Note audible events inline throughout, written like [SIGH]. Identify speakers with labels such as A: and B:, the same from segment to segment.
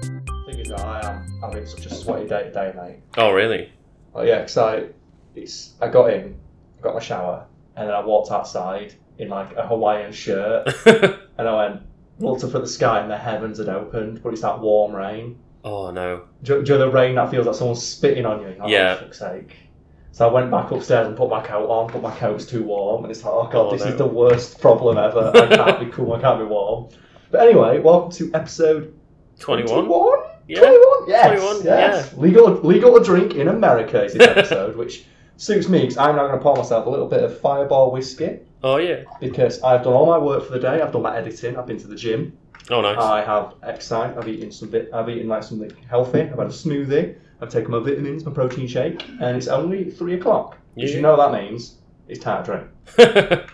A: that I am having such a sweaty day today, mate.
B: Oh, really? [LAUGHS]
A: Oh yeah, because I, it's, I got in, I got my shower, and then I walked outside in like a Hawaiian shirt, and I went, looked up at the sky and the heavens had opened, but it's that warm rain.
B: oh, no.
A: Do, you- do you know the rain that feels like someone's spitting on you? You're Like,
B: Yeah.
A: For fuck's sake. So I went back upstairs and put my coat on, but my coat's too warm, and it's like, oh god,
B: Oh,
A: this
B: no.
A: is the worst problem ever. I can't be cool, I can't be warm. But anyway, welcome to episode
B: 21?
A: 21?
B: Yeah.
A: 21, yes,
B: 21,
A: yes. Legal, legal to drink in America is this episode, which suits me because I'm now going to pour myself a little bit of Fireball whiskey
B: Oh, yeah.
A: because I've done all my work for the day. I've done my editing. I've been to the gym.
B: Oh, nice.
A: I have exercised. I've eaten some bit. I've eaten like something healthy. I've had a smoothie. I've taken my vitamins, my protein shake, and it's only three o'clock. Because
B: Yeah.
A: you know what that means it's time to drink.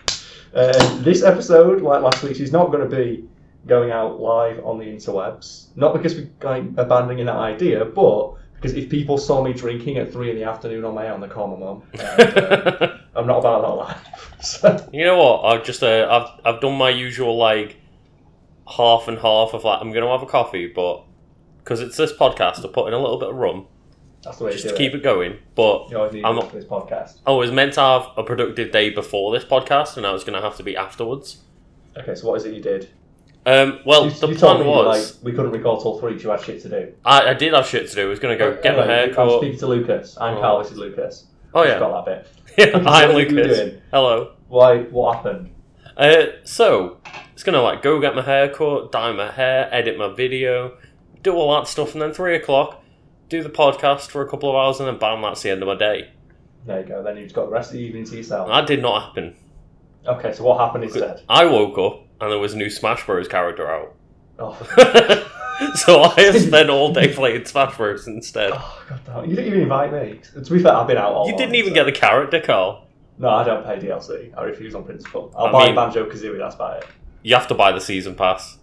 A: Uh, this episode, like last week's, is not going to be going out live on the interwebs. Not because we're like, abandoning that idea, but because if people saw me drinking at three in the afternoon on my own, they'd call my mum. And,
B: [LAUGHS]
A: uh, I'm not about that life. [LAUGHS] So,
B: [LAUGHS] you know what? I've just, uh, I've, I've done my usual, like, half and half of, like, I'm going to have a coffee, but because it's this podcast, I put in a little bit of rum
A: that's the way
B: just
A: you
B: to
A: do
B: keep
A: it.
B: it going. But
A: You always need
B: I'm
A: it
B: not-
A: for this podcast.
B: I was meant to have a productive day before this podcast, and now it's going to have to be afterwards.
A: Okay, so what is it you did?
B: Um, well,
A: you,
B: the
A: you told me,
B: plan was
A: like, we couldn't record till three 'cause you had shit to do.
B: I, I did have shit to do. I was going to
A: Oh,
B: go get my
A: Anyway,
B: hair
A: I'm
B: cut.
A: speaking to Lucas. I'm
B: Oh.
A: Carl. This is Lucas.
B: Oh
A: Just
B: yeah, [LAUGHS]
A: got that bit.
B: I'm
A: [LAUGHS] What were you
B: Lucas.
A: doing?
B: Hello.
A: Why? What happened?
B: Uh, so it's gonna like go get my hair cut, dye my hair, edit my video, do all that stuff, and then three o'clock, do the podcast for a couple of hours, and then bam, that's the end of my day.
A: There you go. Then you've got the rest of the evening to yourself.
B: That did not happen.
A: Okay, so what happened instead?
B: I woke up and there was a new Smash Bros character out, [LAUGHS]
A: Oh,
B: so I have spent all day playing Smash Bros instead.
A: [LAUGHS] oh god damn. You didn't even invite me. To be fair, I've been out all
B: You
A: along,
B: didn't even
A: so-
B: get the character, Carl.
A: No, I don't pay DLC. I refuse on principle. I'll
B: I
A: buy
B: mean-
A: Banjo Kazooie, that's about it.
B: You have to buy the season pass.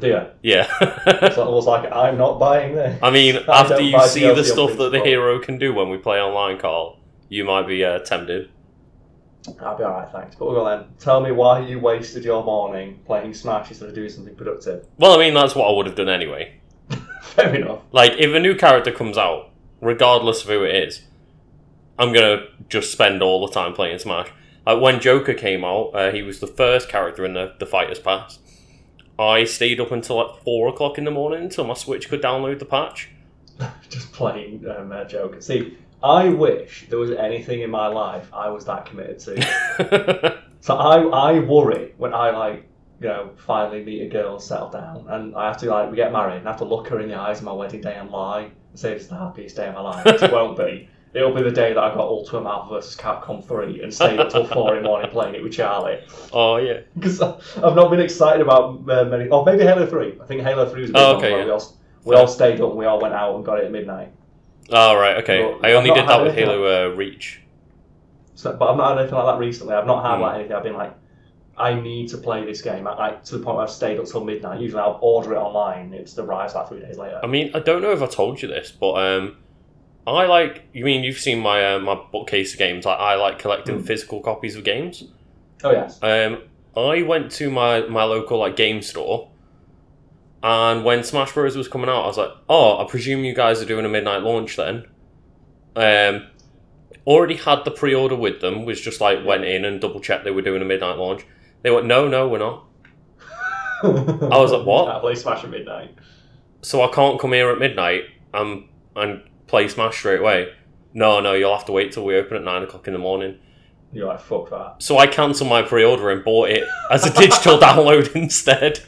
A: Do you?
B: Yeah. [LAUGHS]
A: It's almost like I'm not buying this.
B: I mean,
A: [LAUGHS] I
B: after
A: don't
B: you
A: buy
B: see
A: DLC
B: the
A: on
B: stuff that the
A: principle.
B: hero can do when we play online, Carl, you might be uh, tempted.
A: I'll be alright, thanks. But well then, tell me why you wasted your morning playing Smash instead of doing something productive. [LAUGHS]
B: Well, I mean, that's what I would have done anyway.
A: Fair enough. [LAUGHS]
B: Like, if a new character comes out, regardless of who it is, I'm gonna just spend all the time playing Smash. Like when Joker came out, uh, he was the first character in the the Fighters Pass. I stayed up until like four o'clock in the morning until my Switch could download the patch. [LAUGHS]
A: Just playing um, uh, Joker. See, I wish there was anything in my life I was that committed to. So I, I worry when I like you know finally meet a girl, settle down, and I have to like we get married and I have to look her in the eyes on my wedding day and lie and say it's the happiest day of my life. 'cause it won't
B: [LAUGHS]
A: be. It'll be the day that I got Ultimate Marvel vs. Capcom 3 and stayed up till 4 in the morning playing it with Charlie. [LAUGHS]
B: oh yeah,
A: Because I've not been excited about uh, many. Or maybe Halo 3. I think Halo 3 was a big
B: Oh,
A: one
B: okay,
A: where
B: yeah.
A: we, all, we all stayed up and we all went out and got it at midnight.
B: all Ah, right, okay.
A: Well,
B: I only
A: I'm not
B: did that with
A: having it,
B: Halo uh, Reach.
A: So, but I've not had anything like that recently. I've not had
B: Hmm.
A: like anything. I've been like, I need to play this game. I, I, to the point where I've stayed up till midnight. Usually I'll order it online. It arrives like three days later.
B: I mean, I don't know if I told you this, but um, I like. You mean you've seen my uh, my bookcase of games? Like I like collecting
A: Mm.
B: physical copies of games.
A: oh yes.
B: Um, I went to my my local like game store, and when Smash Bros was coming out, I was like, oh, I presume you guys are doing a midnight launch then. Um, already had the pre order with them. Was just like went in and double checked they were doing a midnight launch. They went, no, no, we're not.
A: I was
B: like, what?
A: I play Smash [LAUGHS] at midnight.
B: so I can't come here at midnight and and play Smash straight away. No, no, you'll have to wait till we open at nine o'clock in the morning.
A: You're like fuck that, [LAUGHS]
B: So I cancelled my pre-order and bought it as a digital [LAUGHS] download instead.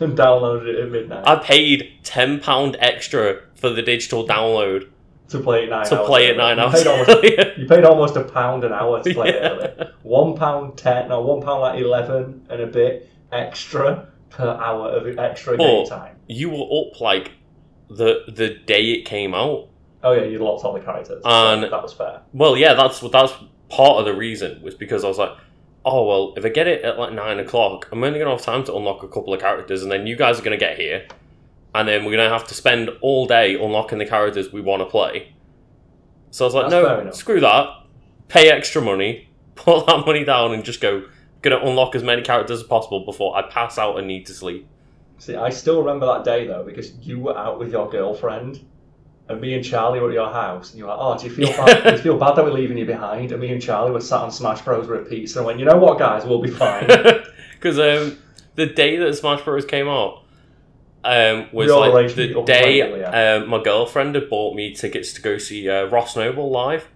A: and downloaded it at midnight
B: I paid ten pound extra for the digital download
A: to play it nine.
B: to
A: hours
B: play
A: early.
B: it nine
A: You
B: hours.
A: Paid
B: [LAUGHS]
A: almost,
B: earlier.
A: you paid almost a pound an hour to play
B: Yeah.
A: it early. One pound ten, no, one pound like eleven and a bit extra per hour of extra
B: But-
A: game time.
B: You were up like the the day it came out.
A: Oh yeah, you locked all the characters. so
B: And-
A: that was fair.
B: Well, yeah, that's that's part of the reason was because I was like, oh well, if I get it at like nine o'clock, I'm only gonna have time to unlock a couple of characters, and then you guys are gonna get here, and then we're gonna have to spend all day unlocking the characters we want to play. So I was like,
A: That's fair
B: no,
A: enough.
B: screw that. Pay extra money, [LAUGHS] put that money down, and just go. Gonna unlock as many characters as possible before I pass out and need to sleep. [LAUGHS]
A: See, I still remember that day though because you were out with your girlfriend, and me and Charlie were at your house, and you were like, "Oh, do you feel
B: [LAUGHS]
A: bad? do you feel bad that we're leaving you behind?" And me and Charlie were sat on Smash Bros. with a pizza, and went, "You know what, guys, we'll be fine."
B: [LAUGHS] Because um, the day that Smash Bros. came out um, was
A: Your
B: like
A: relationship
B: the
A: was
B: day
A: really,
B: uh, my girlfriend had bought me tickets to go see uh, Ross Noble live.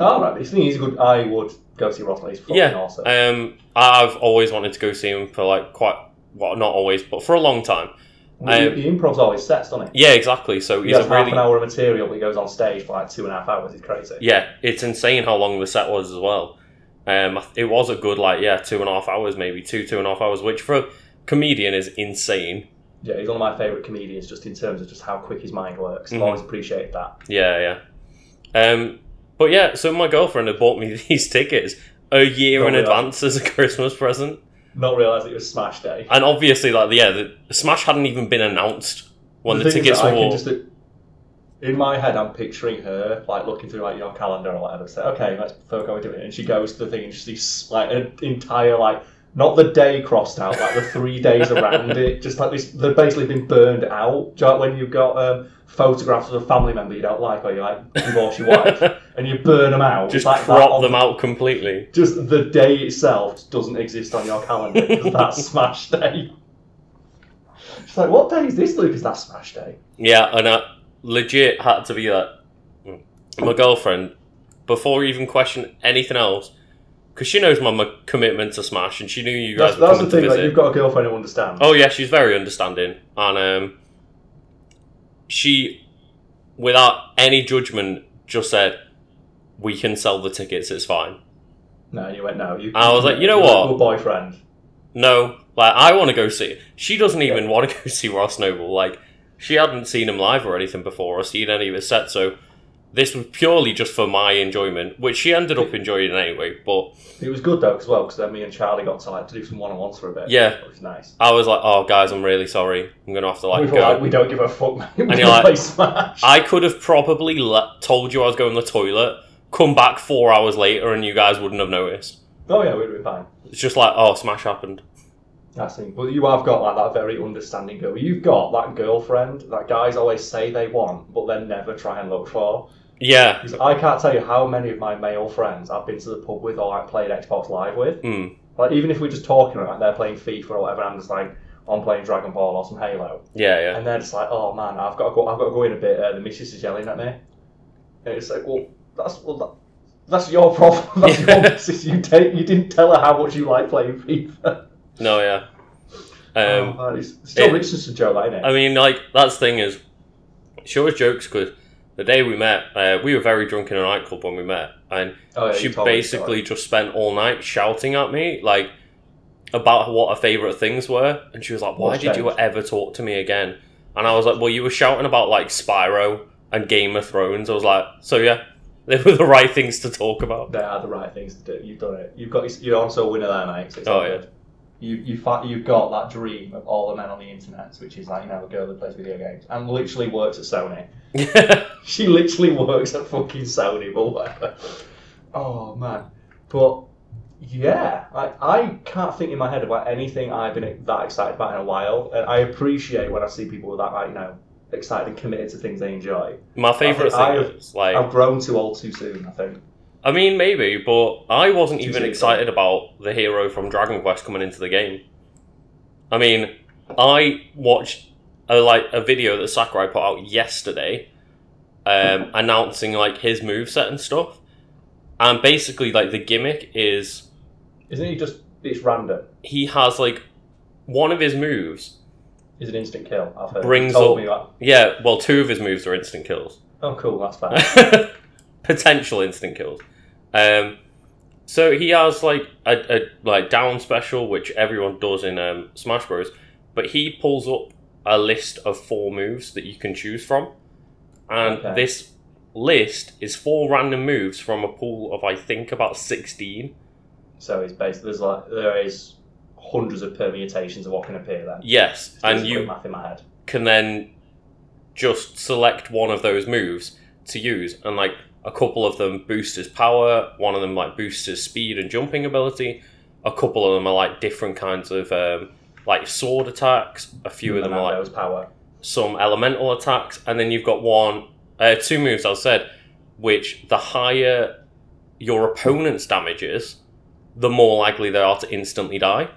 A: All right, it's he's good. I would go see Ross. He's fucking
B: Yeah,
A: awesome.
B: Um, I've always wanted to go see him for like quite well, not always, but for a long time.
A: He-
B: um,
A: he improvs all his sets, doesn't he?
B: Yeah, exactly. So
A: He
B: he's
A: has
B: a
A: half
B: really
A: an hour of material, but he goes on stage for like two and a half hours. It's crazy.
B: yeah. It's insane how long the set was as well. Um, it was a good like yeah, two and a half hours, maybe two two and a half hours, which for a comedian is insane.
A: Yeah, he's one of my favourite comedians just in terms of just how quick his mind works.
B: Mhm.
A: I've always appreciated that.
B: Yeah, yeah. Um, but yeah, so my girlfriend had bought me [LAUGHS] these tickets a year
A: Oh,
B: in
A: yeah.
B: advance as a Christmas present,
A: Not realising it was Smash Day.
B: and obviously, like yeah, the Smash hadn't even been announced when the,
A: thing is
B: tickets
A: that I
B: were.
A: can
B: all-
A: just- in my head, I'm picturing her like looking through like your calendar or whatever. Say, okay, let's focus on doing it. And she goes to the thing and she sees like an entire like not the day crossed out, like the three days around it.
B: [LAUGHS]
A: Just like this, they've basically been burned out. Do you know, like when you've got um, photographs of a family member you don't like or you like divorce your
B: [LAUGHS]
A: wife and you burn them out.
B: just
A: like that
B: crop
A: on
B: them out completely.
A: just the day itself doesn't exist on your calendar because
B: [LAUGHS]
A: that's Smash Day. She's like, what day is this, Luke? Is that Smash Day?
B: Yeah, and I legit had to be like "Hmm, my girlfriend before even question anything else because she knows my m- commitment to Smash and she knew you guys
A: That's,
B: were
A: that's the
B: coming
A: thing.
B: to
A: Like,
B: visit.
A: you've got a girlfriend who understands.
B: Oh yeah, she's very understanding, and um, she, without any judgment, just said, "We can sell the tickets. It's fine."
A: No, you went no. You,
B: I was like, you know
A: you're
B: what?
A: a Good boyfriend.
B: No, like I want to go see. She doesn't even want to [LAUGHS] go see Ross Noble. Like she hadn't seen him live or anything before, or seen any of his sets. So this was purely just for my enjoyment, which she ended up enjoying anyway. But
A: It was good though, as well, because then me and Charlie got to like to do some one on ones for a bit.
B: Yeah.
A: it was nice.
B: I was like, "Oh, guys, I'm really sorry. I'm gonna have to
A: we
B: like
A: were like,
B: go."
A: we don't give a fuck, [LAUGHS] mate. We
B: you're
A: can
B: like-
A: play Smash.
B: I could have probably le- told you I was going to the toilet, come back four hours later, and you guys wouldn't have noticed.
A: Oh yeah, we'd be fine.
B: It's just like, oh, smash happened.
A: I think. But you have got like that very understanding girl. You've got that girlfriend that guys always say they want, but then never try and look for.
B: Yeah.
A: Because I can't tell you how many of my male friends I've been to the pub with or I've played Xbox Live with.
B: Mm.
A: Like, even if we're just talking about they're playing FIFA or whatever, and I'm just like, I'm playing Dragon Ball or some Halo.
B: Yeah, yeah.
A: And they're just like, oh man, I've got to go, I've got to go in a bit. Uh, the missus is yelling at me. And it's like, well, that's well, that, that's your [LAUGHS] problem. That's your missus. You, take, you didn't tell her how much you like playing FIFA.
B: No, yeah. Um,
A: oh, man, it's, it's Joe
B: it-
A: Richardson joke, that, innit?
B: I mean, like that's the thing is, she always jokes because the day we met, uh, we were very drunk in a nightclub when we met, and
A: Oh, yeah,
B: she
A: you told me,
B: basically
A: sorry.
B: just spent all night shouting at me, like about what her favorite things were, and she was like, "Why
A: What's
B: did you
A: changed?
B: ever talk to me again?" And I was like, "Well, you were shouting about like Spyro and Game of Thrones." I was like, "So yeah, they were the right things to talk about." [LAUGHS]
A: they are the right things to do. You've done it. You've got you're also a winner there, mate. So it's
B: Oh,
A: all
B: yeah.
A: good. You you fa- you've got that dream of all the men on the internet, which is like you know a girl that plays video games and literally works at Sony. She literally works at fucking Sony, but whatever. Oh man, but yeah, I I can't think in my head about anything I've been that excited about in a while, and I appreciate when I see people with that like you know excited and committed to things they enjoy.
B: My favorite
A: I-
B: thing is like
A: I've grown too old too soon, I think.
B: I mean, maybe, but I wasn't even
A: Easy.
B: excited about the hero from Dragon Quest coming into the game. I mean, I watched a, like a video that Sakurai put out yesterday, um, announcing like his moveset and stuff, and basically like the gimmick is
A: Isn't it just it's random?
B: he has like one of his moves.
A: is an instant kill. I've heard.
B: Brings
A: He told
B: up-
A: me that.
B: Yeah, well, two of his moves are instant kills.
A: Oh, cool. That's
B: [LAUGHS]
A: fair.
B: potential instant kills. Um, so he has like a, a like down special, which everyone does in um, Smash Bros. But he pulls up a list of four moves that you can choose from, and
A: Okay.
B: this list is four random moves from a pool of I think about sixteen.
A: so it's basically there's like there is hundreds of permutations of what can appear then.
B: Yes,
A: It's
B: and
A: just
B: you
A: quick math in my head.
B: can then just select one of those moves to use and like a couple of them boost his power one of them like boosts his speed and jumping ability a couple of them are like different kinds of um, like sword attacks. A few of them are like
A: Nando's power.
B: some elemental attacks, and then you've got one, uh, two moves. I said, which the higher your opponent's damage is, the more likely they are to instantly die.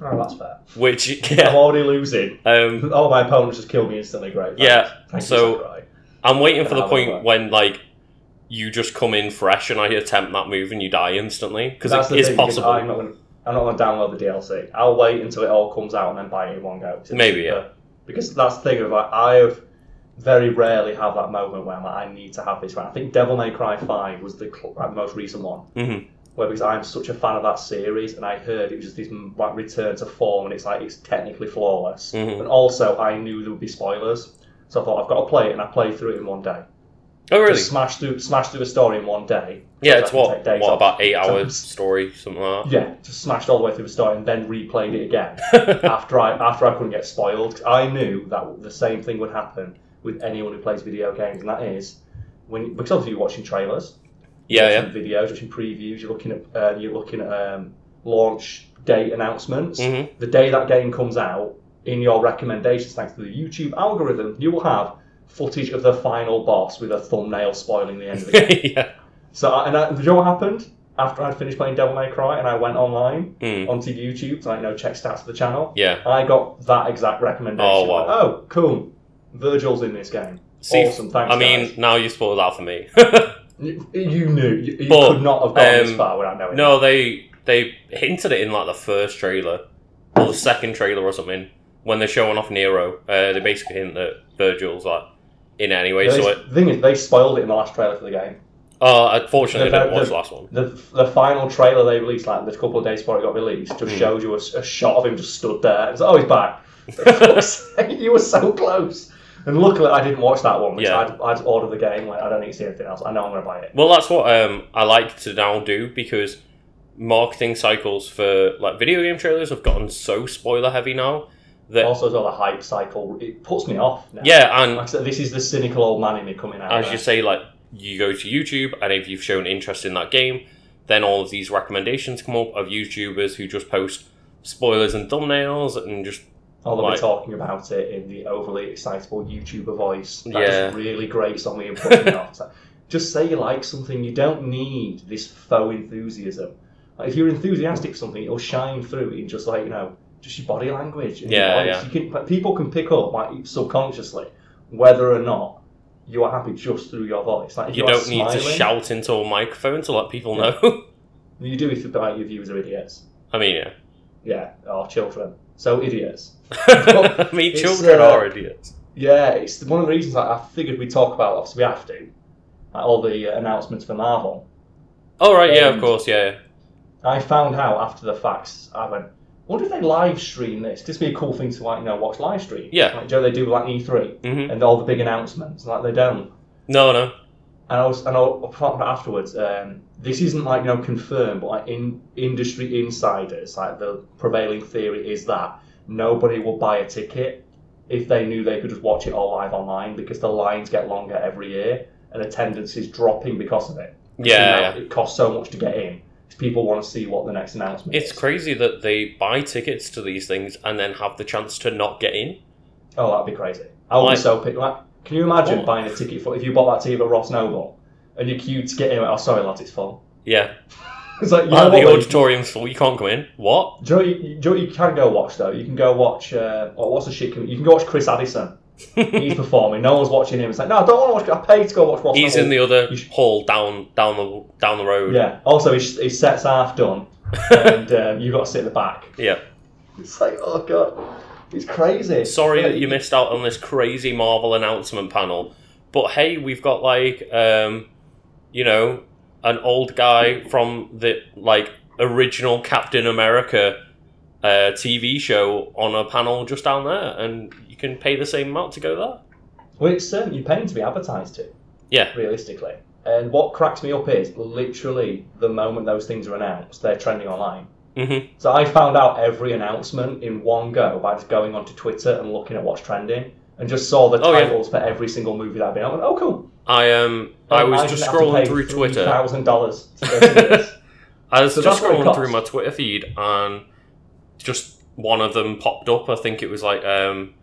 A: Oh, that's fair.
B: Which [LAUGHS]
A: I'm
B: yeah,
A: already losing.
B: um,
A: Oh, my opponent just killed me instantly. Great. thanks.
B: Yeah,
A: Thank you,
B: so-
A: Sakurai.
B: I'm waiting for the
A: However.
B: point when like you just come in fresh and I attempt that move and you die instantly because
A: That's the
B: it is
A: thing, because
B: possible.
A: I'm not gonna, I'm not gonna download the DLC. I'll wait until it all comes out and then buy it in one go. 'cause it's
B: Maybe,
A: cheaper. Because that's the thing of like I have very rarely have that moment where I'm like, I need to have this. Right. I think Devil May Cry Five was the cl- like, most recent one.
B: Mhm.
A: Where because I'm such a fan of that series, and I heard it was just this mm, like return to form, and it's like it's technically flawless.
B: Mhm.
A: But also, I knew there would be spoilers, so I thought I've got to play it, and I played through it in one day.
B: Oh really?
A: Just smash through, smash through a story in one day.
B: yeah,
A: Because
B: it's
A: I can
B: what
A: take days
B: what
A: off.
B: about eight
A: So-
B: hour story something like that.
A: Yeah, just smashed all the way through the story and then replayed it
B: [LAUGHS]
A: again after I after I couldn't get spoiled. 'Cause I knew that the same thing would happen with anyone who plays video games, and that is when because obviously you're watching trailers,
B: yeah, yeah.
A: watching videos, watching previews. You're looking at uh, you're looking at um, launch date announcements.
B: Mhm.
A: The day that game comes out, in your recommendations, thanks to the YouTube algorithm, you will have footage of the final boss with a thumbnail spoiling the end
B: [LAUGHS]
A: of the game.
B: Mm-hmm. yeah.
A: So, I, and I, do you know what happened? After I'd finished playing Devil May Cry and I went online
B: Mm.
A: onto YouTube to like, you know, check stats for the channel,
B: Yeah.
A: I got that exact recommendation.
B: Oh, wow.
A: Like, oh, cool. Virgil's in this game.
B: See,
A: awesome, thanks,
B: I mean,
A: guys.
B: now you spoiled that for me. [LAUGHS]
A: You, you knew. You, you
B: But,
A: could not have gone this
B: um,
A: far without knowing.
B: no, they they hinted it in like the first trailer or the second trailer or something when they're showing off Nero. Uh, they basically hint that Virgil's like in it anyway.
A: They-
B: So it,
A: The thing is, they spoiled it in the last trailer for the game.
B: uh, unfortunately, I
A: The- the-
B: didn't watch the
A: [LAUGHS]
B: last one.
A: The, the final trailer they released, like the couple of days before it got released, just
B: Hmm.
A: showed you a, a shot of him just stood there. It's like, oh, he's back. For fuck's sake, [LAUGHS] you were so close. And luckily, I didn't watch that one. Because
B: Yeah.
A: I'd, I'd order the game. Like, I don't need to see anything else. I know I'm going to buy it.
B: Well, that's what um, I like to now do because marketing cycles for like video game trailers have gotten so spoiler heavy now that
A: Also, as well, the hype cycle it puts me off. Now.
B: yeah, and
A: Like I said, this is the cynical old man in me coming out.
B: as
A: there.
B: you say, like you go to YouTube, and if you've shown interest in that game, then all of these recommendations come up of YouTubers who just post spoilers and thumbnails and just
A: Although
B: like-
A: we're talking about it in the overly excitable YouTuber voice, that
B: Yeah.
A: just really grates
B: [LAUGHS]
A: on me and puts me off. It's like, just say you like something. You don't need this faux enthusiasm. Like, if you're enthusiastic for something, it'll shine through in just like you know, just your body language. and your
B: Yeah,
A: voice.
B: yeah.
A: You can, but people can pick up like subconsciously whether or not you are happy just through your voice. Like if
B: you
A: are
B: don't need to
A: smiling,
B: shout into a microphone to let people know. [LAUGHS]
A: You do if like, your viewers are idiots.
B: I mean, yeah.
A: Yeah, or children. So idiots.
B: [LAUGHS] I mean,
A: It's,
B: children
A: uh,
B: are idiots.
A: Yeah, it's the- one of the reasons that I figured we'd talk about. Obviously, we have to. Like all the uh, announcements for Marvel.
B: All right, yeah, of
A: um,
B: course, yeah.
A: I found out after the facts. I went, "What if they live stream this? This would be a cool thing to like, you know, watch live stream."
B: Yeah.
A: Like, Joe, they do like E three
B: hmm
A: and all the big announcements. Like they don't.
B: No, no.
A: And I was, and I I found out afterwards. Um, this isn't like you know confirmed, but like in industry insiders, like the prevailing theory is that nobody will buy a ticket if they knew they could just watch it all live online because the lines get longer every year and attendance is dropping because of it.
B: Yeah,
A: You know, it costs so much to get in. 'cause People want to see what the next announcement
B: It's
A: is.
B: crazy that they buy tickets to these things and then have the chance to not get in.
A: Oh, that'd be crazy. I would
B: Like-
A: be so pick. Like, can you imagine
B: What?
A: buying a ticket for if you bought that ticket at Ross Noble and you queued to get in? Oh, sorry, lads, it's full.
B: Yeah,
A: [LAUGHS] It's like you know
B: like,
A: what,
B: the
A: mate?
B: auditorium's full. You can't come in. What?
A: Do you, know, what you, do you, know what you can go watch though? You can go watch. Uh, oh, what's the shit? com- You can go watch Chris
B: [LAUGHS]
A: Addison. He's performing. No one's watching him. It's like, no, I don't want to watch. I paid to go watch. Ross
B: He's
A: Noble.
B: in the other
A: Oh, You sh-
B: hall down down the down the road.
A: Yeah. Also, his, his set's half
B: [LAUGHS]
A: done, and um, you got to sit in the back.
B: Yeah.
A: It's like, oh god, it's crazy.
B: Sorry that you
A: missed.
B: missed out on this crazy Marvel announcement panel, but hey, we've got like um, you know, an old guy from the like original Captain America uh, TV show on a panel just down there, and you can pay the same amount to go there.
A: Well, it's certainly paying to be advertised to.
B: Yeah.
A: Realistically. And what cracks me up is literally the moment those things are announced, they're trending online.
B: Mhm.
A: So I found out every announcement in one go by just going onto Twitter and looking at what's trending and just saw the
B: Oh, yeah.
A: titles for every single movie that I've been out. and, Oh, cool.
B: I um, I was just scrolling through Twitter.
A: Thousand
B: [LAUGHS]
A: dollars.
B: I was
A: So that's what it
B: just scrolling
A: costs.
B: through my Twitter feed and just one of them popped up. I think it was like um,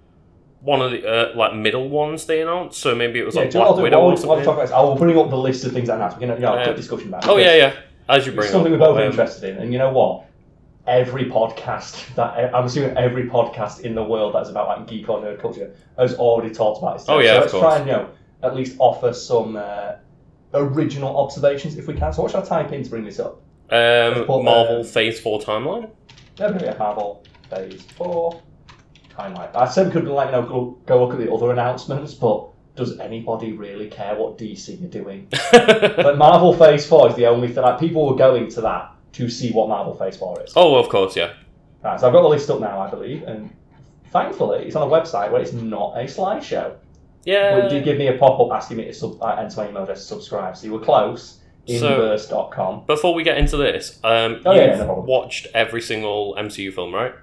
B: one of the uh, like middle ones they announced. So maybe it was
A: Yeah,
B: like
A: do you know
B: Black
A: what
B: Widow
A: I'll
B: or
A: do? While we- while we talk
B: something.
A: about this, I will bring up the list of things that announced. You know, yeah,
B: Yeah.
A: good discussion about. it.
B: Oh yeah, yeah. As you
A: It's
B: bring
A: something
B: up,
A: we're both
B: um,
A: interested in. And you know what? Every podcast [LAUGHS] that I'm assuming every podcast in the world that's about like geek or nerd culture has already talked about it.
B: Oh, yeah,
A: so
B: of
A: let's
B: course.
A: try and you know at least offer some uh, original observations if we can. So what should I type in to bring this up?
B: Um,
A: But,
B: Marvel
A: um,
B: Phase Four timeline. [LAUGHS]
A: There we go. Marvel Phase Four timeline. I said we could like you know go, go look at the other announcements, but does anybody really care what DC are doing?
B: [LAUGHS]
A: but Marvel Phase Four is the only thing. Like people were going to that to see what Marvel Phase Four is.
B: oh, of course, yeah.
A: Right, so I've got the list up now, I believe, and thankfully it's on a website where it's not a slideshow. But it did
B: Yeah.
A: give me a pop up asking me to sub- uh, enter my email address to subscribe, so you were close.
B: So-
A: Inverse.com.
B: Before we get into this, um,
A: Oh, yeah,
B: you've
A: yeah, no problem.
B: watched every single MCU film, right?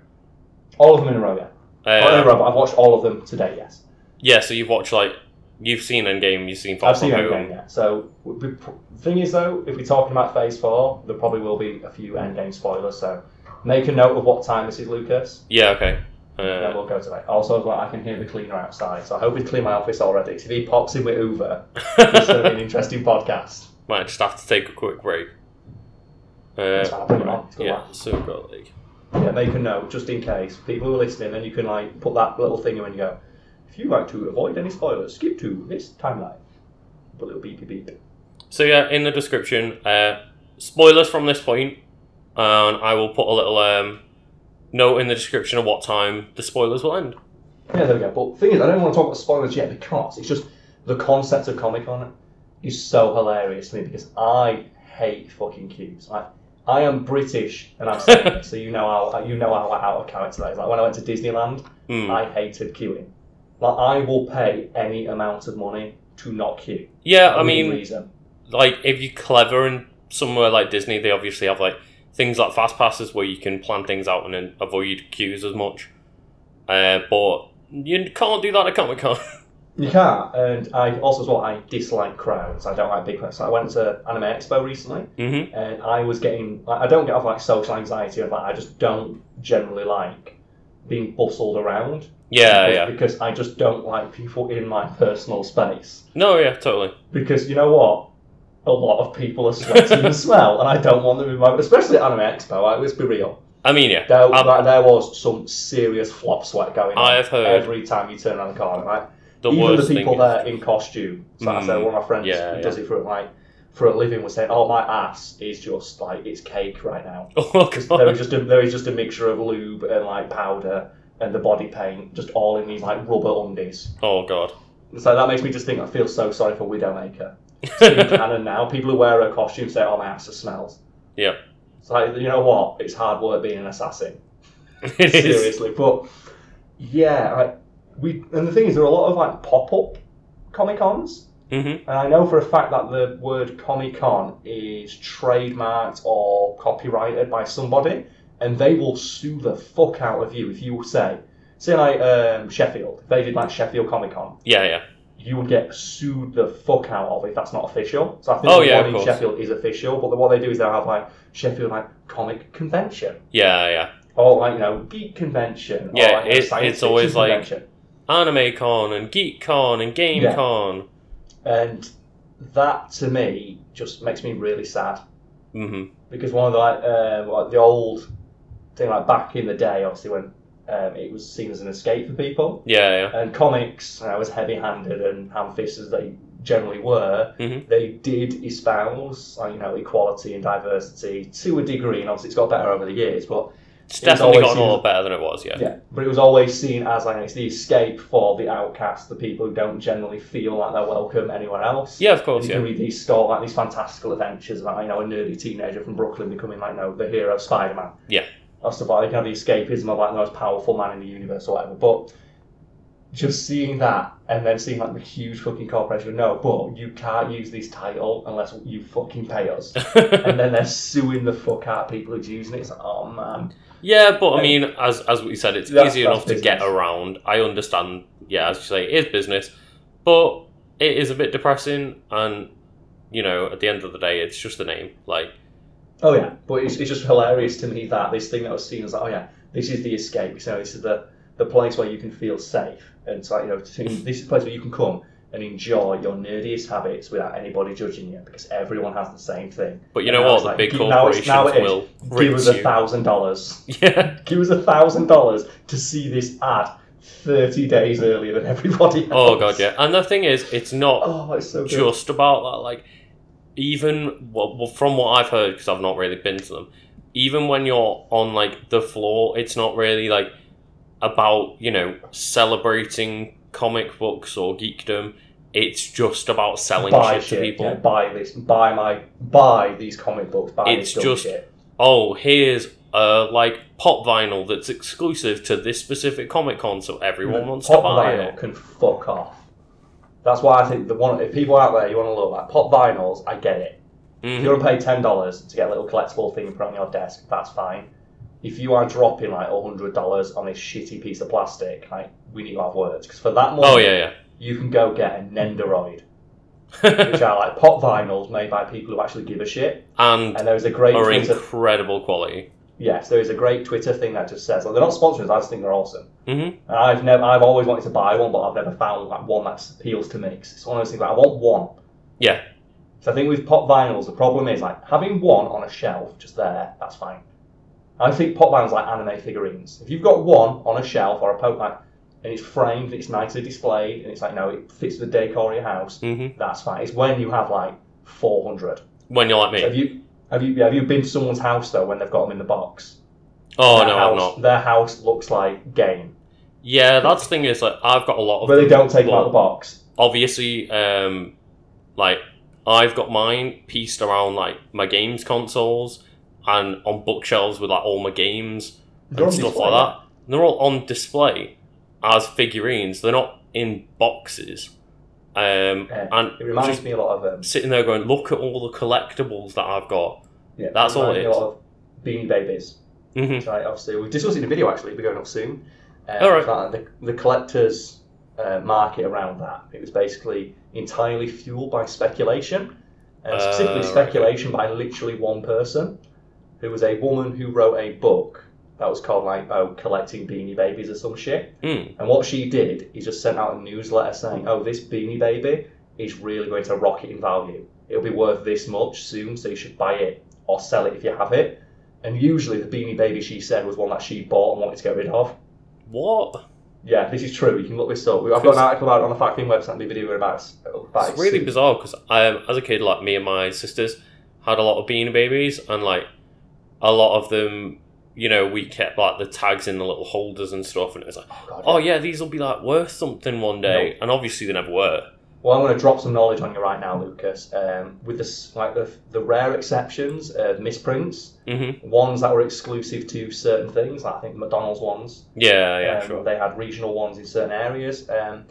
A: All of them in a row, Oh, yeah. Not in a
B: Uh,
A: row, but I've watched all of them today, yes.
B: yeah. So you've watched like you've seen Endgame, you've seen Far
A: I've
B: From
A: seen
B: Home.
A: Endgame, yeah. So, we, we- thing is, though, if we're talking about Phase 4, there probably will be a few Endgame spoilers, so make a note of what time this is, Lucas.
B: Yeah. Okay.
A: Yeah,
B: Uh, [LAUGHS]
A: we'll go to that. Also, as well, I can hear the cleaner outside, so I hope he's cleaned my office already. 'cause If he pops in with Uber, it's going to be an interesting podcast.
B: Might just have to take a quick break. Uh,
A: That's fine, I'll put them on. It's good
B: yeah, so we've got like
A: Yeah, make a note just in case people are listening, and you can like put that little thing in when you go. If you like to avoid any spoilers, skip to this timeline. But it'll beep beep beep.
B: so yeah, in the description, uh, spoilers from this point, and I will put a little um, note in the description of what time the spoilers will end.
A: Yeah, there we go. But thing is, I don't want to talk about spoilers yet because it's just the concept of Comic Con is so hilarious to me because I hate fucking cubes. Like I am British, and I'm saying this, so you know how you know how out of character that is. Like when I went to Disneyland,
B: Hmm.
A: I hated queuing. Like I will pay any amount of money to not queue.
B: Yeah, I
A: Within
B: mean,
A: reason.
B: like if you're clever and somewhere like Disney, they obviously have like things like fast passes where you can plan things out and then avoid queues as much. Uh, but you can't do that at Comic Con.
A: You can't, and I also as well I dislike crowds. I don't like big crowds. So I went to Anime Expo recently,
B: [LAUGHS] mm-hmm.
A: and I was getting I I don't get off like social anxiety of like I just don't generally like being bustled around. because,
B: Yeah, Uh, yeah.
A: Because I just don't like people in my personal space.
B: No, yeah, totally.
A: Because you know what, a lot of people are sweating and
B: [LAUGHS]
A: smell, and I don't want them in my especially at Anime Expo. Like, let's be real.
B: I mean, yeah.
A: There,
B: Um,
A: like, there was some serious flop sweat going on.
B: I have heard
A: every time you turn around the corner. Right?
B: the
A: even
B: worst
A: the people
B: thing.
A: there in costume. So I said
B: Mm.
A: one of my friends
B: Yeah,
A: who does it for like for a living was saying, "Oh, my ass is just like it's cake right now."
B: [LAUGHS] oh, [LAUGHS]
A: Because
B: God.
A: there is just a, there is just a mixture of lube and like powder and the body paint, just all in these like rubber undies.
B: oh God.
A: So that makes me just think I feel so sorry for Widowmaker. [LAUGHS]
B: [LAUGHS]
A: It's in canon now. People who wear her costume say, "Oh, my ass just smells."
B: Yeah.
A: So like, you know what? It's hard work being an assassin
B: [LAUGHS] it is.
A: seriously. But yeah, like we and the thing is, there are a lot of like pop up Comic Cons,
B: Mm-hmm.
A: and I know for a fact that the word Comic Con is trademarked or copyrighted by somebody, and they will sue the fuck out of you if you say, say like um, Sheffield, if they did like Sheffield Comic Con.
B: Yeah, yeah.
A: You would get sued the fuck out of if that's not official. So I think
B: Oh,
A: the
B: yeah,
A: one in
B: of course.
A: Sheffield is official, but what they do is they'll have like Sheffield like comic convention
B: Yeah, yeah.
A: or like you know geek convention.
B: Yeah,
A: or, like, you know,
B: it-
A: science
B: it's always,
A: fiction
B: like-
A: convention.
B: Anime Con and Geek Con and Game
A: Yeah.
B: Con.
A: and that to me just makes me really sad
B: Mm-hmm.
A: because one of the like, um, like the old thing like back in the day, obviously when um, it was seen as an escape for people
B: Yeah,
A: and comics, and I was heavy-handed and ham-fisted as they generally were.
B: Mhm.
A: They did espouse like, you know equality and diversity to a degree, and obviously it's got better over the years, but
B: yeah. It's definitely
A: always
B: gotten a
A: used-
B: lot better than it was. Yeah.
A: Yeah, but it was always seen as like it's the escape for the outcast, the people who don't generally feel like they're welcome anywhere else.
B: Yeah, of
A: And
B: course.
A: you
B: Yeah.
A: can read these stories, like these fantastical adventures about you know a nerdy teenager from Brooklyn becoming like you know the hero Spider Man.
B: Yeah.
A: or stuff like that. You can have the escapism of like the most powerful man in the universe or whatever. But just seeing that and then seeing like the huge fucking corporation, no, but you can't use this title unless you fucking pay
B: [LAUGHS]
A: us. and then they're suing the fuck out of people who's using it. It's like, oh man.
B: Yeah, but I
A: Like-
B: mean, as as we said, it's
A: That's-
B: easy
A: that's
B: enough to get
A: business.
B: around. I understand. Yeah, as you say, it is business, but it is a bit depressing. And you know, at the end of the day, it's just a name. Like,
A: Oh yeah, but it's, it's just hilarious to me that this thing that was seen as like, oh yeah, this is the escape. So this is the the place where you can feel safe, and it's like you know, to- this is the place where you can come and enjoy your nerdiest habits without anybody judging you, because everyone has the same thing.
B: But you know
A: Now
B: what?
A: it's
B: The
A: like,
B: big
A: give- now
B: corporations
A: it's- now it is.
B: will
A: Give us
B: rinse
A: a
B: you.
A: thousand dollars.
B: [LAUGHS] Yeah.
A: [LAUGHS] Give us a thousand dollars to see this ad thirty days earlier than everybody. Else.
B: Oh god, yeah. And the thing is, it's not
A: Oh, it's so good.
B: just about that. Like, even well, well, from what I've heard, because I've not really been to them. Even when you're on like the floor, it's not really like about you know celebrating comic books or geekdom. It's just about selling
A: buy
B: shit, to people.
A: yeah, buy this. Buy my. Buy these comic books. Buy
B: It's
A: this dumb
B: just-
A: shit.
B: oh, here's a like pop vinyl that's exclusive to this specific Comic Con, so everyone wants to
A: Mm. Pop
B: buy
A: vinyl
B: it.
A: can fuck off. That's why I think the one. If people out there you want to look like pop vinyls, I get it. If you
B: Mhm.
A: want to pay ten dollars to get a little collectible thing put on your desk, that's fine. If you are dropping like hundred dollars on this shitty piece of plastic, like we need to have words because for that money,
B: Oh yeah,
A: you can go get a Nendoroid,
B: yeah,
A: which are like pop vinyls made by people who actually give a shit.
B: [LAUGHS] and
A: And there is a great
B: are
A: Twitter
B: incredible quality.
A: Yes, there is a great Twitter thing that just says like they're not sponsored. I just think they're awesome.
B: Mhm.
A: And I've never, I've always wanted to buy one, but I've never found like one that appeals to me. 'Cause It's one of those things like I want one.
B: Yeah.
A: So I think with pop vinyls, the problem is like having one on a shelf just there. That's fine. I think pop vinyls are like anime figurines. If you've got one on a shelf or a poke like, and it's framed, it's nicely displayed, and it's like no, it fits the decor of your house.
B: hmm
A: That's fine. It's when you have like four hundred.
B: When you're like
A: Have
B: me.
A: you have you have you been to someone's house though when they've got them in the box?
B: Oh
A: their
B: no,
A: house,
B: I'm not.
A: Their house looks like game,
B: Yeah, that's the thing is like I've got a lot of.
A: but they don't take them
B: well,
A: out of the box.
B: Obviously, um, like I've got mine pieced around like my games consoles and on bookshelves with like all my games. and stuff like that. They're all on display as figurines. They're not in boxes. Um,
A: Yeah.
B: and
A: It reminds
B: Just-
A: me a lot of um,
B: sitting there going, look at all the collectibles that I've got.
A: yeah,
B: that's all
A: reminds
B: it
A: me
B: is.
A: A lot of Beanie Babies.
B: Mhm.
A: Right, obviously we've discussed it in a video. Actually, we're going up soon. Um,
B: All right.
A: that- The, the collectors uh, market around that it was basically entirely fueled by speculation, and
B: Uh,
A: specifically
B: right.
A: speculation by literally one person, who was a woman who wrote a book that was called like oh collecting Beanie Babies or some shit.
B: Mm.
A: And what she did is just sent out a newsletter saying, "Oh, this Beanie Baby is really going to rocket in value. It'll be worth this much soon, so you should buy it or sell it if you have it." And usually, the Beanie Baby she said was one that she bought and wanted to get rid of.
B: What?
A: Yeah, this is true. You can look this up. I've got an article about it on the Fact Thing website. and The video about it. About
B: It's
A: it
B: really
A: soon.
B: bizarre because um, as a kid, like me and my sisters had a lot of Beanie Babies, and like a lot of them, you know, we kept like the tags in the little holders and stuff, and it was like,
A: Oh, God,
B: oh yeah, these will be like worth something one day, and obviously they never were.
A: Well, I'm going to drop some knowledge on you right now, Lucas. Um, with this, like the, the rare exceptions of misprints,
B: hmm
A: ones that were exclusive to certain things, like I think McDonald's ones.
B: Yeah, yeah,
A: Um,
B: sure.
A: They had regional ones in certain areas. Um,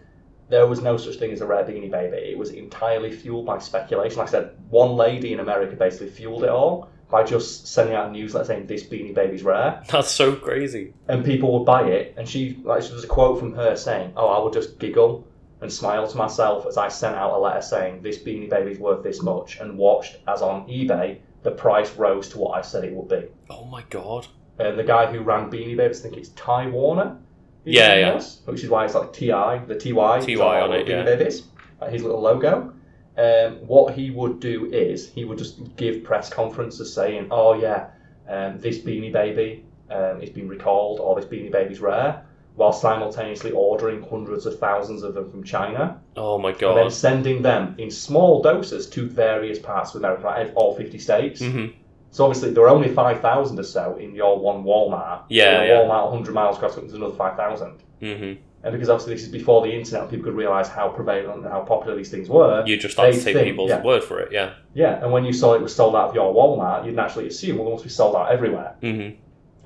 A: there was no such thing as a rare beanie baby. It was entirely fueled by speculation. Like I said, one lady in America basically fueled it all by just sending out a newsletter saying this beanie baby's rare,
B: That's so crazy.
A: and people would buy it. And she, like, there was a quote from her saying, "Oh, I would just giggle." And smile to myself as I sent out a letter saying this beanie baby's worth this much, and watched as on eBay the price rose to what I said it would be.
B: Oh my god.
A: And Uh, the guy who ran Beanie Babies, I think it's Ty Warner. whose
B: Yeah,
A: name
B: yeah.
A: was, which is why it's like TI, the TY. is
B: TY
A: all
B: on it,
A: Beanie
B: yeah.
A: Babies, like his little logo. Um, what he would do is he would just give press conferences saying, oh, yeah, um, this Beanie Baby um, is being recalled or this Beanie Baby's rare, while simultaneously ordering hundreds of thousands of them from China
B: Oh my
A: and then
B: god.
A: sending them in small doses to various parts of America, like all 50 states.
B: hmm
A: So obviously there are only five thousand or so in your one Walmart.
B: Yeah,
A: so a
B: yeah.
A: Walmart hundred miles across country is another five thousand.
B: hmm
A: And because obviously this is before the internet, and people could realise how prevalent and how popular these things were.
B: You just have
A: They
B: to take
A: think,
B: people's
A: yeah.
B: word for it, yeah.
A: Yeah, and when you saw it was sold out of your Walmart, you'd naturally assume well, they must be sold out everywhere.
B: Mm-hmm.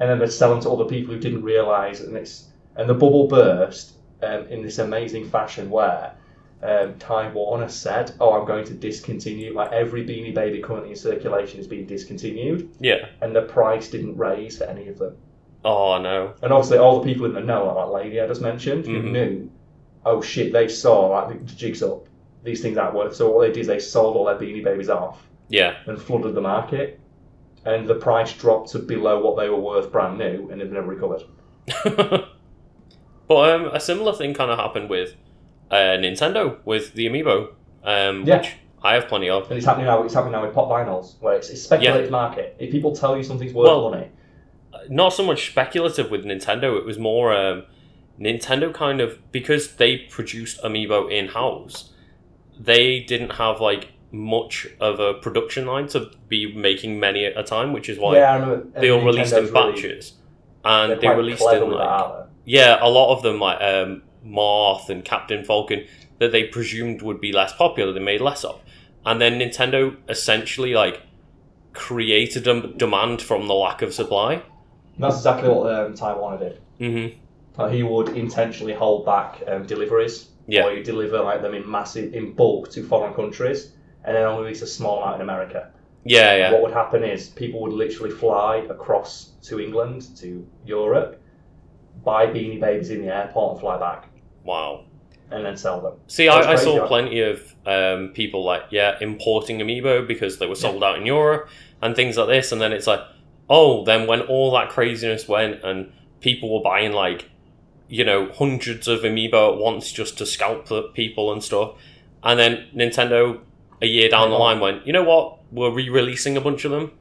A: And then they'd sell them to other people who didn't realise, and it's and the bubble burst um, in this amazing fashion where. Um, Ty Warner said, "Oh, I'm going to discontinue. Like every Beanie Baby currently in circulation is being discontinued,
B: Yeah.
A: and the price didn't raise for any of them."
B: Oh no.
A: And obviously, all the people in the know, like that lady I just mentioned,
B: Mhm.
A: who knew, oh shit, they saw like the jigs up. These things aren't worth. So what they did is they sold all their beanie babies off
B: Yeah.
A: and flooded the market. and the price dropped to below what they were worth brand new, and they've never recovered.
B: but um, a similar thing kind of happened with uh, Nintendo with the Amiibo, um,
A: Yeah.
B: which I have plenty of.
A: And it's happening now. It's happening now with pop vinyls, where it's, it's speculative market. If people tell you something's worth
B: Well-
A: money,
B: Not so much speculative with Nintendo. It was more um, Nintendo kind of because they produced Amiibo in house. They didn't have like much of a production line to be making many at a time, which is why
A: yeah, I remember, uh,
B: they all
A: Nintendo's
B: released in
A: really-
B: batches,
A: they're
B: and they
A: quite
B: released
A: clever
B: in
A: with
B: like
A: that, aren't
B: yeah, a lot of them like um, Marth and Captain Falcon that they presumed would be less popular, they made less of, and then Nintendo essentially like created a demand from the lack of supply.
A: they? And that's exactly what um, Taiwan did.
B: Mm-hmm.
A: Like, he would intentionally hold back um, deliveries,
B: Yeah.
A: or you deliver like them in massive in bulk to foreign countries, and then only release a small amount in America.
B: Yeah, yeah,
A: What would happen is people would literally fly across to England, to Europe, buy beanie babies in the airport and fly back,
B: wow.
A: and then sell them.
B: See,
A: That's
B: I, I
A: crazy,
B: saw
A: right?
B: plenty of um, people like yeah importing Amiibo because they were sold out in Europe and things like this, and then it's like oh, then when all that craziness went and people were buying like you know hundreds of Amiibo at once just to scalp the people and stuff, and then Nintendo a year down the line went you know what we're re-releasing a bunch of them,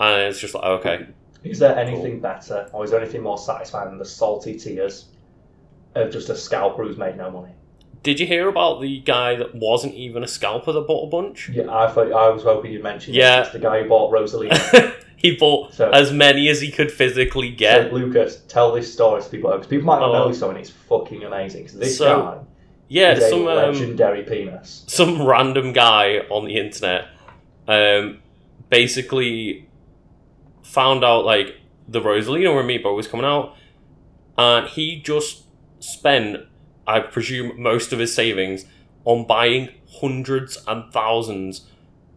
B: and it's just like okay
A: Is there anything better, or is there anything more satisfying than the salty tears of just a scalper who's made no money?
B: did you hear about the guy that wasn't even a scalper that bought a bunch?
A: Yeah, I thought I was hoping you'd mention. it.
B: Yeah.
A: It's the guy who bought Rosalina.
B: he bought
A: So-
B: as many as he could physically get.
A: So, Lucas, tell this story to people because people might not
B: Oh.
A: know this story, and it's fucking amazing. 'cause this
B: So,
A: guy
B: Yeah,
A: is a
B: some um,
A: legendary penis.
B: some random guy on the internet um, basically found out like the Rosalina Amiibo was coming out, and he just spent, I presume, most of his savings on buying hundreds and thousands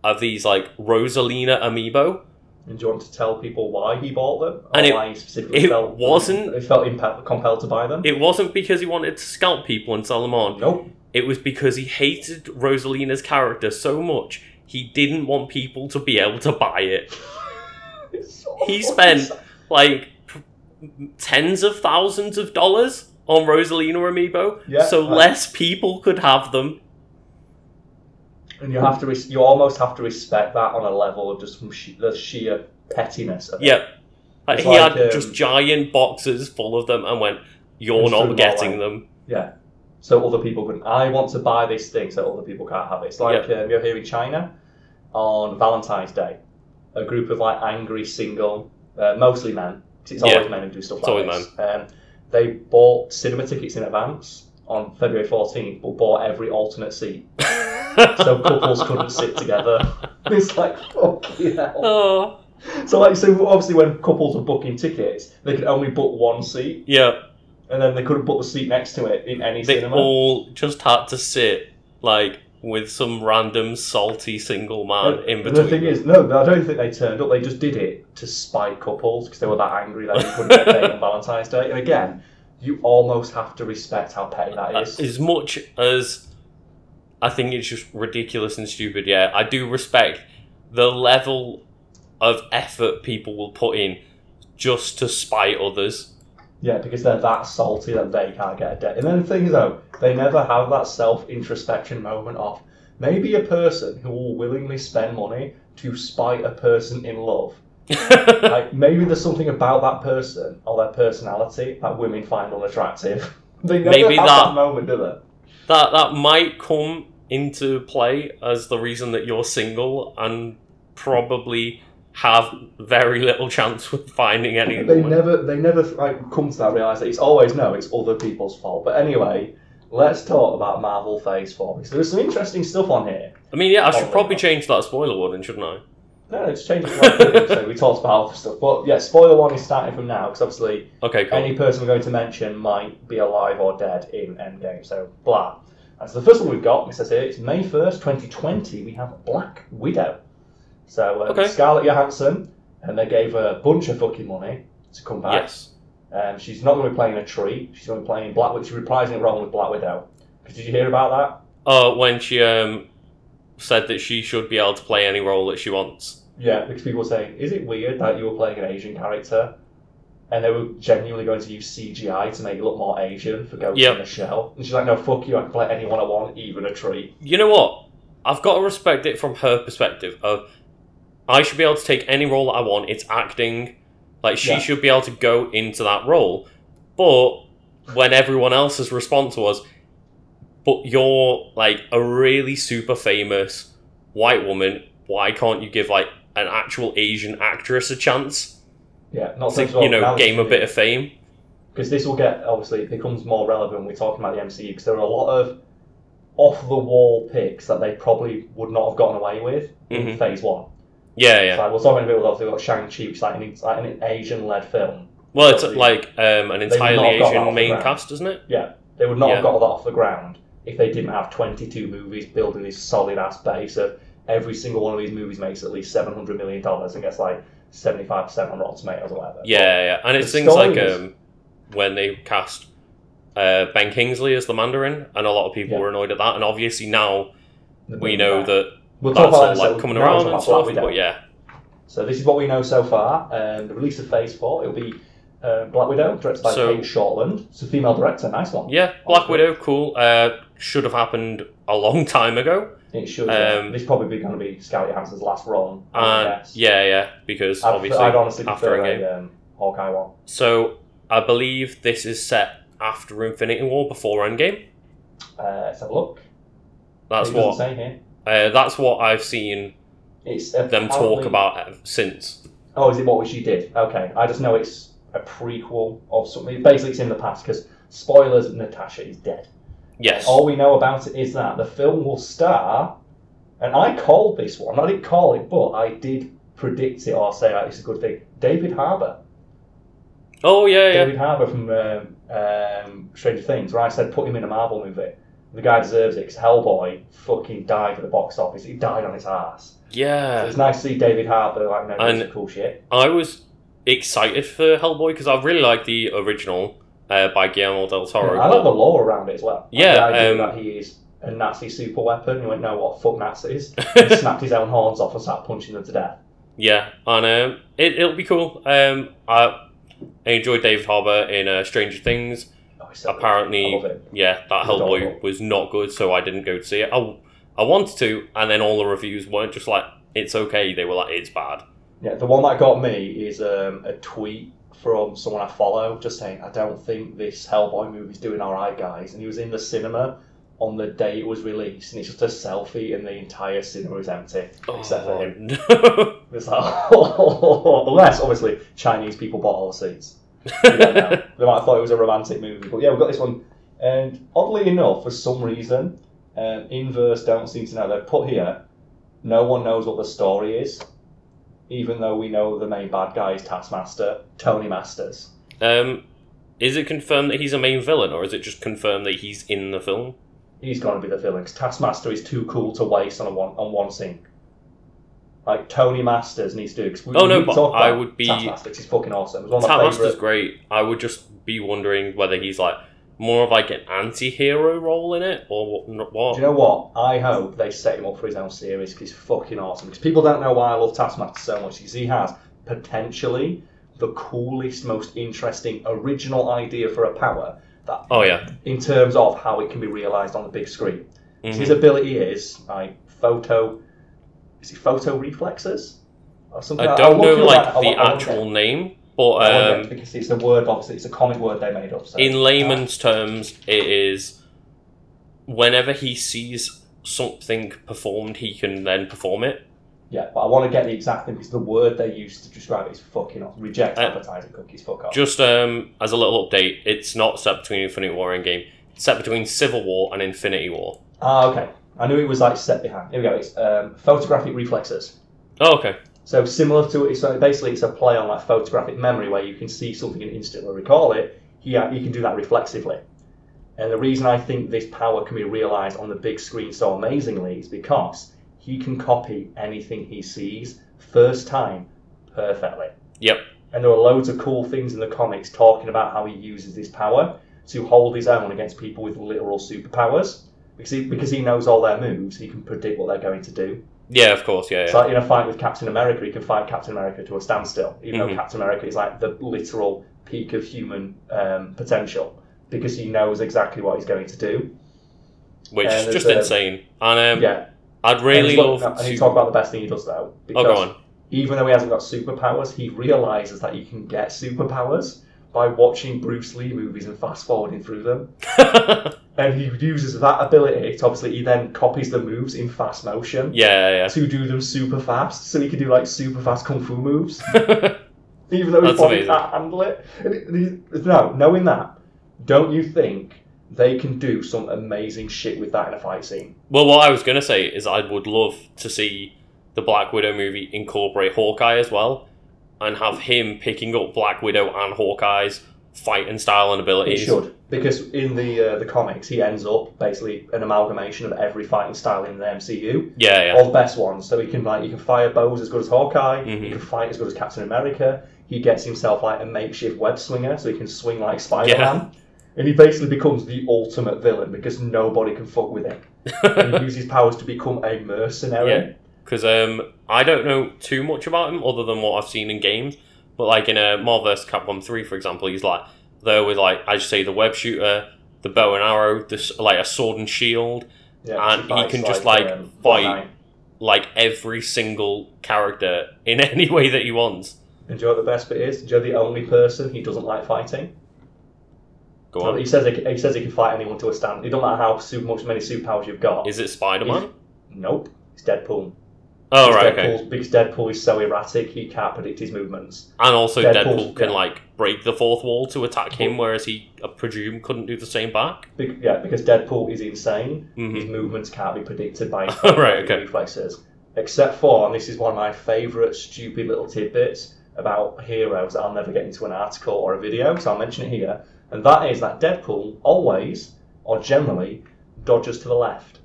B: of these like Rosalina Amiibo.
A: And do you want to tell people why he bought them, or
B: And it-
A: why he specifically
B: it
A: felt
B: wasn't-
A: He felt impe- compelled to buy them.
B: It wasn't because he wanted to scalp people and sell them on. [LAUGHS]
A: Nope.
B: It was because he hated Rosalina's character so much he didn't want people to be able to buy it. He spent like p- tens of thousands of dollars on Rosalina Amiibo,
A: Yeah,
B: so
A: right.
B: less people could have them.
A: and you have to, res- you almost have to respect that on a level of just from she- the sheer pettiness. Of it.
B: Yeah, like,
A: It's
B: he
A: like,
B: had
A: um,
B: just giant boxes full of them and went, "You're
A: It's
B: not
A: through
B: getting
A: Walmart.
B: them."
A: yeah. So other people couldn't. I want to buy this thing so other people can't have it. It's like um, you're here in China on Valentine's Day, a group of like angry single, uh, mostly men. 'cause It's
B: Yeah.
A: always men who do stuff
B: It's
A: like
B: always
A: this. Um, they bought cinema tickets in advance on February 14th, but bought every alternate seat [LAUGHS]
B: [LAUGHS]
A: so couples couldn't sit together. It's like fucking hell.
B: Oh,
A: So, like, so obviously, when couples were booking tickets, they could only book one seat,
B: yeah,
A: and then they couldn't book the seat next to it in any
B: they
A: cinema.
B: all just had to sit like with some random salty single man in
A: And
B: between.
A: the thing
B: them.
A: is, no, I don't think they turned up. They just did it to spite couples because they were that angry that they couldn't get a date on Valentine's Day. And again, you almost have to respect how petty that is.
B: Uh, as much as I think it's just ridiculous and stupid, yeah, I do respect the level of effort people will put in just to spite others. [LAUGHS]
A: Yeah, because they're that salty that they can't get a date. And then the thing is, though, they never have that self introspection moment of maybe a person who will willingly spend money to spite a person in love like maybe there's something about that person or their personality that women find unattractive. [LAUGHS] They never
B: Maybe
A: have
B: that-
A: that. moment, do they?
B: that that might come into play as the reason that you're single and probably have very little chance with finding any
A: They
B: woman.
A: never, they never like come to that realization. It's always no, it's other people's fault. But anyway, let's talk about Marvel Phase Four because there's some interesting stuff on here.
B: I mean, yeah, I should
A: Probably
B: probably
A: not.
B: change that spoiler warning, shouldn't I?
A: No, no, it's changing. so we talked about other stuff, but yeah, spoiler one is starting from now because obviously
B: Okay, cool.
A: any person we're going to mention might be alive or dead in Endgame. So blah. And so the first one we've got, it says here, it's May first, twenty twenty. We have Black Widow. So um,
B: Okay.
A: Scarlett Johansson, and they gave her a bunch of fucking money to come back.
B: yes.
A: Um, she's not going to be playing a tree. She's going to be playing Black. Widow. She's reprising a role with Black Widow. 'Cause Did you hear about that?
B: Uh, when she um said that she should be able to play any role that she wants.
A: yeah, because people were saying, is it weird that you were playing an Asian character? And they were genuinely going to use CGI to make you look more Asian for Ghost
B: Yep.
A: in the Shell. And she's like, no, fuck you, I can play anyone I want, even a tree.
B: You know what? I've got to respect it from her perspective of I should be able to take any role that I want. It's acting. Like she
A: Yeah.
B: should be able to go into that role. But when everyone else's response was but you're like a really super famous white woman, why can't you give like an actual Asian actress a chance
A: Yeah, not
B: to, you know, game a bit of fame?
A: Because this will get, obviously, it becomes more relevant when we're talking about the MCU, because there are a lot of off the wall picks that they probably would not have gotten away with in
B: Mhm.
A: phase one.
B: Yeah, yeah.
A: So like, we're talking about obviously we've got Shang-Chi, which is like an, it's like an Asian led film.
B: Well, it's
A: Totally.
B: like um, an entirely
A: not got that off
B: Asian
A: the
B: main
A: ground.
B: cast, isn't it?
A: They would not
B: Yeah.
A: have got that off the ground if they didn't have 22 movies building this solid ass base of every single one of these movies makes at least $700 million and gets like 75% on Rotten Tomatoes or whatever.
B: Yeah, yeah, and it's
A: The
B: things like
A: stories-
B: um, when they cast uh, Ben Kingsley as the Mandarin, and a lot of people
A: Yeah.
B: were annoyed at that. And obviously now
A: The
B: we
A: moon
B: know
A: back.
B: that
A: We'll talk
B: that's
A: about
B: all
A: that, so
B: like coming
A: now we'll
B: around
A: talk
B: and
A: about
B: stuff.
A: Black Widow.
B: But yeah,
A: So this is what we know so far. Um, the release of Phase 4, it'll be uh, Black Widow, directed by
B: So-
A: Kate Shortland. It's a female director, nice one.
B: yeah, Black
A: Awesome.
B: Widow, cool. Uh, should have happened a long time ago,
A: It should. yeah.
B: Um,
A: this probably be going to be Scarlett Johansson's last run. I
B: and
A: guess.
B: yeah, yeah, because
A: I'd,
B: obviously
A: I'd honestly
B: after
A: prefer
B: Endgame.
A: a um, Hawkeye one.
B: So I believe this is set after Infinity War, before Endgame.
A: Uh, let's have a look.
B: That's
A: It doesn't
B: what
A: say here.
B: uh, that's what I've seen
A: It's
B: them talk
A: apparently-
B: about ev- since.
A: Oh, is it what she did? Okay, I just know it's a prequel of something. Basically, it's in the past because spoilers: Natasha is dead.
B: Yes.
A: All we know about it is that the film will star, and I called this one. I didn't call it, but I did predict it or say like, it's a good thing. David Harbour,
B: Oh yeah, yeah.
A: David Harbour from um, um, Stranger Things, where I said put him in a Marvel movie. The guy deserves it 'cause Hellboy fucking died at the box office. He died on his ass.
B: Yeah.
A: So it's nice to see David Harbour like no,
B: And-
A: some cool shit.
B: I was excited for Hellboy because I really like the original uh, by Guillermo del Toro.
A: I love the lore around it as well. Like,
B: Yeah,
A: the idea
B: um,
A: that he is a Nazi super weapon. He went, no, what fuck
B: [LAUGHS]
A: Nazis? He snapped his own horns off and started punching them to death.
B: yeah, and um, it, it'll be cool. Um, I, I enjoyed David Harbour in uh, Stranger Things.
A: Oh, he's so good.
B: Apparently-
A: I love it.
B: Yeah, that
A: It's
B: Hellboy
A: adorable.
B: was not good, so I didn't go to see it. I, I wanted to, and then all the reviews weren't just like it's okay. They were like it's bad.
A: Yeah, the one that got me is um, a tweet from someone I follow just saying, I don't think this Hellboy movie's doing alright, guys. And he was in the cinema on the day it was released, and it's just a selfie, and the entire cinema is empty. Except for him.
B: no.
A: It's like, [LAUGHS] unless, obviously, Chinese people bought all the seats. We don't
B: [LAUGHS]
A: know. they might have thought it was a romantic movie, but yeah, we've got this one. And oddly enough, for some reason, um, Inverse don't seem to know. They're put here. No one knows what the story is, even though we know the main bad guy is Taskmaster, Tony Masters.
B: [LAUGHS] um, is it confirmed that he's a main villain, or is it just confirmed that he's in the film?
A: He's going to be the villain. 'cause Taskmaster is too cool to waste on a one on one scene. Like Tony Masters needs to. 'cause we-
B: Oh,
A: we
B: no,
A: need to
B: but
A: talk about
B: I would be-
A: Taskmaster. 'cause He's fucking awesome. It was one of my
B: Taskmaster's
A: favorite.
B: great. I would just be wondering whether he's like more of like an anti-hero role in it or what. what?
A: Do you know what? I hope they set him up for his own series because he's fucking awesome. Because people don't know why I love Taskmaster so much because he has potentially the coolest, most interesting, original idea for a power that,
B: oh yeah.
A: in terms of how it can be realised on the big screen. 'Cause
B: Mhm.
A: His ability is like photo. Is it photo reflexes or something?
B: I
A: I'll
B: don't
A: look
B: know
A: it up.
B: like
A: I'll-
B: the
A: I'll look it-
B: actual name, but
A: I'll look it up
B: um,
A: because it's a word. Obviously, it's a comic word they made up. So.
B: in layman's terms, it is whenever he sees something performed, he can then perform it.
A: Yeah, but I want to get the exact thing because the word they use to describe it is fucking off. Reject
B: Uh,
A: advertising cookies, fuck off.
B: Just um, as a little update, it's not set between Infinity War and Game. It's set between Civil War and Infinity War.
A: Ah, okay. I knew it was like set behind. Here we go. It's um, photographic reflexes.
B: Oh, okay.
A: So similar to so basically it's a play on like photographic memory where you can see something and instantly recall it. Yeah, you can do that reflexively. And the reason I think this power can be realized on the big screen so amazingly is because he can copy anything he sees first time perfectly.
B: Yep.
A: And there are loads of cool things in the comics talking about how he uses this power to hold his own against people with literal superpowers. Because he, because he knows all their moves, he can predict what they're going to do.
B: Yeah, of course. Yeah,
A: It's
B: yeah.
A: like in a fight with Captain America, you can fight Captain America to a standstill, even
B: Mhm.
A: though Captain America is like the literal peak of human um, potential because he knows exactly what he's going to do.
B: which
A: yeah,
B: is
A: there's,
B: just
A: um,
B: insane. And um,
A: yeah,
B: I'd
A: and
B: really
A: he's looking
B: love
A: at- and you
B: to.
A: talk about the best thing he does though,
B: Oh,
A: because
B: go on.
A: even though he hasn't got superpowers, he realizes that you can get superpowers by watching Bruce Lee movies and fast forwarding through them.
B: yeah,
A: And he uses that ability to obviously he then copies the moves in fast motion
B: [LAUGHS] yeah.
A: to do them super fast, so he can do like super fast kung fu
B: [LAUGHS]
A: moves.
B: yeah.
A: even though
B: That's
A: his body
B: amazing.
A: can't handle it. And it- it- No, knowing that, don't you think they can do some amazing shit with that in a fight scene?
B: well, what I was gonna say is I would love to see the Black Widow movie incorporate Hawkeye as well, and have him picking up Black Widow and Hawkeye's fighting style and
A: It
B: abilities.
A: should, because in the uh, the comics, he ends up basically an amalgamation of every fighting style in the MCU,
B: Yeah, yeah.
A: all the best ones. So he can like he can fire bows as good as Hawkeye,
B: Mhm.
A: he can fight as good as Captain America. He gets himself like a makeshift web swinger, so he can swing like Spider Man. And he basically becomes the ultimate villain because nobody can fuck with him. And
B: [LAUGHS]
A: he uses powers to become a mercenary.
B: Yeah. Because um, I don't know too much about him other than what I've seen in games. But like in a Marvel vs. Capcom 3, for example, he's like there with like as you say the web shooter, the bow and arrow, this like a sword and shield,
A: Yeah,
B: And
A: she
B: he
A: fights um,
B: can just, like,
A: Black
B: fight.
A: Knight.
B: like every single character in [LAUGHS] any way that he wants.
A: And do you know what the best bit is? Do you know the only person he doesn't like fighting?
B: Go on.
A: He says he, can- he says he can fight anyone to a stand. It doesn't matter how super much many superpowers you've got.
B: Is it Spider Man?
A: nope, it's Deadpool.
B: Oh
A: It's
B: right, okay.
A: Deadpool's, Because Deadpool is so erratic, he can't predict his movements.
B: And also
A: Deadpool's-
B: Deadpool can
A: yeah.
B: like break the fourth wall to attack him, whereas he I presume couldn't do the same back.
A: Be- yeah, because Deadpool is insane. His
B: hmm
A: movements can't be predicted
B: [LAUGHS]
A: by his
B: Right, okay.
A: reflexes. Except for, and this is one of my favourite stupid little tidbits about heroes that I'll never get into an article or a video, so I'll mention it here. And that is that Deadpool always, or generally, dodges to the left.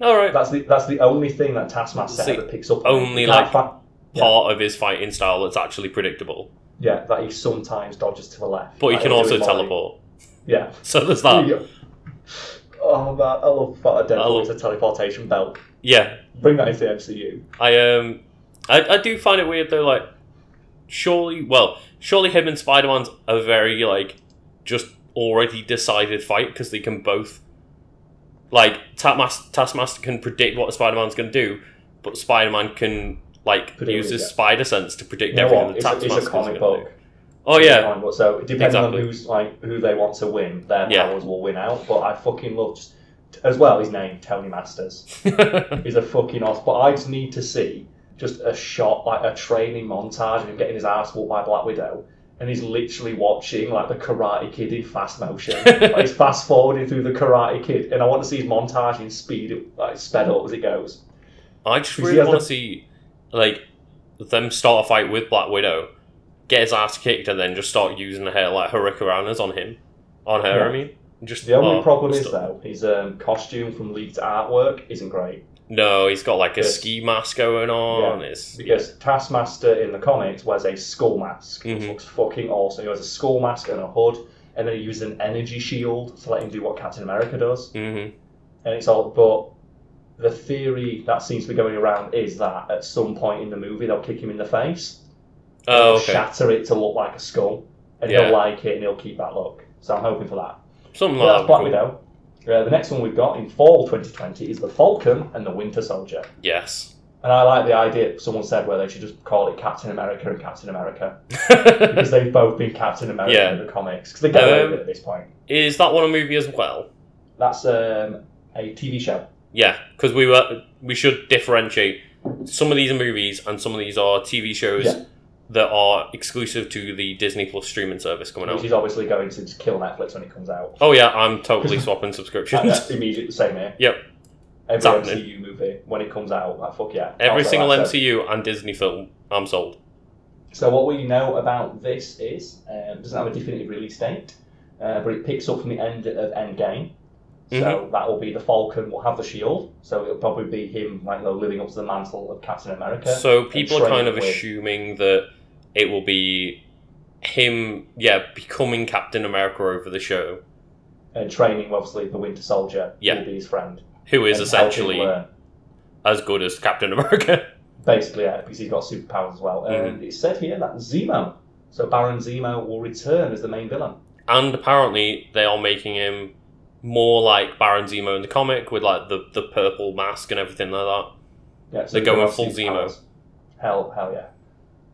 B: All right.
A: That's the that's the only thing that Taskmaster
B: It's the
A: ever picks up.
B: only,
A: You can't
B: like-
A: fi- yeah.
B: Part of his fighting style that's actually predictable,
A: yeah, that he sometimes dodges to the left.
B: but he
A: Like
B: can
A: he'll do
B: also
A: it volley.
B: teleport.
A: Yeah.
B: So there's that.
A: Yeah. Oh man, I love that
B: I
A: Deadpool
B: love-
A: is a teleportation belt.
B: Yeah,
A: Bring that into the MCU.
B: I um, I, I do find it weird though. Like, surely, well, surely him and Spider Man's a very like just already decided fight because they can both like Taskmaster, Taskmaster can predict what Spider Man's going to do, but Spider Man can like
A: Predict
B: use his
A: it, yeah.
B: spider sense to predict
A: You know
B: everything
A: what?
B: that
A: It's, a,
B: Taskmaster's
A: it's a
B: going to
A: comic
B: do.
A: book.
B: Oh
A: It's a
B: yeah,
A: comic book, So depending
B: Exactly.
A: on who's like who they want to win, their
B: Yeah.
A: powers will win out. But I fucking love just as well his name, Tony Masters.
B: [LAUGHS]
A: He's a fucking off. But I just need to see just a shot, like a training montage of him getting his ass whooped by Black Widow. And he's literally watching like the Karate Kid in fast motion. like, he's fast forwarding through the Karate Kid, and I want to see his montage in speed, like sped up as it goes.
B: I just
A: Because he
B: really
A: has
B: want
A: the-
B: to see like them start a fight with Black Widow, get his ass kicked, and then just start using her like hurricanranas on him, on her. I
A: Yeah.
B: mean, just
A: The only
B: oh,
A: problem is
B: stuff.
A: though, his um, costume from leaked artwork isn't great.
B: no, he's got like a
A: Yes.
B: ski mask going on. It's
A: Because Taskmaster in the comics wears a skull mask, which
B: Mhm.
A: looks fucking awesome. He wears a skull mask and a hood, and then he uses an energy shield to let him do what Captain America does.
B: hmm
A: And it's all, but the theory that seems to be going around is that at some point in the movie they'll kick him in the face, and
B: Oh,
A: they'll
B: okay,
A: shatter it to look like a skull, and
B: Yeah.
A: he'll like it and he'll keep that look. So I'm hoping for that.
B: something
A: Well,
B: like
A: that's Black
B: that. would be cool.
A: Widow. Uh, the next one we've got in fall 2020 is the Falcon and the Winter Soldier. [LAUGHS]
B: Yes,
A: And I like the idea someone said where they should just call it Captain America and Captain
B: [LAUGHS]
A: America because they've both been Captain America
B: Yeah.
A: in the comics because they get away
B: Um,
A: with it at this point.
B: is that one a movie as well?
A: That's um, a TV show.
B: Yeah, because we were we should differentiate. Some of these are movies, and some of these are TV shows
A: Yeah.
B: that are exclusive to the Disney Plus streaming service coming out.
A: Which is obviously going to just kill Netflix when it comes out.
B: Oh yeah, I'm totally swapping
A: And [LAUGHS] That's
B: subscriptions.
A: immediately the same here.
B: Yep. It's
A: Every
B: happening.
A: MCU movie when it comes out, like fuck yeah.
B: [LAUGHS] Every
A: That's
B: single
A: what I said.
B: MCU and Disney film, I'm sold.
A: So what we know about this is um, it doesn't have a definitive release date, uh, but it picks up from the end of Endgame. So
B: Mm-hmm.
A: that will be the Falcon will have the shield. So it'll probably be him like living up to the mantle of Captain America.
B: So people are
A: train
B: kind of
A: with-
B: assuming that it will be him, yeah, becoming Captain America over the show,
A: and training obviously the Winter Soldier
B: Yeah.
A: will be his friend.
B: who is
A: and help him
B: essentially
A: learn.
B: as good as Captain America. [LAUGHS]
A: Basically, yeah, because he's got superpowers as well.
B: Mm-hmm.
A: And it said here that Zemo, so Baron Zemo will return as the main villain.
B: and apparently, they are making him more like Baron Zemo in the comic with like the, the purple mask and everything like that.
A: Yeah, so
B: They're
A: he's got
B: going full
A: superpowers. Hell, hell yeah.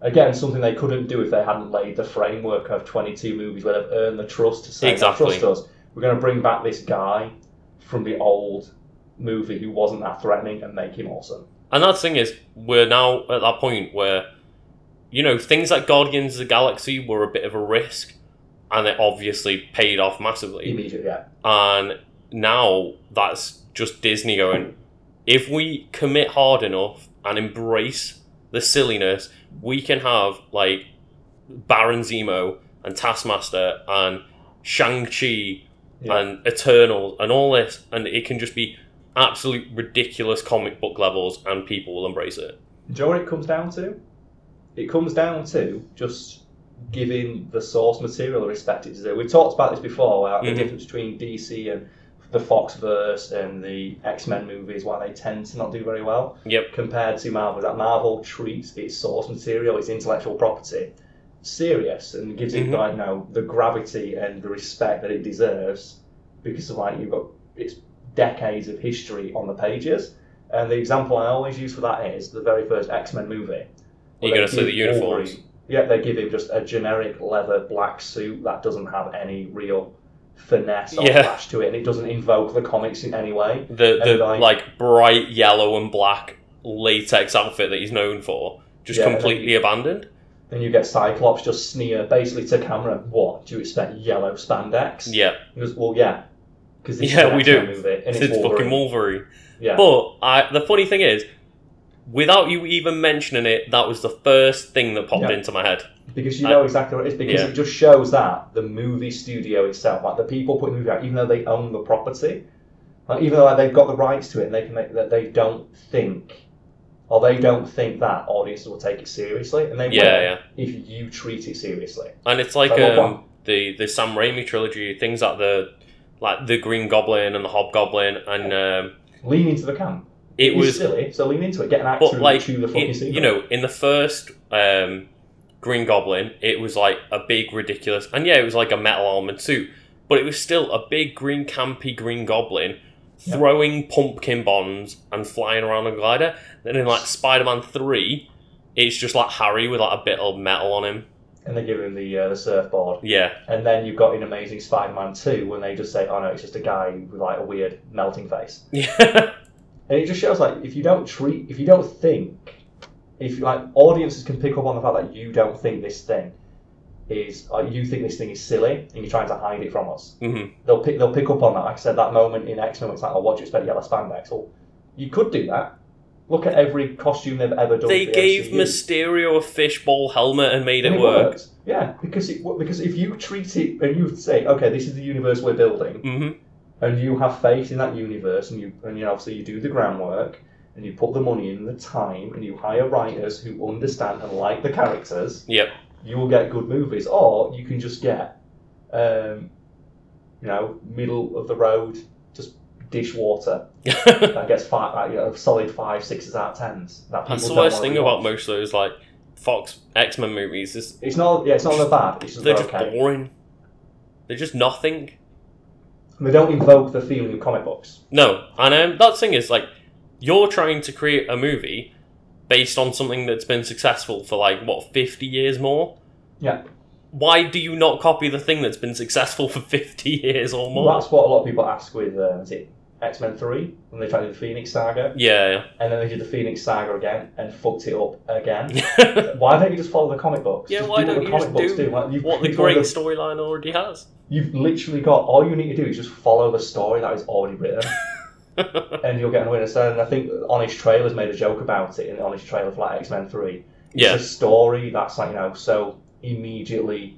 A: Again, something they couldn't do if they hadn't laid the framework of 22 movies where they've earned the trust to say,
B: Exactly.
A: trust us. We're going to bring back this guy from the old movie who wasn't that threatening and make him awesome.
B: And that thing is, we're now at that point where, you know, things like Guardians of the Galaxy were a bit of a risk, and it obviously paid off massively.
A: Immediately, yeah.
B: And now that's just Disney going, if we commit hard enough and embrace the silliness, we can have like Baron Zemo and Taskmaster and Shang-Chi
A: Yeah.
B: and Eternal and all this, and it can just be absolute ridiculous comic book levels, and people will embrace it.
A: Do you know what it comes down to? It comes down to just giving the source material the respect it deserves. We've talked about this before, about
B: Mhm.
A: the difference between DC and the Foxverse and the X Men movies, why they tend to not do very well
B: Yep.
A: compared to Marvel. That Marvel treats its source material, its intellectual property, serious and gives
B: Mhm.
A: it like you know, the gravity and the respect that it deserves because of like you've got it's decades of history on the pages. And the example I always use for that is the very first X Men movie.
B: You're gonna
A: They
B: say the
A: give
B: uniforms.
A: Wolverine- yeah, they give him just a generic leather black suit that doesn't have any real finesse or
B: Yeah.
A: flash to it, and it doesn't invoke the comics in any way.
B: The the
A: And, like-
B: like bright yellow and black latex outfit that he's known for just
A: Yeah, and then
B: completely abandoned.
A: Then you get Cyclops just sneer basically to camera, what, do you expect yellow spandex?
B: Yeah,
A: He goes, well, yeah. Because this
B: Yeah,
A: is an
B: we
A: X-Men
B: do.
A: Movie, and
B: it's,
A: it's, Wolverine.
B: fucking Wolverine.
A: Yeah.
B: But I, the funny thing is, without you even mentioning it, that was the first thing that popped
A: Yeah.
B: into my head.
A: Because you
B: I-
A: know exactly what it is. Because
B: Yeah.
A: it just shows that the movie studio itself, like the people putting the movie out, even though they own the property, like even though like, they've got the rights to it, and they can make that they don't think, or they don't think that audiences will take it seriously, and they
B: Yeah,
A: will
B: yeah.
A: if you treat it seriously.
B: And it's like
A: I love
B: um, the the Sam Raimi trilogy, things like the like the Green Goblin and the Hobgoblin, and um,
A: Lean into the camp.
B: it
A: It's
B: was
A: silly, so lean into it. Get an actor
B: but
A: and
B: like
A: chew the fucking
B: it-
A: scenery.
B: you know in the first um, green goblin it was like a big ridiculous and yeah it was like a metal armored suit but it was still a big green campy green goblin
A: Yeah.
B: throwing pumpkin bombs and flying around a glider then in like spider-man 3 it's just like harry with like a bit of metal on him
A: and they give him the uh, the surfboard.
B: yeah [LAUGHS]
A: And then you've got in Amazing Spider-Man 2 when they just say, oh no, it's just a guy with like a weird melting face.
B: yeah
A: And it just shows like if you don't treat, if you don't think, if like audiences can pick up on the fact that you don't think this thing is, or you think this thing is silly and you're trying to hide it from us,
B: hmm
A: they'll pick they'll pick up on that. Like I said, that moment in X Men, it's like, oh, what do you expect, yellow spandex? Well, you could do that. Look at every costume they've ever done.
B: they
A: for the
B: gave
A: MCU.
B: mysterio a fishbowl helmet and made it,
A: And
B: work
A: works. Yeah, because it wo- because if you treat it and you say, okay, this is the universe we're building,
B: [LAUGHS] hmm
A: and you have faith in that universe, and you and you know, obviously you do the groundwork, and you put the money in, the time, and you hire writers who understand and like the characters.
B: Yep.
A: You will get good movies, or you can just get, um, you know, middle of the road, just dishwater that gets five, like, you know, solid five sixes out of tens. That people
B: that's the
A: don't
B: worst
A: wanna
B: thing
A: rewatch.
B: about most of those like fox x-men movies is
A: It's not, yeah, it's not that bad. It's just
B: They're
A: they're
B: just
A: okay.
B: boring. They're just nothing.
A: And They don't invoke the feeling of comic books.
B: No, and um, that thing is like you're trying to create a movie based on something that's been successful for like what fifty years more.
A: Yeah.
B: Why do you not copy the thing that's been successful [LAUGHS] for fifty years or more?
A: That's what a lot of people ask with uh, is it X Men Three when they tried to do the Phoenix Saga.
B: yeah.
A: and then they did the Phoenix Saga again and fucked it up again.
B: yeah. [LAUGHS]
A: why don't you just follow the comic books?
B: Yeah,
A: Just
B: why
A: do
B: don't
A: what
B: you
A: the
B: just
A: comic books
B: do
A: do? Like, you've,
B: what the
A: you've got
B: great storyline already has?
A: You've literally got all you need to do is just follow the story that is already written,
B: [LAUGHS]
A: and you'll get an winner. So, and I think Honest Trailer's made a joke about it in the Honest Trailer for like X Men Three. It's
B: yeah.
A: a story that's like you know so immediately.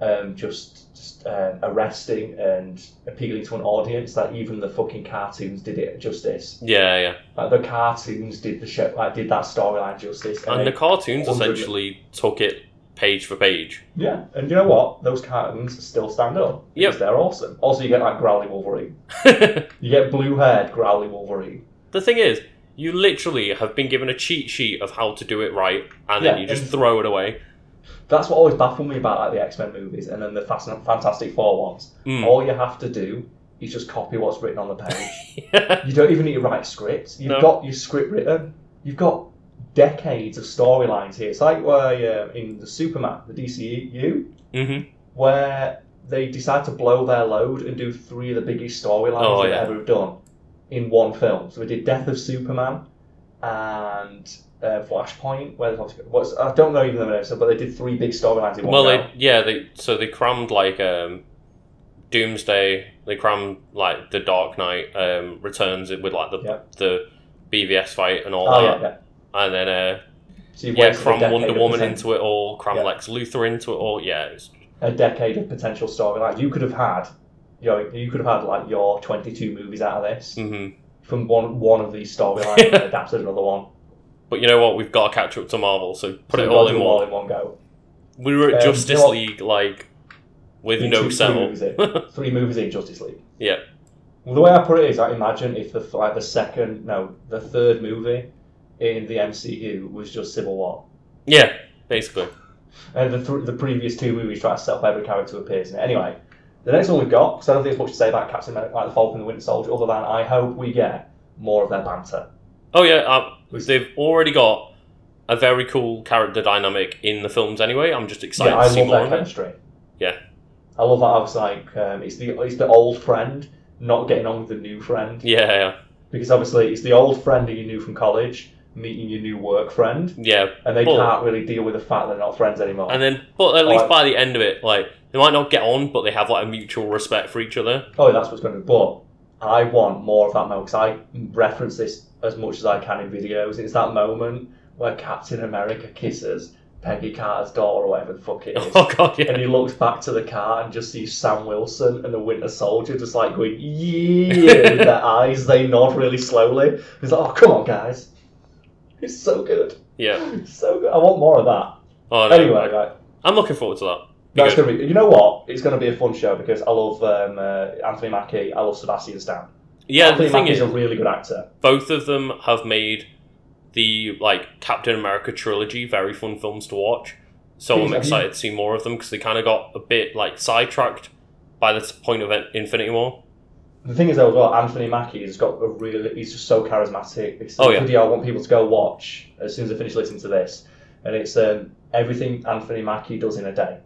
A: Um, just just um, arresting and appealing to an audience that even the fucking cartoons did it justice.
B: Yeah, yeah.
A: Like the cartoons did the show, like did that storyline justice.
B: And
A: they-
B: the cartoons
A: Hundred-
B: essentially took it page for page. [LAUGHS]
A: Yeah, and you know what? Those cartoons still stand up.
B: Yep.
A: because They're awesome. Also, you get like Growly Wolverine.
B: the
A: You get blue haired Growly Wolverine.
B: thing is, You literally have been given a cheat sheet of how to do it right, and then
A: Yeah,
B: you just
A: and-
B: throw it away.
A: That's what always baffled me about like the X Men movies and then the Fast Fantastic Four ones.
B: Mm.
A: All you have to do is just copy what's written on the page.
B: [LAUGHS]
A: you don't even need to write scripts. You've
B: No.
A: got your script written. You've got decades of storylines here. It's like where uh, in the Superman, the DCU,
B: Mhm.
A: where they decide to blow their load and do three of the biggest storylines
B: Oh,
A: they've
B: yeah.
A: ever done in one film. So we did Death of Superman and uh, Flashpoint. Where the, what's I don't know even the name, so but they did three big storylines in one
B: Well,
A: film.
B: they, yeah, they so they crammed like um, Doomsday. They crammed like the Dark Knight um, returns it with like the
A: Yeah.
B: the BVS fight and all
A: oh
B: that,
A: yeah, yeah.
B: and then uh,
A: So you've
B: yeah,
A: wasted a
B: cram
A: decade
B: Wonder
A: of
B: Woman
A: poten-
B: into it all, cram
A: Yeah.
B: Lex Luthor into it all. Yeah, it's,
A: a decade of potential storylines. You could have had, you know, you could have had like your twenty-two movies out of this
B: mhm.
A: from one one of these storylines and adapted another one.
B: but you know what? We've got to catch up to Marvel, so put
A: So
B: it
A: you've
B: all
A: got to
B: in
A: do them
B: one.
A: all in one go.
B: We were at
A: Um,
B: Justice
A: you know what?
B: League like with
A: Three-
B: no
A: two- Three
B: settle.
A: movies,
B: [LAUGHS]
A: in. three movies in Justice League.
B: Yeah.
A: Well, the way I put it is, I imagine if the like the second, no, the third movie in the MCU was just Civil War,
B: Yeah, basically.
A: and the th- the previous two movies try to set up every character who appears in it. Anyway, the next one we've got, because I don't think there's much to say about Captain America, like the Falcon and the Winter Soldier, other than I hope we get more of their banter.
B: Oh yeah, uh,
A: Was-
B: they've already got a very cool character dynamic in the films anyway. I'm just excited
A: yeah, I
B: to see
A: love
B: more
A: their
B: of it.
A: chemistry.
B: Yeah.
A: I love that. I was like, um, it's the it's the old friend not getting on with the new friend.
B: Yeah, yeah,
A: because obviously it's the old friend that you knew from college meeting your new work friend,
B: yeah.
A: and they
B: Well-
A: can't really deal with the fact that they're not friends anymore.
B: And then, but at least
A: Alright.
B: by the end of it, like they might not get on, but they have like a mutual respect for each other. [LAUGHS]
A: oh, that's what's going to. But I want more of that moment because I reference this as much as I can in videos. It's that moment where Captain America kisses Peggy Carter's daughter or whatever the fuck it is.
B: Oh god, yeah.
A: And he looks back to the car and just sees Sam Wilson and the Winter Soldier just like going, yeah, with
B: [LAUGHS]
A: their eyes, they nod really slowly. He's like, oh, come on, guys. It's so good.
B: Yeah.
A: So good. I want more of that.
B: Oh, no,
A: Anyway, right.
B: I'm looking forward to that. Be
A: No, it's
B: good.
A: gonna be. You know what? It's gonna be a fun show because I love um, uh, Anthony Mackie. I love Sebastian Stan.
B: Yeah,
A: Anthony
B: the thing
A: Mackie's
B: is,
A: a really good actor.
B: both of them have made the like Captain America trilogy very fun films to watch. So
A: Things
B: I'm
A: that you-
B: excited to see more of them because they kind of got a bit like sidetracked by this point of Infinity War.
A: The thing is, though, as well, Anthony Mackie has got a really. He's just so charismatic. It's
B: Oh,
A: a
B: yeah.
A: video I want people to go watch as soon as I finish listening to this, and it's um, everything Anthony Mackie does in a day.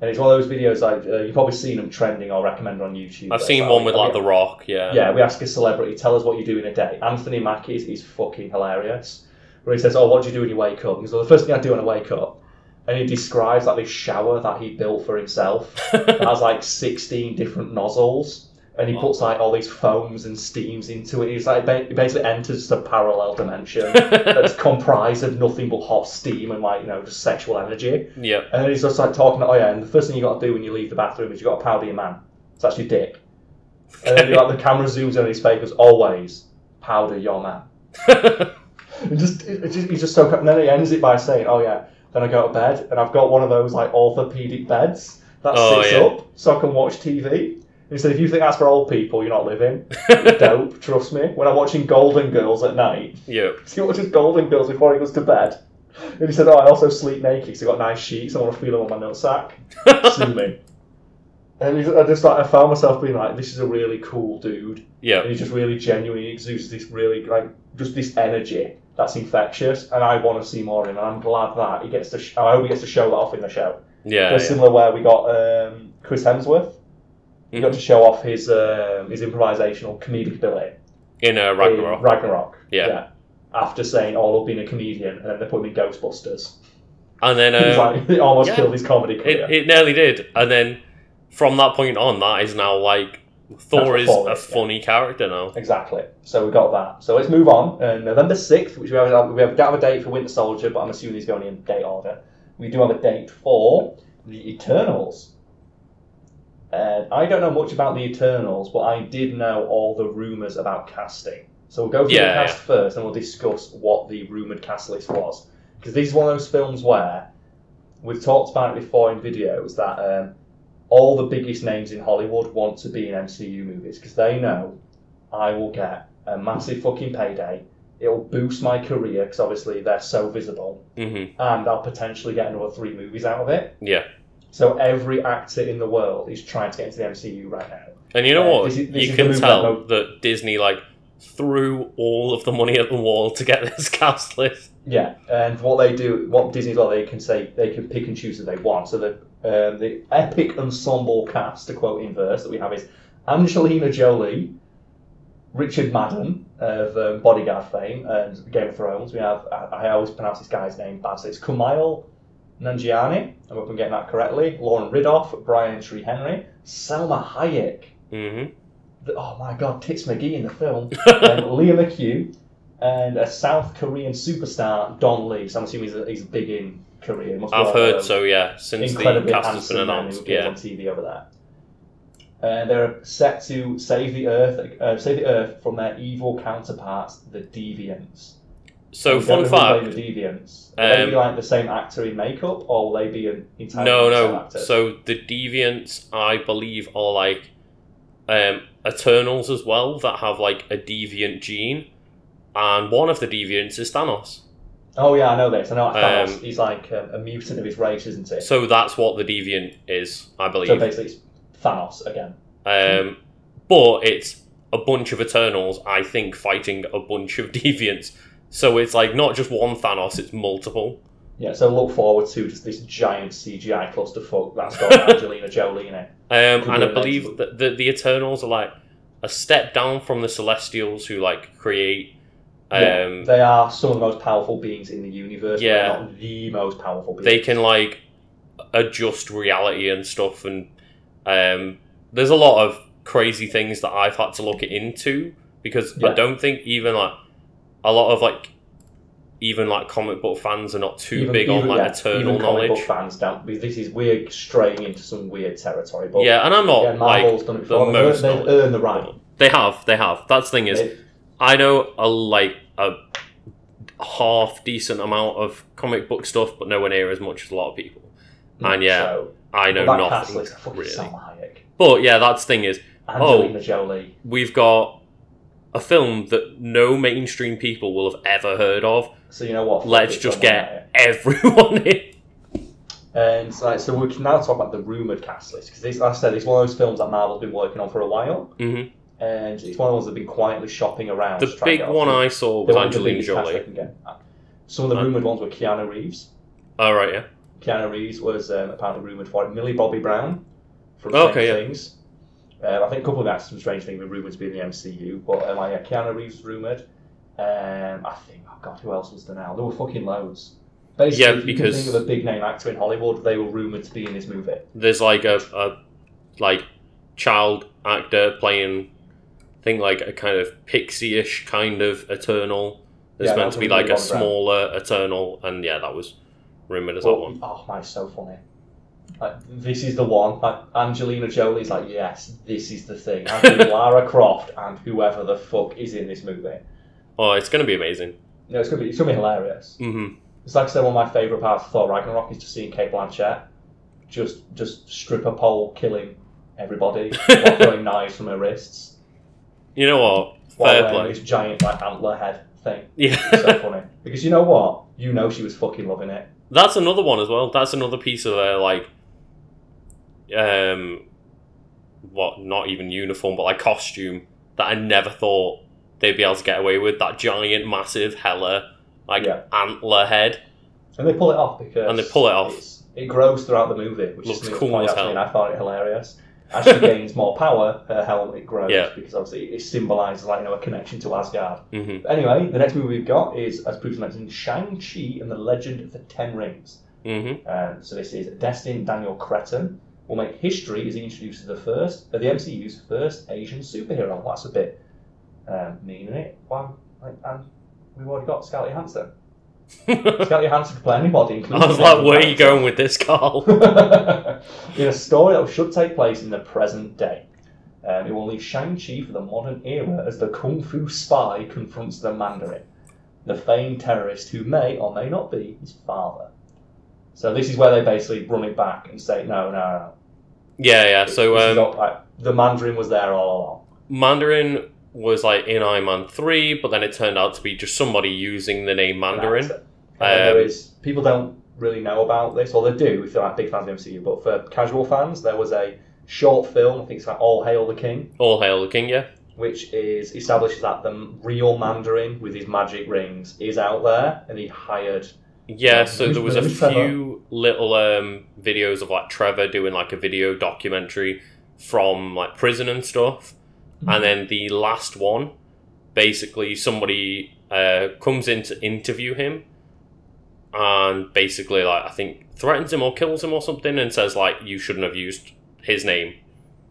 A: And it's one of those videos like uh, you've probably seen them trending or recommended on YouTube.
B: I've
A: It's
B: seen one with like
A: okay,
B: The Rock. Yeah.
A: Yeah, we ask a celebrity, tell us what you do in a day. Anthony Mackie is, is fucking hilarious. Where he says, Oh, what do you do when you wake up? And he's like, The first thing I do when I wake up. And he describes like this shower that he built for himself that has like 16 different nozzles. And he puts like all these foams and steams into it. He's like, ba- he basically enters the parallel dimension that's comprised of nothing but hot steam and like, you know, just sexual energy.
B: [LAUGHS] yeah.
A: And then he's just like talking, oh yeah, and the first thing you got to do when you leave the bathroom is you got to powder your man. So that's your dick. And then like,
B: [LAUGHS]
A: the camera zooms in on his face and goes, always powder your man.
B: [LAUGHS]
A: And just, it, it just, he's just so, and then he ends it by saying, oh yeah, then I go to bed and I've got one of those like orthopedic beds that
B: Oh,
A: sits
B: yeah.
A: up so I can watch TV. And he said, if you think that's for old people, you're not living.
B: [LAUGHS]
A: You're dope, trust me. When I'm watching Golden Girls at night,
B: yeah.
A: he watches Golden Girls before he goes to bed. And he said, "Oh, I also sleep naked because I got nice sheets. I want to feel them on my
B: [LAUGHS]
A: nutsack." Sue me. And he's, I just like I found myself being like, "This is a really cool dude," and
B: Yeah.
A: he's just really genuine. He exudes this really like just this energy that's infectious, and I want to see more of him. And I'm glad that he gets to. Sh- I hope he gets to show that off in the show.
B: Yeah.
A: There's
B: yeah.
A: similar where we got um, Chris Hemsworth. He
B: Mm-hmm.
A: got to show off his um, his improvisational comedic ability
B: In uh,
A: in
B: Ragnarok.
A: Ragnarok.
B: Yeah.
A: After saying, "Oh, I love being a comedian," and then they put him in Ghostbusters.
B: And then
A: [LAUGHS] He's
B: um,
A: like, it almost
B: yeah.
A: killed his comedy career.
B: it, it nearly did. And then from that point on, that is now like Thor
A: That's
B: is
A: Thor,
B: a
A: yeah.
B: funny character now.
A: exactly. So we got that. So let's move on. Uh, November sixth, which we have, uh, we have don't have a date for Winter Soldier, but I'm assuming he's going in date order. We do have a date for the Eternals. And I don't know much about the Eternals, but I did know all the rumors about casting. So we'll go through
B: Yeah,
A: the cast first, and we'll discuss what the rumored cast list was. Because this is one of those films where we've talked about it before in videos that um, all the biggest names in Hollywood want to be in MCU movies because they know I will get a massive fucking payday. It'll boost my career because obviously they're so visible,
B: Mm-hmm.
A: and I'll potentially get another three movies out of it.
B: Yeah.
A: So every actor in the world is trying to get into the MCU right now.
B: And you know
A: Yeah,
B: what?
A: this is- this
B: you
A: is
B: can
A: the
B: tell
A: movement
B: that Disney like threw all of the money at the wall to get [LAUGHS] this cast list.
A: Yeah, and what they do, what Disney's like, they can say they can pick and choose who they want. So the um, the epic ensemble cast, to quote in verse, that we have is Angelina Jolie, Richard Madden of um, Bodyguard fame and Game of Thrones. We have I, I always pronounce this guy's name badly. It's Kumail Nanjiani. I hope I'm getting that correctly. Lauren Riddoff, Brian Tree Henry, Selma Hayek.
B: Mm-hmm.
A: The, oh my God, Tits McGee in the film
B: [LAUGHS]
A: um, Liam McHugh, and a South Korean superstar, Don Lee. So I'm assuming he's, he's big in Korea. He Must be
B: I've
A: one of
B: heard
A: those
B: so. Yeah, since the
A: um, Incredibly
B: cast has
A: handsome
B: been
A: man who
B: announced.
A: appears
B: Yeah.
A: on TV over there. Uh, they're set to save the Earth, uh, save the Earth from their evil counterparts, the Deviants.
B: So
A: We don't
B: fun
A: know who
B: fact.
A: they- the Deviants. Will they
B: Um,
A: be like the same actor in makeup, or will they be an entirely
B: No,
A: different
B: no.
A: actor?
B: So the deviants, I believe, are like um, Eternals as well that have like a deviant gene, and one of the deviants is Thanos.
A: oh yeah, I know this. I know Thanos.
B: Um,
A: he's like um, a mutant of his race, isn't he?
B: So that's what the deviant is, I
A: so
B: believe.
A: basically, it's Thanos again.
B: Um, but it's a bunch of Eternals, I think, fighting a bunch of [LAUGHS] Deviants. So it's like not just one Thanos, it's multiple.
A: Yeah, so look forward to just this giant CGI clusterfuck that's
B: [LAUGHS]
A: got Angelina Jolie in it.
B: Um,
A: Could
B: and
A: be
B: I believe
A: excellent.
B: that the, the Eternals are like a step down from the Celestials who like create. Um,
A: Yeah, They are some of the most powerful beings in the universe. but
B: Yeah.
A: they're not the most powerful beings.
B: they can like adjust reality and stuff and um, there's a lot of crazy things that i've had to look into because i
A: Yeah.
B: don't think even like a lot of like even like comic book fans are not too
A: Even-
B: big on
A: even-
B: like
A: yeah,
B: eternal
A: even comic book
B: knowledge
A: fans don't. because This is we're straying into some weird territory, but
B: yeah and i'm not
A: yeah,
B: like
A: Marvel's done it before.
B: the
A: They've,
B: most
A: earned- they've earned the right.
B: they have they have that's the thing is
A: They-
B: I know a like a half decent amount of comic book stuff, but nowhere near as much as a lot of people. And yeah,
A: so,
B: I know
A: that cast
B: nothing
A: list, fucking
B: really. Oh.
A: Salma Hayek,
B: But yeah, that's the thing is
A: Angelina Jolie.
B: we've got a film that no mainstream people will have ever heard of. [LAUGHS]
A: So you know what? fuck
B: Let's
A: it,
B: just
A: Salma Hayek.
B: get everyone in.
A: And so, so we can now talk about the rumored cast list because, like I said, it's one of those films that Marvel's been working on for a while,
B: Mhm.
A: and it's one of the ones they've been quietly shopping around.
B: The
A: to try and
B: big
A: get off.
B: one I saw
A: They wanted
B: was
A: the
B: Angelina
A: biggest cast they
B: Jolie.
A: can get. Some of the
B: Uh,
A: rumored ones were Keanu Reeves.
B: All Oh, right, yeah.
A: Keanu Reeves was um, apparently rumored for it. Millie Bobby Brown from
B: Oh, Okay,
A: Stranger
B: yeah.
A: Things. Um, I think a couple of actors from Strange Things were rumored to be in the MCU, but um, like, yeah, Keanu Reeves was rumored. Um, I think, oh god, who else was there now? There were fucking loads. Basically,
B: Yeah,
A: if you
B: because-
A: can think of a big name actor in Hollywood, they were rumored to be in this movie.
B: There's like a, a like child actor playing I think like a kind of pixie-ish kind of eternal. There's
A: Yeah,
B: meant
A: that's
B: to be
A: what
B: like
A: we
B: a
A: got around.
B: smaller eternal, and yeah, that was rumored as that
A: Well,
B: one.
A: Oh my, so funny. Like, this is the one. Like, Angelina Jolie's like, yes, this is the thing. I think
B: [LAUGHS]
A: Lara Croft and whoever the fuck is in this movie.
B: Oh, it's gonna be amazing.
A: No, it's gonna be it's gonna be hilarious.
B: hmm
A: It's like I said, one of my favourite parts of Thor Ragnarok is just seeing Kate Blanchett just just stripper pole killing
B: [LAUGHS]
A: everybody, while throwing knives from her wrists,
B: You know what?
A: while
B: Fair
A: wearing
B: play.
A: this giant like antler head thing. It's
B: [LAUGHS] Yeah.
A: so funny because you know what? You know she was fucking loving it.
B: That's another one as well. That's another piece of their like, um, what? Not even uniform, but like costume that I never thought they'd be able to get away with. That giant, massive, hella like
A: Yeah.
B: antler head.
A: And they pull it off because
B: And they pull it off.
A: it's- It grows throughout the movie, which
B: Looks
A: is something that's
B: cool
A: pointed out
B: as
A: to me
B: hell.
A: and I found it hilarious. As
B: [LAUGHS]
A: she gains more power, her helmet grows
B: Yeah.
A: because obviously it symbolises like you know a connection to Asgard.
B: hmm
A: But anyway, the next movie we've got is, as previously mentioned, Shang Chi and the Legend of the Ten Rings.
B: hmm
A: Um, so this is Destin Daniel Cretton will make history as he introduces the first, uh, the MCU's first Asian superhero. Well, that's a bit um, mean, isn't it? Well, like, and we've already got Scarlett Johansson. Scarlett Johansson could play anybody, including
B: [LAUGHS] I was like,
A: Daniel
B: where are you
A: Cretton.
B: going with this, Carl? [LAUGHS]
A: [LAUGHS] in a story that should take place in the present day. Um, it will leave Shang-Chi for the modern era as the kung fu spy confronts the Mandarin, the famed terrorist who may or may not be his father. So this is where they basically run it back and say, no, no, no.
B: yeah, yeah. So
A: This is
B: um,
A: not like- the Mandarin was there all along.
B: Mandarin was like in Iron Man three, but then it turned out to be just somebody using the name Mandarin.
A: actor. And Uh, there
B: Um,
A: is people don't really know about this, or they do if they're like big fans of the MCU. But for casual fans, there was a short film. I think it's like All Hail the King,
B: All hail the king, yeah.
A: which is establishes that the real Mandarin with his magic rings is out there, and he hired.
B: Yeah, so there was a
A: Very clever.
B: few little um, videos of like Trevor doing like a video documentary from like prison and stuff,
A: Mm-hmm.
B: and then the last one, basically somebody uh, comes in to interview him, and basically like I think threatens him or kills him or something, and says like you shouldn't have used his name.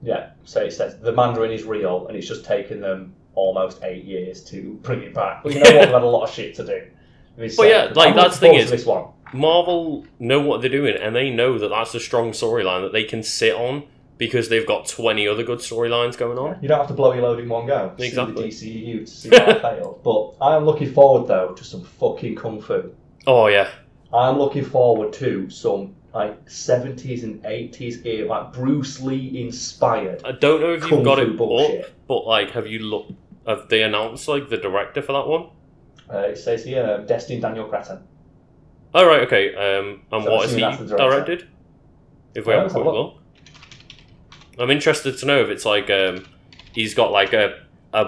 A: Yeah, so it says the Mandarin is real, and it's just taken them almost eight years to bring it back. But you know what? We've had a lot of shit to do. And it's,
B: But
A: uh,
B: yeah,
A: I'm looking
B: like, that's the thing
A: forward to
B: is-
A: this one.
B: Marvel know what they're doing, and they know that that's a strong storyline that they can sit on because they've got twenty other good storylines going on.
A: You don't have to blow your load in one go.
B: Exactly.
A: See the DCU to see how it
B: [LAUGHS]
A: failed. But I am looking forward though to some fucking kung fu.
B: Oh yeah.
A: I'm looking forward to some like 70s and 80s era, like Bruce Lee inspired
B: I don't know if you've
A: kung
B: got
A: fu
B: it
A: bullshit.
B: up, but like, have you looked? Have they announced like the director for that one?
A: Uh, it says here, uh, Destin Daniel Cretton.
B: Oh right, okay. Um, and
A: So
B: what
A: I'm
B: has he
A: assuming that's the director.
B: directed? If we
A: Yeah,
B: have a
A: let's have
B: quick
A: a
B: look, I'm interested to know if it's like um, he's got like a a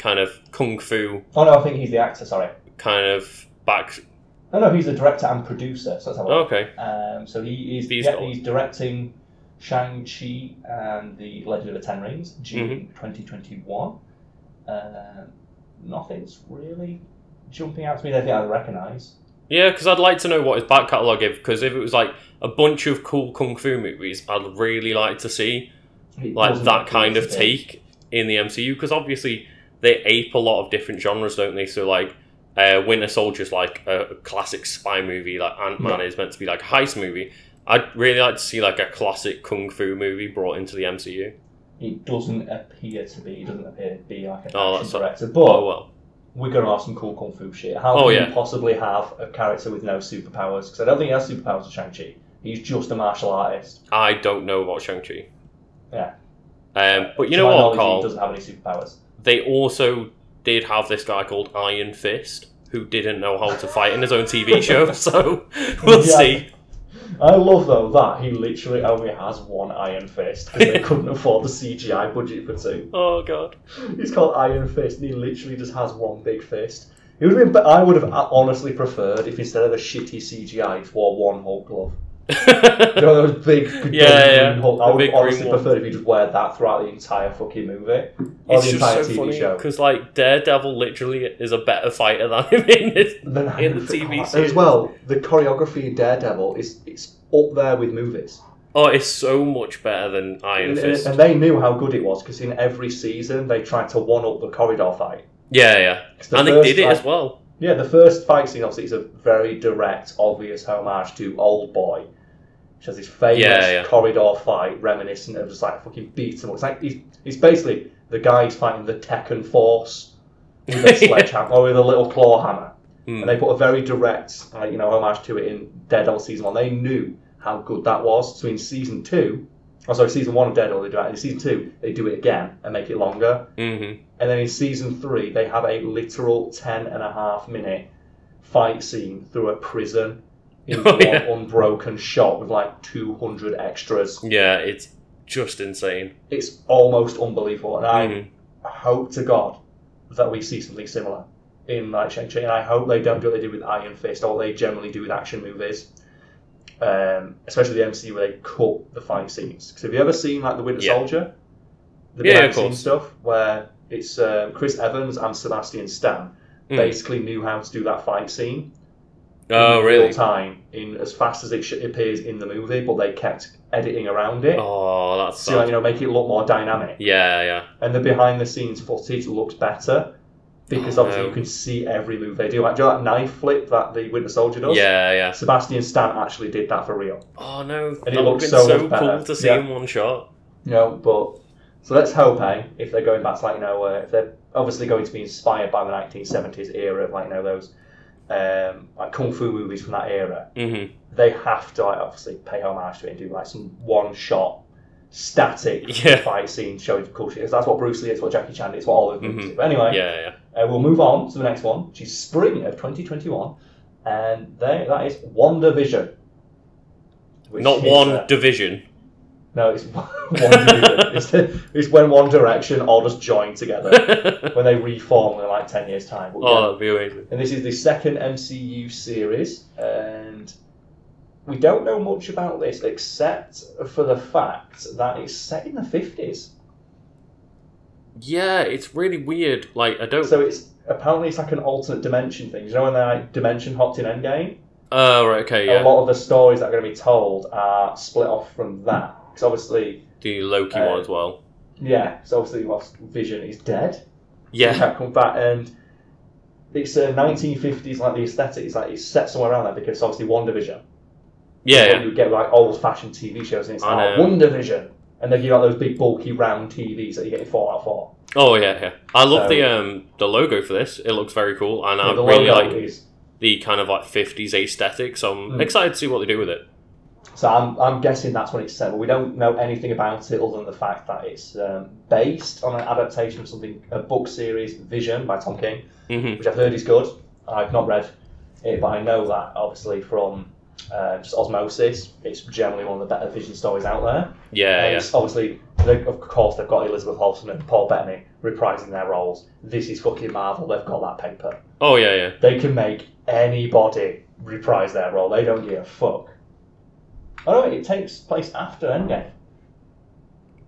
B: kind of kung fu
A: Oh no, I think he's the actor. Sorry.
B: kind of back.
A: No, no, he's the director and producer. So let's have a look.
B: Okay,
A: Um, so he is
B: He's
A: yeah,
B: got-
A: he's directing Shang Chi and the Legend of the Ten Rings, June
B: Mm-hmm.
A: twenty twenty one. Nothing's really jumping out to me. that I think I recognise.
B: yeah, because I'd like to know what his back catalogue is. Because if it was like a bunch of cool kung fu movies, I'd really like to see
A: It
B: like
A: doesn't
B: that
A: appear
B: kind
A: to
B: of
A: be.
B: take in the MCU because obviously they ape a lot of different genres, don't they? So like, uh, Winter Soldier's like a a classic spy movie. Like Ant Man is meant to be like a heist movie. I'd really like to see like a classic kung fu movie brought into the MCU.
A: It doesn't appear to be. It doesn't appear to be like an
B: Oh,
A: action
B: that's-
A: director.
B: Oh
A: But
B: well,
A: we're gonna have some cool kung fu shit. How
B: Oh,
A: can
B: yeah.
A: you possibly have a character with no superpowers? Because I don't think he has superpowers in Shang Chi. He's just a martial artist.
B: I don't know about Shang Chi.
A: Yeah.
B: Um, but
A: To
B: you know
A: my knowledge,
B: what,
A: he
B: Carl?
A: doesn't have any superpowers.
B: They also did have this guy called Iron Fist who didn't know how to fight in his own TV show. [LAUGHS] So we'll
A: Yeah.
B: see.
A: I love though that he literally only has one Iron Fist because
B: [LAUGHS]
A: they couldn't afford the CGI budget for two.
B: Oh god. [LAUGHS]
A: He's called Iron Fist, and he literally just has one big fist. It would have been, but I would have honestly preferred if instead of the shitty CGI, he just wore one Hulk glove. You know those big, big
B: yeah, yeah.
A: green Hulk.
B: The
A: I would
B: big
A: have
B: green
A: honestly
B: one.
A: preferred if he just wear that throughout the entire fucking movie or
B: It's
A: the
B: just
A: entire
B: so
A: TV
B: funny
A: show.
B: because like Daredevil literally is a better fighter than him in this.
A: Then
B: in the TV series.
A: as well, the choreography in Daredevil is it's up there with movies.
B: Oh, it's so much better than Iron
A: And, uh,
B: Fist.
A: and they knew how good it was because in every season they tried to one up the corridor fight.
B: Yeah, yeah,
A: 'Cause the
B: and they
A: first
B: did it
A: fight-
B: as well.
A: Yeah, the first fight scene obviously is a very direct, obvious homage to Old Boy, which has this famous
B: Yeah, yeah.
A: corridor fight reminiscent of just like fucking beat him up. It's like he's, he's basically the guy who's fighting the Tekken Force with a
B: [LAUGHS] Yeah.
A: sledgehammer or with a little claw hammer,
B: Hmm.
A: and they put a very direct, uh, you know, homage to it in Daredevil season one. They knew how good that was, so in season two. Oh, sorry, season one of Daredevil, they do that. In season two, they do it again and make it longer.
B: Mm-hmm.
A: And then in season three, they have a literal 10 and a half minute fight scene through a prison in
B: [LAUGHS] Oh,
A: one
B: yeah.
A: unbroken shot with like 200 extras.
B: Yeah, it's just insane.
A: It's almost unbelievable. And I
B: Mhm.
A: hope to God that we see something similar in like Shang-Chi. And I hope they don't do what they did with Iron Fist or what they generally do with action movies. Um, especially the MCU where they cut the fight scenes. Because have you ever seen like The Winter
B: Yeah.
A: Soldier? The
B: Yeah, of
A: behind the
B: course.
A: scenes stuff where it's um, Chris Evans and Sebastian Stan
B: Mm.
A: basically knew how to do that fight scene
B: Oh
A: in
B: really?
A: real time in as fast as it sh- appears in the movie, but they kept editing around it.
B: Oh, that's
A: So, like, you
B: sad.
A: know, make it look more dynamic
B: yeah, yeah.
A: and the behind the scenes footage looks better because
B: Oh,
A: obviously
B: no.
A: you can see every move they do. Like, do you know that knife flip that the Winter Soldier does?
B: Yeah, yeah.
A: Sebastian Stan actually did that for real.
B: Oh no,
A: it
B: that would have
A: looks
B: been
A: so
B: so,
A: much better.
B: cool to see
A: Yeah.
B: in one shot.
A: No, but so let's hope, eh, if they're going back to like you know, uh, if they're obviously going to be inspired by the 1970s era of like you know those um, like kung fu movies from that era,
B: Mm-hmm.
A: they have to like obviously pay homage to it and do like some one shot static
B: [LAUGHS] Yeah.
A: fight scenes showing culture. That's what Bruce Lee is, what Jackie Chan is, what all of them
B: Mhm.
A: do. But anyway,
B: Yeah, yeah.
A: uh, we'll move on to the next one, which is spring of 2021, and there that is Wonder Vision.
B: Not one
A: uh, [LAUGHS]
B: division. [LAUGHS]
A: no, it's one division. It's, the- it's when One Direction all just join together
B: oh,
A: when they reform in like 10 years' time. But yeah.
B: that'd be amazing.
A: And this is the second MCU series, and we don't know much about this except for the fact that it's set in the 50s.
B: Yeah, it's really weird. Like I don't.
A: So it's apparently it's like an alternate dimension thing. You know when they like dimension hopped in Endgame?
B: Oh right, okay,
A: A
B: yeah.
A: lot of the stories that are going to be told are split off from that. Because obviously,
B: The Loki
A: Uh,
B: one as well.
A: yeah, so obviously whilst Vision is dead. He
B: Yeah,
A: can't come back and it's uh, 1950s, like the aesthetic, it's like it's set somewhere around there because obviously WandaVision. That's
B: yeah,
A: what
B: yeah.
A: you would get like old fashioned TV shows, and it's
B: I
A: like
B: know.
A: Wonder Vision, and then you got those big bulky round TVs that you get in four out of four.
B: Oh yeah, yeah. I love
A: So-
B: the um the logo for this. It looks very cool, and I
A: the
B: really
A: logo
B: like
A: is.
B: the kind of like fifties aesthetic. So I'm
A: Mm.
B: excited to see what they do with it.
A: So I'm, I'm guessing that's when it's set, but we don't know anything about it other than the fact that it's um, based on an adaptation of something, a book series, Vision by Tom King,
B: hmm
A: which I've heard is good. I've not read it, but I know that obviously from uh, just osmosis, it's generally one of the better Vision stories out there.
B: Yeah,
A: And
B: yeah.
A: it's obviously, they, of course, they've got Elizabeth Olsen and Paul Bettany reprising their roles. This is fucking Marvel. They've got that paper.
B: Oh yeah, yeah.
A: They can make anybody reprise their role. They don't give a fuck. Oh no, it takes place after Endgame.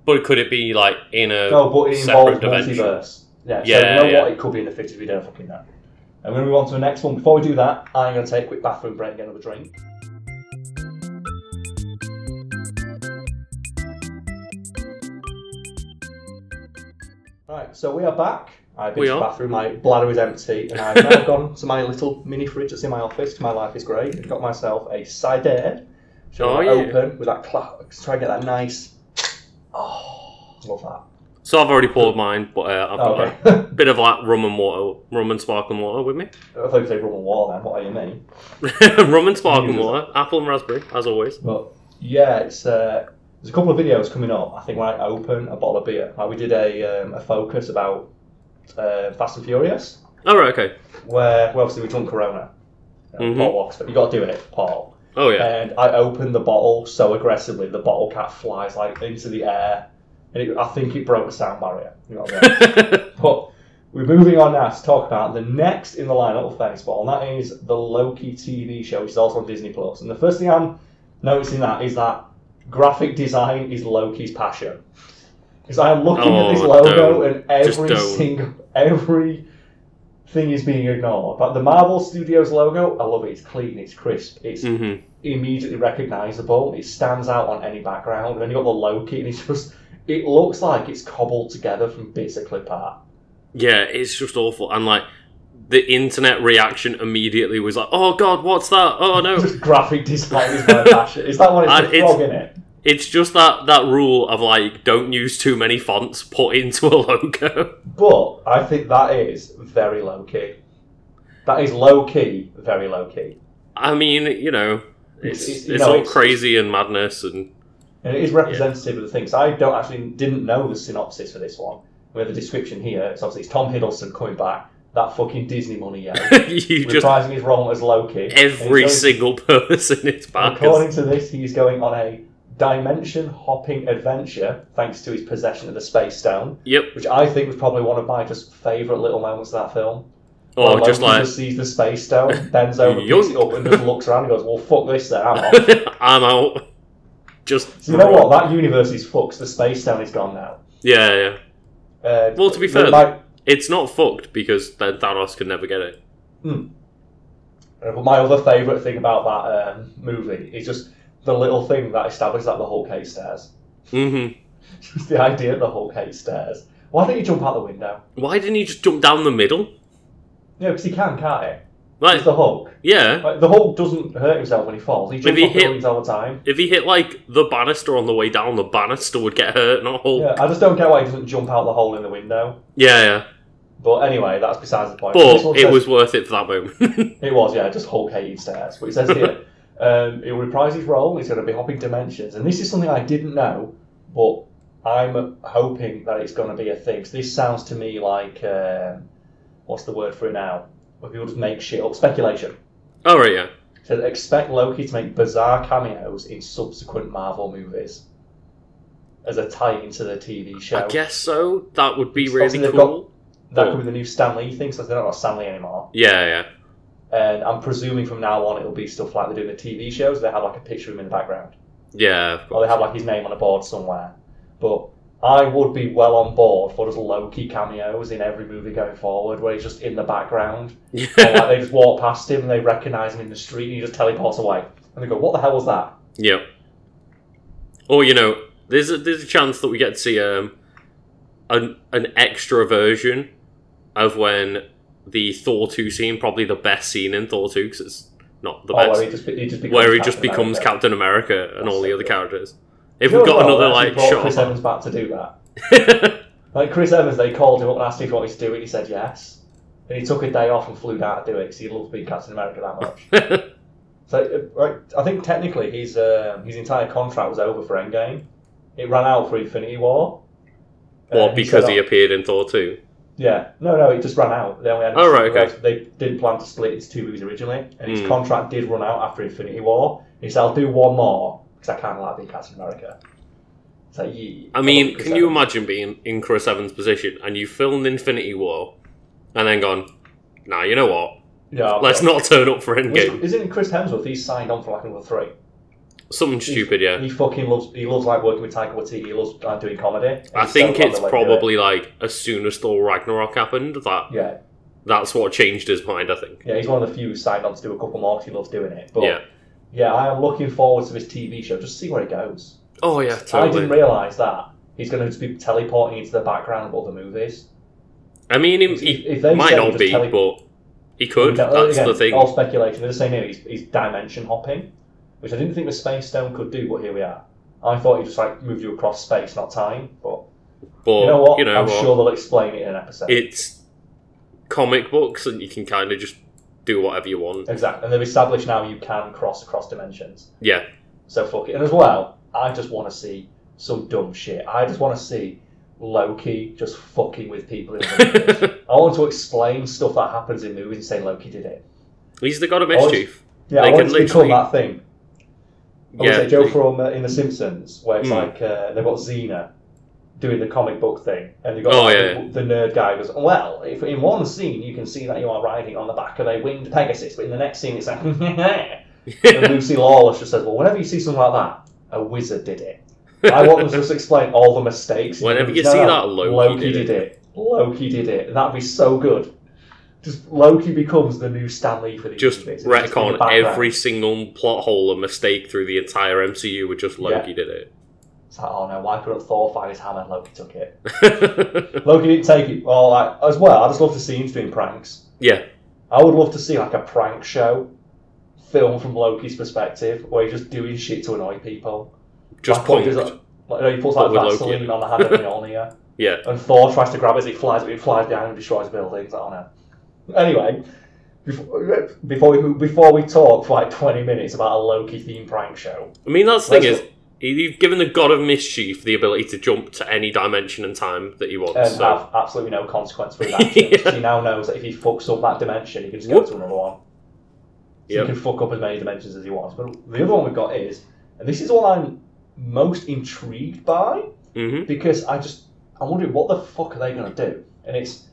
B: But could it be like in a?
A: No, but it
B: Separate
A: involves
B: dimension.
A: multiverse. Yeah, so
B: Yeah,
A: you know
B: yeah.
A: what? It could be in the 50s. We don't fucking know. And when we move on to the next one, before we do that, I'm going to take a quick bathroom break and get another drink. Right, so we are back. I've been
B: We
A: to the
B: are.
A: bathroom, my bladder is empty, and I've
B: [LAUGHS]
A: now gone to my little mini fridge that's in my office. My life is great. I've got myself a cider, which I'm
B: Oh,
A: gonna
B: yeah.
A: open with that clap, try and get that nice. Oh, love that.
B: So I've already poured mine, but uh, I've got
A: Oh, Okay. [LAUGHS]
B: a bit of like rum and water, rum and sparkling water with me. [LAUGHS]
A: I thought you said rum and water then, what do you mean?
B: rum and sparkling
A: You just-
B: water, apple and raspberry, as always.
A: But yeah, it's uh, there's a couple of videos coming up. I think when I open a bottle of beer, like we did a, um, a focus about uh, Fast and Furious,
B: All right, okay.
A: where well, obviously we drunk Corona. You know,
B: Mhm.
A: Paul walks, but you got to do it, Paul.
B: Oh yeah,
A: And I opened the bottle so aggressively, the bottle cap flies like into the air, and it, I think it broke the sound barrier. You know what I mean?
B: [LAUGHS]
A: But we're moving on now to talk about the next in the lineup of Thanks Ball, and that is the Loki TV show, which is also on Disney Plus. And the first thing I'm noticing that is that graphic design is Loki's passion. Because I am looking at this
B: Oh,
A: logo
B: don't.
A: and
B: Just
A: every
B: don't.
A: single every thing is being ignored. But the Marvel Studios logo, I love it. It's clean, it's crisp, it's
B: hmm
A: immediately recognizable. It stands out on any background. And then you got the Loki, and it's just it looks like it's cobbled together from bits of clip art.
B: yeah. It's just awful, and like the internet reaction immediately was like, "Oh God, what's that? Oh no!"
A: Just graphic design is my passion. Is
B: [LAUGHS]
A: that one? It's
B: And
A: the
B: it's-
A: frog in it.
B: It's just that that rule of like don't use too many fonts put into a logo. [LAUGHS]
A: But I think that is very low key. That is low key, very low key,
B: I mean, you know,
A: It's-
B: it's
A: it's-
B: it's,
A: you know,
B: all
A: it's-
B: crazy and madness and [LAUGHS]
A: and it is representative of the things. I don't actually didn't know the synopsis for this one. We have the description here. It's obviously it's Tom Hiddleston coming back. That fucking Disney money,
B: [LAUGHS]
A: yeah.
B: you just
A: Reprising his role as Loki. And he's
B: every
A: going-
B: single person is back.
A: According to this, he's going on a dimension hopping adventure thanks to his possession of the space stone,
B: Yep.
A: which I think was probably one of my just favourite little moments of that film.
B: Or
A: Well,
B: just
A: Loki
B: like [LAUGHS]
A: just sees the space stone, bends over, picks it up, and just looks around and goes, "Well, fuck this, then I'm
B: [LAUGHS]
A: off."
B: I'm out. Just
A: So you know what? That universe is fucked. The space stone is gone now.
B: Yeah, yeah.
A: Uh,
B: Well, to be
A: they
B: fair-
A: might-
B: It's not fucked because then Thanos could never get it.
A: uh, but my other favourite thing about that um, movie is just the little thing that established that the Hulk hates stairs. [LAUGHS]
B: hmm
A: Just the idea that the Hulk hates stairs. Why don't you jump out the window?
B: Why didn't he just jump down the middle?
A: No, because he can, can't he?
B: Like,
A: It's the Hulk.
B: yeah.
A: Like, the Hulk doesn't hurt himself when he falls. He jumps
B: Maybe
A: off
B: hit-
A: buildings all the time.
B: If he hit like the banister on the way down, the banister would get hurt, not Hulk.
A: Yeah, I just don't get why he doesn't jump out the hole in the window.
B: Yeah, yeah.
A: But anyway, that's besides the point. This one
B: But it
A: says-
B: was worth it for that moment. [LAUGHS]
A: It was, yeah, just Hulk hated stairs. But it says here, um, he'll reprise his role, he's going to be hopping dimensions. And this is something I didn't know but I'm hoping that it's going to be a thing. 'Cause this sounds to me like um, what's the word for it now? Where people just make shit up, speculation.
B: Oh right, yeah.
A: So expect Loki to make bizarre cameos in subsequent Marvel movies as a tie into the TV show.
B: I guess so. That would be
A: It's
B: really
A: obviously
B: cool.
A: they've that could be the new Stan Lee thing, so they're not got Stan Lee anymore.
B: Yeah, yeah.
A: And I'm presuming from now on it'll be stuff like they do in the TV shows. They have like a picture of him in the background,
B: Yeah, of
A: or
B: course.
A: Oh, they have like his name on a board somewhere. But I would be well on board for just Loki cameos in every movie going forward, where he's just in the
B: [LAUGHS]
A: background. or
B: Yeah.
A: like they just walk past him and they recognize him in the street, and he just teleports away. And they go, "What the hell was that?"
B: yeah. Or you know, there's a, there's a chance that we get to see um an an extra version of when the Thor two scene, probably the best scene in Thor two, because it's not the
A: or Oh, where
B: best,
A: he just, be- he just becomes
B: where he
A: Captain
B: just becomes
A: America.
B: Captain America and all the other characters. If
A: You
B: we've
A: know what?
B: got another
A: They actually
B: like
A: brought Chris
B: shot,
A: Evans back to do that.
B: [LAUGHS]
A: Like Chris Evans, they called him up and asked if he wanted to do it. He said yes, and he took a day off and flew down to do it because he loved being Captain America that much. so, uh, like, I think technically his um, his entire contract was over for Endgame. It ran out for Infinity War.
B: or
A: Uh,
B: because
A: said,
B: he appeared in Thor two.
A: yeah, no, no, it just ran out. They only had
B: Oh, right, okay.
A: They didn't plan to split into two movies originally, and his
B: Hmm.
A: contract did run out after Infinity War. He said, "I'll do one more because I kind of like being Captain America." It's like, yeah,
B: I
A: love
B: mean,
A: Chris
B: can you
A: Evans.
B: imagine being in Chris Evans' position and you filmed Infinity War and then gone, nah, you know what?
A: Yeah,
B: Let's not turn up for Endgame.
A: Was- Isn't it Chris Hemsworth? He's signed on for like another three.
B: Something
A: He-
B: stupid, yeah.
A: He fucking loves. He loves like working with Taika Waititi. He loves like, doing comedy.
B: I
A: He's so glad
B: think it's
A: they let him do it.
B: probably like as soon as Thor Ragnarok happened that
A: Yeah,
B: that's what changed his mind, I think.
A: yeah. He's one of the few who signed on to do a couple more 'cause he loves doing it. But
B: Yeah.
A: yeah, I am looking forward to this TV show. Just see where it goes.
B: Oh,
A: I
B: yeah,
A: didn't
B: totally.
A: realize that he's going to just be teleporting into the background of other movies.
B: I mean, he, he
A: If they
B: might
A: said he
B: not
A: just
B: be,
A: tele-
B: but he could.
A: Again,
B: That's
A: again,
B: the thing.
A: All speculation. They're just saying here he's, he's dimension hopping, which I didn't think the Space Stone could do, but here we are. I thought he just like moved you across space, not time. But
B: But,
A: you know what?
B: You know
A: I'm
B: what?
A: sure they'll explain it in an episode.
B: It's comic books and you can kind of just do whatever you want.
A: Exactly, and they've established now you can cross across dimensions.
B: Yeah.
A: So fuck it. And as well, I just want to see some dumb shit. I just want to see Loki just fucking with people. In other
B: [LAUGHS]
A: movies. I want to explain stuff that happens in movies and say Loki did it.
B: He's the god of
A: Always-
B: mischief.
A: Yeah,
B: They
A: I want
B: can
A: it to become
B: literally-
A: that thing. I was
B: Yeah,
A: like Joe
B: they- [LAUGHS]
A: from uh, in The Simpsons, where it's
B: Hmm.
A: like uh, they've got Xena doing the comic book thing, and they've got
B: Oh,
A: like,
B: yeah.
A: the, the nerd guy goes, "Well, if in one scene you can see that you are riding on the back of a winged Pegasus, but in the next scene it's like." [LAUGHS] and Lucy Lawless just says, "Well, whenever you see something like that, a wizard did it." I want them to just explain all the mistakes.
B: Whenever you
A: No,
B: see
A: no,
B: that, Loki did
A: did it. Loki did it. And That'd be so good. Just Loki becomes the new Stan Lee for these
B: just
A: movies. It's in the
B: retcon
A: background.
B: every single plot hole and mistake through the entire MCU with just Loki did
A: It's like, oh no, why couldn't Thor find his hammer? Loki took it.
B: it.
A: Loki didn't take it. Well, like, as well, I just love to see him doing pranks.
B: yeah,
A: I would love to see like a prank show, film from Loki's perspective, where he's just doing shit to annoy people.
B: [LAUGHS] just
A: Like, what he
B: punked.
A: does, Like, you know, he pulls out
B: But with Loki in
A: Vaseline
B: it.
A: on the hand
B: [LAUGHS]
A: of Mjolnir,
B: Yeah,
A: and Thor tries to grab it as he flies, but he flies down and destroys buildings. I don't know. Anyway, before, before we before we talk for like twenty minutes about a Loki themed prank show,
B: I mean that's the thing
A: Let's-
B: is he- you've given the god of mischief the ability to jump to any dimension and time that he wants.
A: and
B: so
A: have absolutely no consequence for his actions,
B: Yeah. [LAUGHS]
A: 'cause he now knows that if he fucks up that dimension, he can just go
B: Whoop.
A: to another one. So
B: Yep.
A: He can fuck up as many dimensions as he wants. But the other one we've got is, and this is what I'm most intrigued by.
B: hmm
A: because I just I'm wondering what the fuck are they going to do? And it's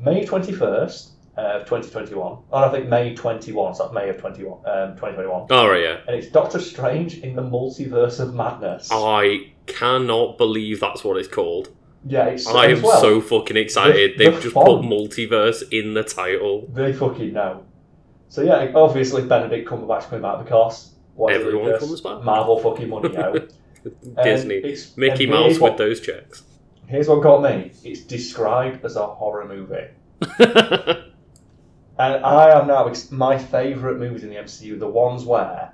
A: May 21st of 2021. Oh, I think May 21, so that's May of 21, um, 2021.
B: all right, yeah.
A: And it's Doctor Strange in the Multiverse of Madness.
B: I cannot believe that's what it's called.
A: yeah, it's
B: I
A: as
B: am
A: well,
B: so fucking excited.
A: the
B: They've just put
A: font.
B: multiverse in the title.
A: they fucking know. So yeah, obviously Benedict Cumberbatch coming back because why is it
B: Everyone
A: Lucas?
B: comes back.
A: Marvel fucking money yo.
B: [LAUGHS]
A: And
B: Disney,
A: it's-
B: Mickey
A: and here's
B: Mouse with
A: what-
B: those checks. [LAUGHS]
A: Here's what got me. It's described as a horror movie. And I am now ex- my favourite movies in the MCU, the ones where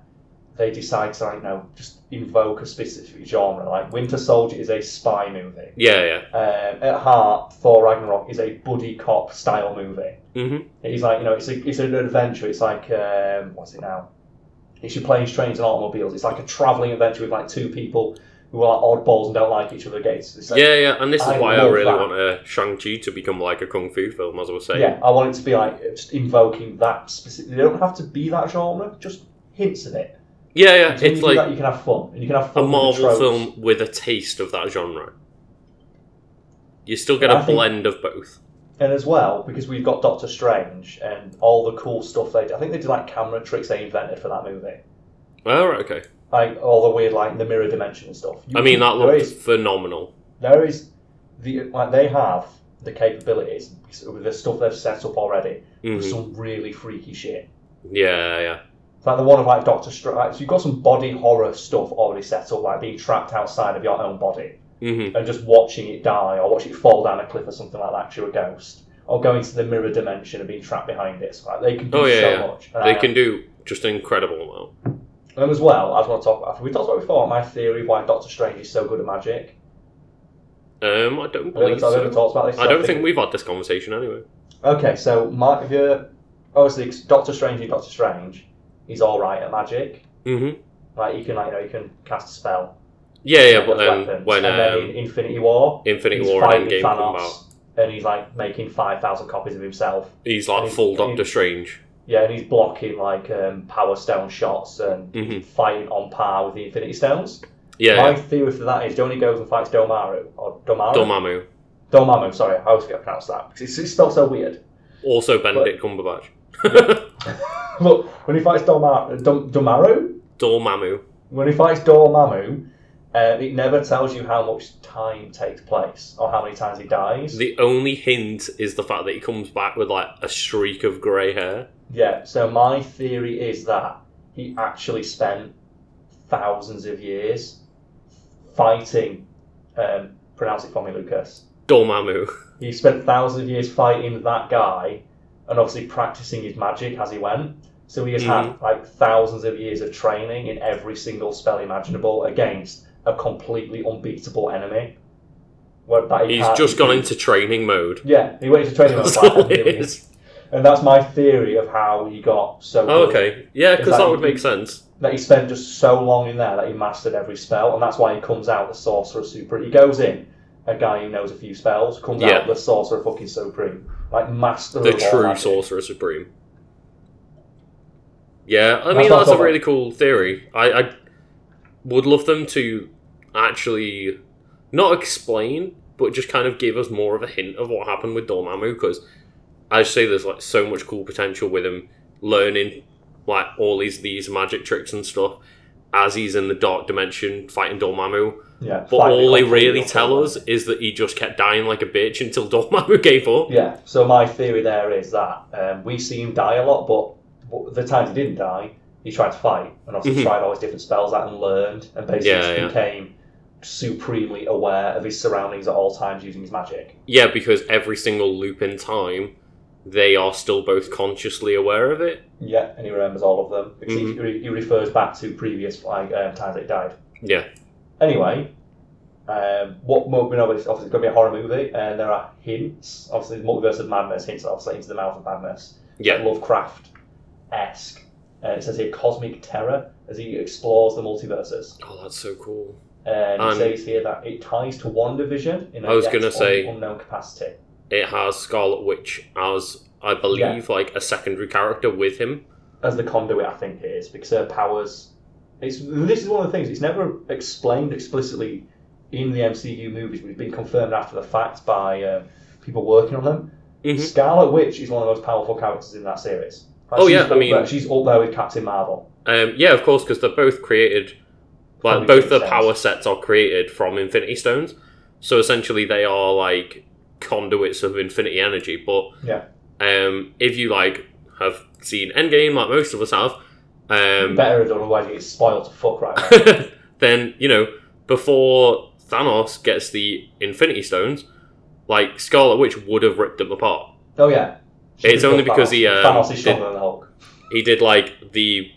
A: they decide to, like, you know, just invoke a specific genre. Like Winter Soldier is a spy movie.
B: yeah, yeah.
A: Um, at heart, Thor Ragnarok is a buddy cop style movie.
B: hmm
A: It's like you know, it's a, it's an adventure. It's like um, what's it now? It's your planes, trains, and automobiles. It's like a travelling adventure with like two people who who are oddballs and don't like each other against. It's like-
B: yeah, yeah, and this is
A: I
B: why I
A: love
B: really
A: that.
B: want uh, Shang Chi to become like a kung fu film, as I was saying.
A: yeah, I want it to be like just invoking that specific. They don't have to be that genre, just hints of it.
B: yeah, yeah,
A: So when
B: it's
A: you do
B: like
A: that, you can have fun, and you can have
B: a
A: fun. with the
B: Marvel
A: tropes.
B: film with a taste of that genre. You still get
A: I
B: a
A: think-
B: blend of both.
A: And as well, because we've got Doctor Strange and all the cool stuff they did. I think they did like camera tricks they invented for that movie.
B: All right, okay.
A: Like all the weird, like the mirror dimension and stuff. You
B: I mean,
A: can-
B: that
A: there
B: looked
A: is-
B: phenomenal.
A: there is the like they have the capabilities with the stuff they've set up already.
B: Mhm.
A: with Some really freaky shit.
B: Yeah, yeah.
A: It's like the one of like Doctor Strange. Like, so you've got some body horror stuff already set up, like being trapped outside of your own body.
B: hmm
A: and just watching it die or watch it fall down a cliff or something like that 'cause you're a ghost or going to the mirror dimension and being trapped behind it. So, like, they can do
B: Oh, yeah,
A: so
B: yeah.
A: much. And
B: They
A: I-
B: can do just an incredible amount.
A: And as well, I just want to talk about, we talked about it before, my theory of why Doctor Strange is so good at magic.
B: Um, I don't
A: Have we
B: believe
A: ever, have we ever
B: so.
A: talked about this?
B: I don't think we've had this conversation anyway.
A: Okay, so my, if you're, obviously, 'cause Doctor Strange is Doctor Strange. He's all right at magic.
B: Mm-hmm.
A: Like, he can, like, you know, he can cast a spell.
B: Yeah, yeah, but
A: with
B: then
A: weapons.
B: when
A: and then
B: um,
A: in Infinity War,
B: Infinity
A: he's
B: War
A: fighting
B: and Endgame come
A: Thanos,
B: out,
A: and he's, like, making 5,000 copies of himself.
B: he's like
A: he's-
B: full
A: he-
B: Doctor Strange.
A: Yeah, and he's blocking like um, power stone shots and
B: Mhm.
A: fighting on par with the Infinity Stones. My
B: Yeah,
A: theory for that is Johnny goes and fights Domaru or Domaru.
B: Dormammu.
A: Dormammu, sorry, I always get pronounced that because it's, it's spelled so weird. [LAUGHS]
B: Also Benedict Cumberbatch.
A: Look, when he fights Domar- Dom- Domaru,
B: Dormammu.
A: when he fights Dormammu, um, it never tells you how much time takes place or how many times he dies.
B: The only hint is the fact that he comes back with like a streak of grey hair.
A: Yeah, so my theory is that he actually spent thousands of years fighting. Um, pronounce it for me, Lucas.
B: Dormammu.
A: He spent thousands of years fighting that guy and obviously practicing his magic as he went. So he has
B: Mm-hmm.
A: had like thousands of years of training in every single spell imaginable against a completely unbeatable enemy. Where that Uh, he
B: He's
A: can't-
B: just gone into training mode.
A: Yeah, he went into training mode
B: [LAUGHS] That's
A: for like
B: all
A: 10
B: it
A: years.
B: is.
A: and that's my theory of how he got so.
B: Oh,
A: good
B: okay. Yeah, because
A: Is that-
B: that would make sense.
A: that he spent just so long in there that he mastered every spell, and that's why he comes out the sorcerer supreme. He goes in, a guy who knows a few spells, comes
B: Yeah.
A: out the sorcerer fucking supreme, like master of
B: The
A: all
B: true
A: magic.
B: Sorcerer Supreme. Yeah, I
A: That's
B: mean
A: not
B: that's a
A: bad.
B: really cool theory. I, I would love them to actually not explain, but just kind of give us more of a hint of what happened with Dormammu. Because I say there's like so much cool potential with him learning like all these these magic tricks and stuff as he's in the dark dimension fighting Dormammu.
A: Yeah,
B: But
A: fight
B: all they
A: the
B: really
A: Conqueror.
B: tell us is that he just kept dying like a bitch until [LAUGHS] Dormammu gave up.
A: Yeah, so my theory there is that um, we see him die a lot, but, but the times he didn't die, he tried to fight and obviously
B: Mhm.
A: tried all his different spells out and learned, and basically
B: Yeah,
A: just
B: yeah.
A: became supremely aware of his surroundings at all times using his magic.
B: Yeah, because every single loop in time, they are still both consciously aware of it.
A: Yeah, and he remembers all of them. Because he-
B: Mm-hmm.
A: he, he refers back to previous like um, times that he died.
B: Yeah.
A: Anyway, um, what more we know is obviously it's going to be a horror movie, and there are hints. Obviously, the multiverse of madness hints obviously into the mouth of madness.
B: Yeah.
A: Lovecraft esque. Uh, it says here cosmic terror as he explores the multiverses.
B: Oh, that's so cool.
A: And
B: Um,
A: it says here that it ties to WandaVision in a
B: I was
A: yet
B: gonna
A: un-
B: say-
A: unknown capacity.
B: It has Scarlet Witch as, I believe, like a secondary character with him.
A: as the conduit, I think it is, because her powers. It's this is one of the things. It's never explained explicitly in the MCU movies, but it's been confirmed after the fact by uh, people working on them.
B: Mhm.
A: Scarlet Witch is one of the most powerful characters in that series. Like,
B: Oh,
A: she's
B: yeah,
A: up
B: I mean-
A: there- she's up there with Captain Marvel.
B: Um, yeah, of course, because they're both created,
A: From
B: like both
A: Infinity
B: the
A: Stones.
B: power sets are created from Infinity Stones. So essentially, they are like conduits of infinity energy. But
A: Yeah.
B: um, if you like have seen Endgame, like most of us have, um,
A: Better than otherwise, it's spoiled to fuck right.
B: [LAUGHS]
A: now.
B: then you know before Thanos gets the Infinity Stones, like Scarlet Witch would have ripped them apart.
A: oh yeah. She
B: It's
A: can
B: only
A: kill
B: because
A: Thanos.
B: he, um,
A: Thanos is
B: did-
A: stronger than the Hulk.
B: He did like the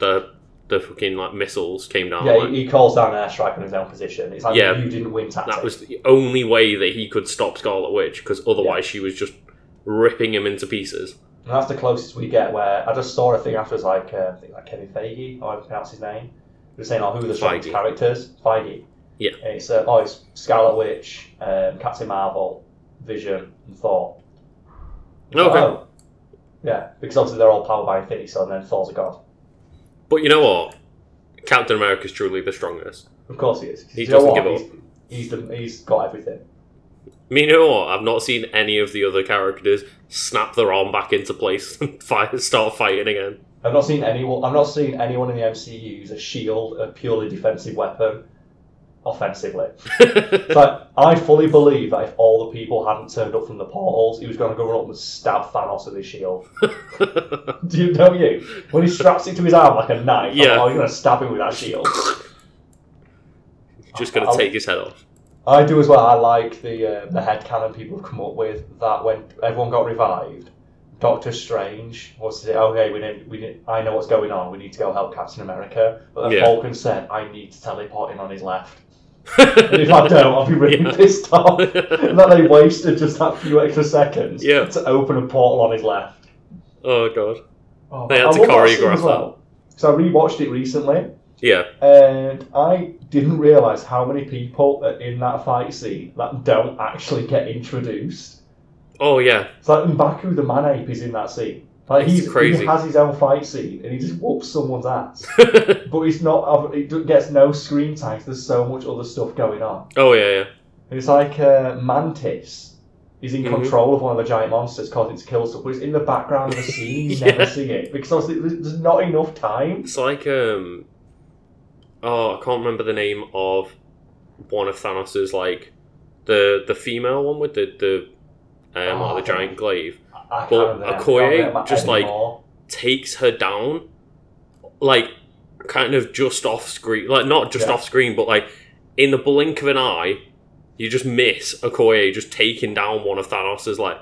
B: the the fucking like missiles came down.
A: Yeah,
B: like,
A: he, he calls down an airstrike on his own position. It's like
B: Yeah.
A: you didn't win tactic.
B: that was the only way that he could stop Scarlet Witch because otherwise she was just ripping him into pieces.
A: And that's the closest we get where I just saw a thing afterwards, like uh, I think like Kevin Feige, or I pronounce his name, They're saying, "Oh, who are the strongest
B: Feige.
A: characters?" Feige.
B: Yeah.
A: And it's uh, oh, it's Scarlet Witch, um, Captain Marvel, Vision, and Thor.
B: Okay.
A: Oh. Yeah, because obviously they're all powered by Infinity Stone, and then Thor's a god.
B: But you know what? Captain America's truly the strongest.
A: Of course he is. 'Cause
B: He
A: you know
B: doesn't
A: what?
B: give up.
A: He's, he's, the, he's got everything.
B: I mean, you know what? I've not seen any of the other characters snap their arm back into place [LAUGHS] and fight, start fighting again.
A: I've not seen anyone. I've not seen anyone in the MCU use a shield, a purely defensive weapon, offensively. It's like, I fully believe that if all the people hadn't turned up from the portals, he was going to go run up and stab Thanos with his shield. [LAUGHS] Do you know you? When he straps it to his arm like a knife, yeah.
B: Yeah.
A: oh, he's going to stab him with that shield.
B: Just gonna take his head off.
A: I do as well. I like the uh, the headcanon people have come up with that when everyone got revived, Doctor Strange was to say, "Oh hey, we didn't, we didn't, I know what's going on. We need to go help Captain America." But then
B: Yeah.
A: Falcon said, "I need to teleport him on his left. [LAUGHS] And if I don't, [LAUGHS] I'll
B: [LAUGHS]
A: be really
B: Yeah.
A: pissed off." and that they wasted just that few extra seconds
B: Yeah.
A: to open a portal on his left.
B: [LAUGHS] oh god.
A: Oh,
B: They had
A: I
B: to
A: love that scene
B: choreograph
A: as well. So I rewatched it recently,
B: Yeah.
A: and I didn't realise how many people are in that fight scene that don't actually get introduced.
B: Oh yeah.
A: It's like Mbaku the man ape is in that scene. Like
B: It's
A: he's,
B: crazy.
A: he has his own fight scene and he just whoops someone's
B: [LAUGHS]
A: ass. but he's not. It gets no screen time. 'cause There's so much other stuff going on.
B: oh yeah. Yeah.
A: And it's like uh, Mantis. He's in
B: Mhm.
A: control of one of the giant monsters causing it to kill stuff, but it's in the background
B: [LAUGHS]
A: of the scene. You
B: Yeah.
A: never see it because obviously there's- there's not enough time.
B: It's like um. Oh, I can't remember the name of one of Thanos's like the the female one with the the um
A: Oh,
B: like the giant glaive.
A: I can't
B: But
A: remember them.
B: Okoye
A: I can't remember
B: just, like,
A: anymore.
B: takes her down, like kind of just off screen, like not just
A: Yeah.
B: off screen, but like in the blink of an eye, you just miss Okoye just taking down one of Thanos's like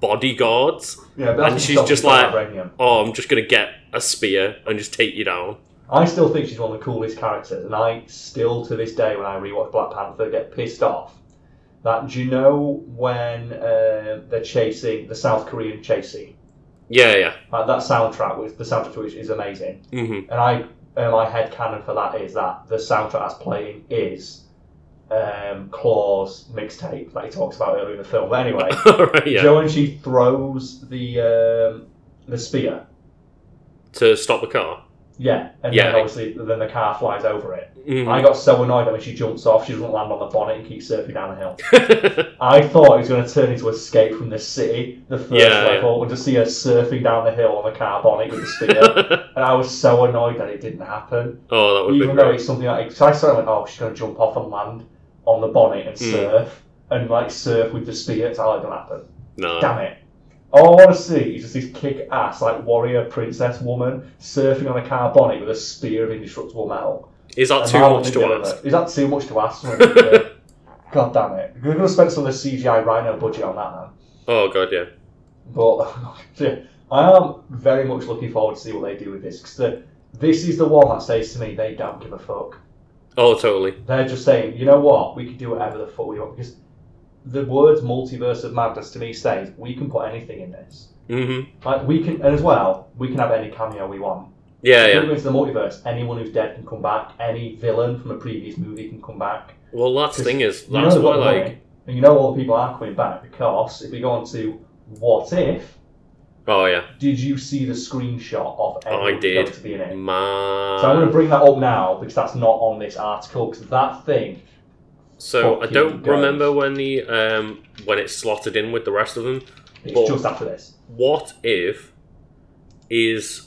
B: bodyguards.
A: yeah, but
B: and
A: that's
B: she's
A: something
B: just
A: about
B: like-
A: Vibranium.
B: Oh, I'm just gonna get a spear and just take you down.
A: I still think she's one of the coolest characters, and I still to this day when I rewatch Black Panther get pissed off. That do you know when uh, they're chasing the South Korean chasing?
B: Yeah, yeah.
A: Like that soundtrack, which the soundtrack to which is amazing,
B: Mm-hmm. [LAUGHS]
A: and I uh, my head canon for that is that the soundtrack that's playing is um, Claw's mixtape that he talks about earlier in the film. But anyway,
B: All right,
A: do you
B: [LAUGHS] yeah.
A: know when she throws the um, the spear,
B: to stop the car.
A: yeah, and
B: Yeah.
A: then obviously then the car flies over it.
B: Mhm. [LAUGHS]
A: I got so annoyed that when she jumps off, she doesn't land on the bonnet and keeps surfing down the hill.
B: Oh,
A: I thought it was going to turn into Escape from the City, the first
B: Yeah,
A: level, and just see her surfing down the hill on a car bonnet with the
B: [LAUGHS]
A: spear. and I was so annoyed that it didn't happen.
B: oh, that would be
A: Even though
B: great.
A: it's something like, so I started like, oh, she's going to jump off and land on the bonnet and
B: Mm.
A: surf, and like surf with the spear. It's how it going to happen.
B: No.
A: Damn it. All I want to see is just this kick ass, like warrior princess woman surfing on a car bonnet with a spear of indestructible metal.
B: Is that
A: And
B: too
A: Marvel
B: much
A: didn't
B: to
A: deliver.
B: ask?
A: Is that too much to ask?
B: [LAUGHS]
A: Something? God damn it. We're going to spend some of the CGI rhino budget on that now.
B: Oh god, yeah.
A: But [LAUGHS] yeah, I am very much looking forward to see what they do with this. Because this is the one that says to me, they don't give a fuck.
B: Oh, totally.
A: They're just saying, you know what, we can do whatever the fuck we want. Because the words multiverse of madness to me says, we can put anything in this.
B: Mm-hmm.
A: Like, we can, and as well, we can have any cameo we want. If
B: Yeah,
A: we
B: yeah.
A: go into the multiverse, anyone who's dead can come back, any villain from a previous movie can come back.
B: Well, that's the thing is,
A: You know
B: that's
A: they've
B: why,
A: got the
B: like,
A: money, and you know all the people are coming back because if we go on to what if,
B: oh yeah,
A: did you see the screenshot of everyone who's
B: did.
A: going to be in it?
B: man.
A: So I'm going to bring that up now because that's not on this article because that thing.
B: So I
A: Fucking
B: don't
A: guys.
B: remember when the um when it's slotted in with the rest of them.
A: It's
B: Well-
A: just after this.
B: What if is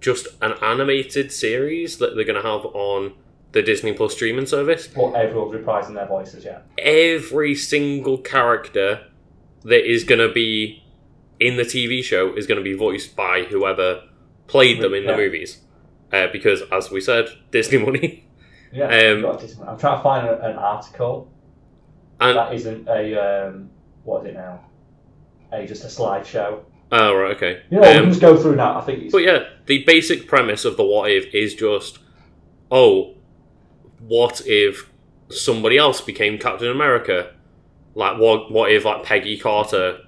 B: just an animated series that they're going to have on the Disney Plus streaming service?
A: But everyone's reprising their voices, yeah.
B: Every single character that is going to be in the TV show is going to be voiced by whoever played them in the
A: Yeah.
B: movies. Uh, because as we said, Disney [LAUGHS] money.
A: Yeah.
B: Um,
A: got it. I'm trying to find a- an article
B: And
A: that isn't a um, what is it now? A just a slideshow.
B: oh right, okay.
A: You know, we
B: Um,
A: can just go through now. I think it's
B: But yeah, the basic premise of the what if is just, oh, what if somebody else became Captain America? Like what? What if like Peggy Carter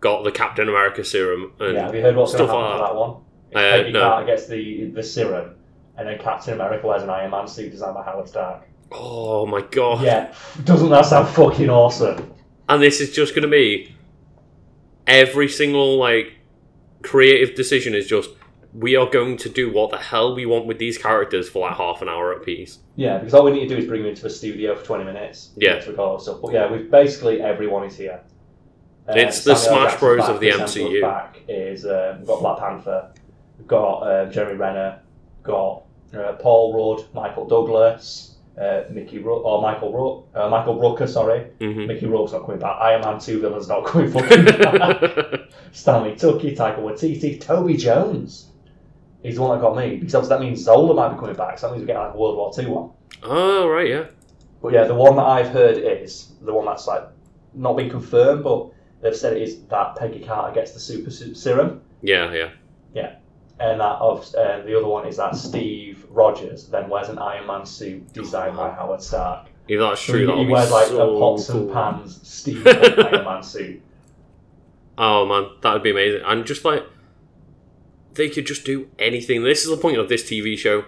B: got the Captain America serum? And
A: yeah, have you heard what's going to
B: um,
A: happen
B: stuff
A: to
B: like
A: that one? It's
B: Uh,
A: Peggy
B: no.
A: Carter gets the the serum, and then Captain America wears an Iron Man suit designed by Howard Stark.
B: Oh my god.
A: Yeah, doesn't that sound fucking awesome?
B: And this is just going to be every single like creative decision is just we are going to do what the hell we want with these characters for like half an hour at piece.
A: Yeah, because all we need to do is bring them into a studio for twenty minutes.
B: Yeah.
A: to record all the stuff. But yeah, we've basically everyone is here. Uh,
B: It's the
A: Samuel
B: Smash
A: Jackson's
B: Bros
A: back,
B: of the
A: for example,
B: MCU.
A: Back is uh, we've got Black Panther, we've got uh, Jeremy Renner, we've got uh, Paul Rudd, Michael Douglas, uh, Mickey Rook, or Michael Rook, uh, Michael Rooker, sorry,
B: [LAUGHS]
A: [LAUGHS]
B: hmm
A: Mickey Rourke's not coming back. Iron Man two villain's not coming fucking
B: [LAUGHS]
A: back. Stanley Tucci, Taika Waititi, Toby Jones. He's the one that got me because obviously that means Zola might be coming back. So that means we get like a World War Two one.
B: oh right, yeah.
A: But yeah, the one that I've heard is the one that's like not been confirmed, but they've said it is that Peggy Carter gets the super su- serum,
B: Yeah, yeah.
A: and that of uh, the other one is that Steve Rogers then wears an Iron Man suit designed by Howard Stark.
B: If that's
A: So
B: true,
A: he,
B: that'll
A: he
B: be
A: wears like
B: so
A: a pots
B: cool.
A: and pans Steve Iron Man suit.
B: Oh man, that would be amazing. And just like they could just do anything. This is the point of this TV show: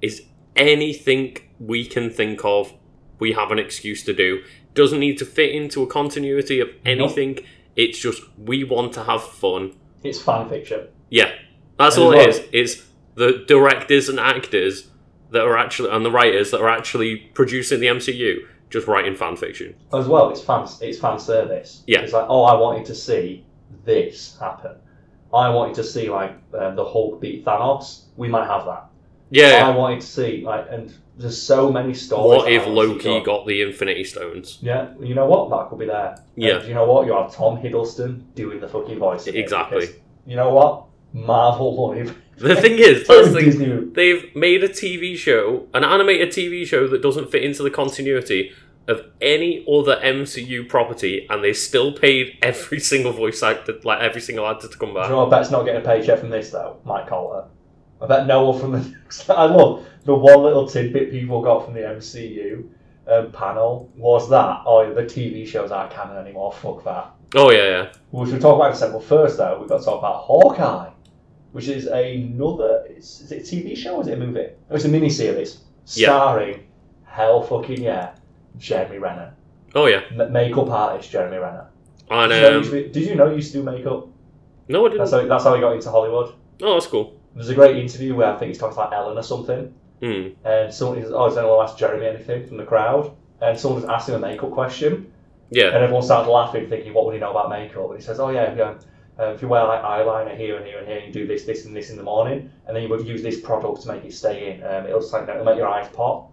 B: is anything we can think of, we have an excuse to do. Doesn't need to fit into a continuity of anything. It's just we want to have fun.
A: It's fan fiction.
B: Yeah, that's
A: And
B: all
A: as
B: it is. It's the directors and actors that are actually and the writers that are actually producing the MCU just writing fan fiction.
A: as well. It's fan it's fan service.
B: Yeah.
A: It's like, oh, I wanted to see this happen. I wanted to see like um, the Hulk beat Thanos. We might have that.
B: Yeah.
A: I wanted to see like, and there's so many stories.
B: what
A: that I
B: if
A: wanna see
B: Loki
A: done.
B: got the Infinity [LAUGHS] Stones?
A: Yeah, you know what? That could be there.
B: Yeah.
A: And do you know what? You have Tom Hiddleston doing the fucking voice. of it
B: Exactly.
A: because You know what? Marvel [LAUGHS] won it.
B: The thing is, that's
A: [LAUGHS]
B: the
A: Disney.
B: thing, they've made a TV show, an animated TV show that doesn't fit into the continuity of any other MCU property, and they still paid every single voice actor, like every single actor, to come
A: Do you
B: back.
A: know, what? I bet's not getting a paycheck from this though, Mike Colter. I bet no one from the. I love the one little tidbit people got from the MCU um, panel was that oh the TV shows aren't canon anymore. Fuck that.
B: Oh yeah, yeah.
A: Which we'll talk about in a second. But first though, we've got to talk about Hawkeye, which is another. Is, is it a TV show or is it a movie? No, it's a mini series
B: Yeah.
A: starring hell fucking yeah, Jeremy Renner,
B: Oh yeah.
A: M- makeup artist Jeremy Renner.
B: And
A: Did you know he used
B: um,
A: to be- did you know he used to do makeup?
B: no, I
A: That's
B: didn't.
A: how, that's how he got into Hollywood.
B: Oh, that's cool.
A: There's a great interview where I think he's talking about Ellen or something,
B: Hmm.
A: and someone says, "Oh, does anyone want to ask Jeremy anything from the crowd?" And someone just asks him a makeup question,
B: Yeah.
A: and everyone starts laughing, thinking, "What would he know about makeup?" And he says, "Oh yeah, if you, uh, if you wear like eyeliner here and here and here, and you do this, this, and this in the morning, and then you would use this product to make it stay in. Um, it'll, just, like, it'll make your eyes pop."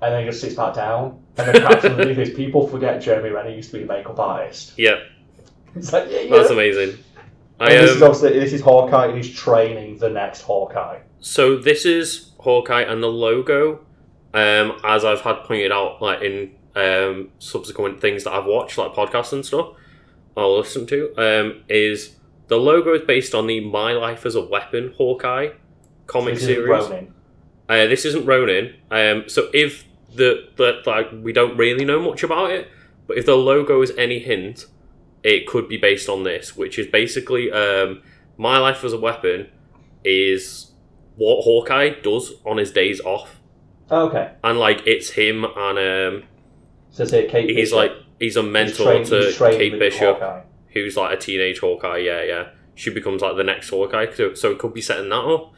A: And then he just sits back down, and then perhaps underneath this, [LAUGHS] people forget Jeremy Renner used to be a makeup artist. [LAUGHS]
B: Yeah.
A: It's like, yeah, yeah.
B: That's amazing. I
A: And this is
B: um,
A: obviously this is Hawkeye, and he's training the next Hawkeye.
B: so this is Hawkeye and the logo. Um, as I've had pointed out, like in um subsequent things that I've watched, like podcasts and stuff, I'll listen to. Um, is the logo is based on the My Life as a Weapon Hawkeye comic
A: This is
B: series.
A: Ronin.
B: Uh, this isn't Ronin. Um, so if the, the like we don't really know much about it, but if the logo is any hint, it could be based on this, which is basically um, my life as a weapon is what Hawkeye does on his days off,
A: Oh, Okay.
B: and like it's him and um,
A: So say Kate.
B: he's
A: Bishop.
B: like he's a
A: He's
B: mentor
A: trained-
B: to
A: he's trained
B: Kate
A: with
B: Bishop, Um,
A: Hawkeye.
B: who's like a teenage Hawkeye. Yeah, yeah. She becomes like the next Hawkeye, so, so it could be setting that up.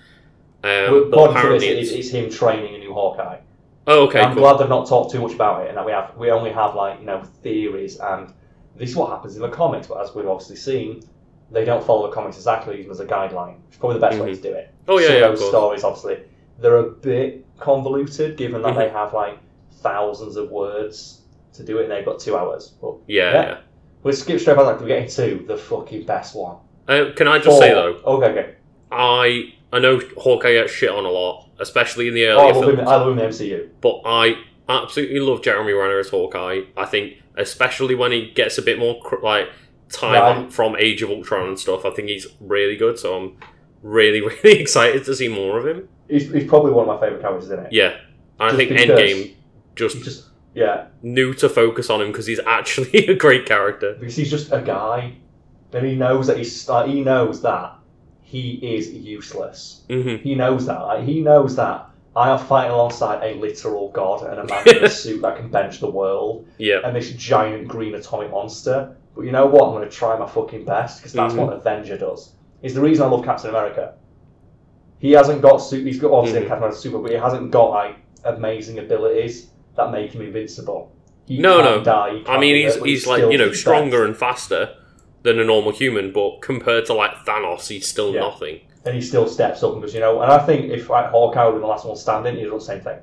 A: Well,
B: Um,
A: according to
B: but
A: this,
B: apparently,
A: it's,
B: it's,
A: it's him training a new Hawkeye.
B: oh okay,
A: I'm
B: cool.
A: glad they've not talked too much about it, and that we have we only have like you know theories, and this is what happens in the comics. But as we've obviously seen, they don't follow the comics exactly. Use them as a guideline. It's probably the best way to do it.
B: Oh yeah,
A: Some of
B: yeah, of
A: those
B: course.
A: stories obviously they're a bit convoluted, given that
B: Mhm.
A: they have like thousands of words to do it, and they've got two hours. But
B: Yeah.
A: Yeah. we'll skip straight past that. We're getting to the fucking best one.
B: yeah. Uh, can I just say
A: Or-
B: though,
A: Okay, okay.
B: I I know Hawkeye gets shit on a lot, especially in the
A: Oh, I
B: earlier
A: love,
B: films,
A: him, I love him in the MCU.
B: but I absolutely love Jeremy Renner as Hawkeye. I think, especially when he gets a bit more cr- like time from Age of Ultron and stuff, I think he's really good. So I'm really [LAUGHS] really excited to see more of him.
A: He's, he's probably one of my favourite characters in it.
B: Yeah, and I
A: Just
B: think
A: because-
B: Endgame just
A: He's just yeah,
B: knew to focus on him because he's actually [LAUGHS] a great character.
A: because he's just a guy, and he knows that he's like, he knows that he is useless.
B: Mm-hmm.
A: He knows that. Like, he knows that I am fighting alongside a literal god and a man in a
B: [LAUGHS]
A: suit that can bench the world
B: Yeah.
A: and this giant green atomic monster. But you know what? I'm going to try my fucking best because that's
B: Mhm.
A: what Avenger does. It's the reason I love Captain America. He hasn't got super. He's got obviously
B: Mhm.
A: Captain America's super, but he hasn't got like amazing abilities that make him invincible. He
B: No,
A: can't
B: no.
A: Die, he
B: I
A: can't
B: mean,
A: do
B: he's
A: it, but
B: he's like
A: still
B: you know
A: the
B: stronger
A: best.
B: and faster than a normal human, but compared to like Thanos, he's still
A: Yeah.
B: nothing.
A: and he still steps up and goes, you know. And I think if like Hawkeye would have been the last one standing, he'd have done the same thing.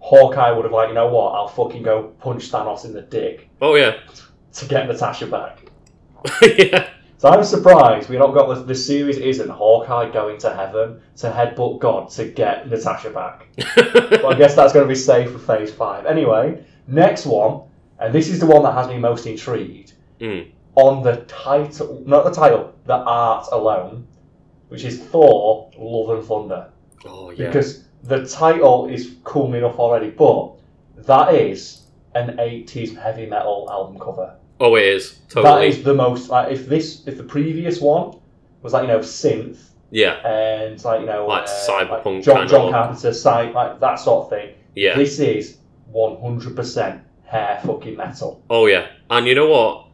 A: Hawkeye would have like, you know what? I'll fucking go punch Thanos in the dick
B: Oh yeah, [LAUGHS]
A: to get Natasha back. [LAUGHS]
B: yeah,
A: So I'm surprised we not got this. This series isn't Hawkeye going to heaven to headbutt God to get Natasha back. But I guess that's going to be safe for Phase Five. Anyway, next one, and this is the one that has me most intrigued.
B: Mm.
A: On the title, not the title, the art alone, which is Thor: Love and Thunder,
B: oh yeah.
A: because the title is cool enough already, but that is an 80s heavy metal album cover.
B: oh it is
A: That
B: totally.
A: is the most like if this if the previous one was like you know synth
B: yeah,
A: and like you know
B: Like
A: uh,
B: cyberpunk
A: John,
B: kind
A: John
B: of-
A: Carpenter sci like that sort of thing.
B: yeah.
A: This is one hundred percent hair fucking metal.
B: Oh yeah, and you know what?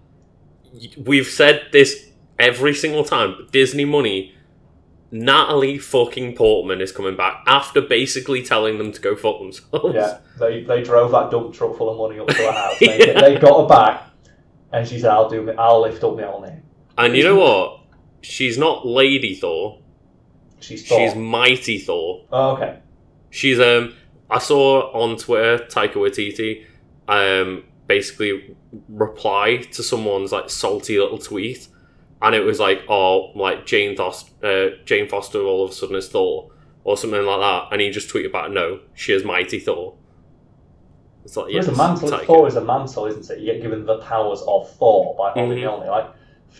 B: Y- We've said this every single time. but Disney money. Natalie fucking Portman is coming back after basically telling them to go fuck themselves.
A: Yeah, they they drove that dump truck full of money up to her
B: [LAUGHS]
A: house. They,
B: Yeah.
A: they got her back, and she said, "I'll do it. I'll lift up my own name."
B: [LAUGHS] And you know what? She's not Lady Thor.
A: She's Thor.
B: She's Mighty Thor.
A: oh, okay.
B: She's um. I saw on Twitter Taika Waititi, um, basically reply to someone's like salty little tweet, and it was like, oh, like Jane Foster, uh, Jane Foster all of a sudden is Thor or something like that, and he just tweeted back, no, she is mighty Thor. It's like yes,
A: There's a mantle.
B: Taika.
A: Thor is a mantle, isn't it? You get given the powers of Thor by holding
B: Mhm.
A: the only. Like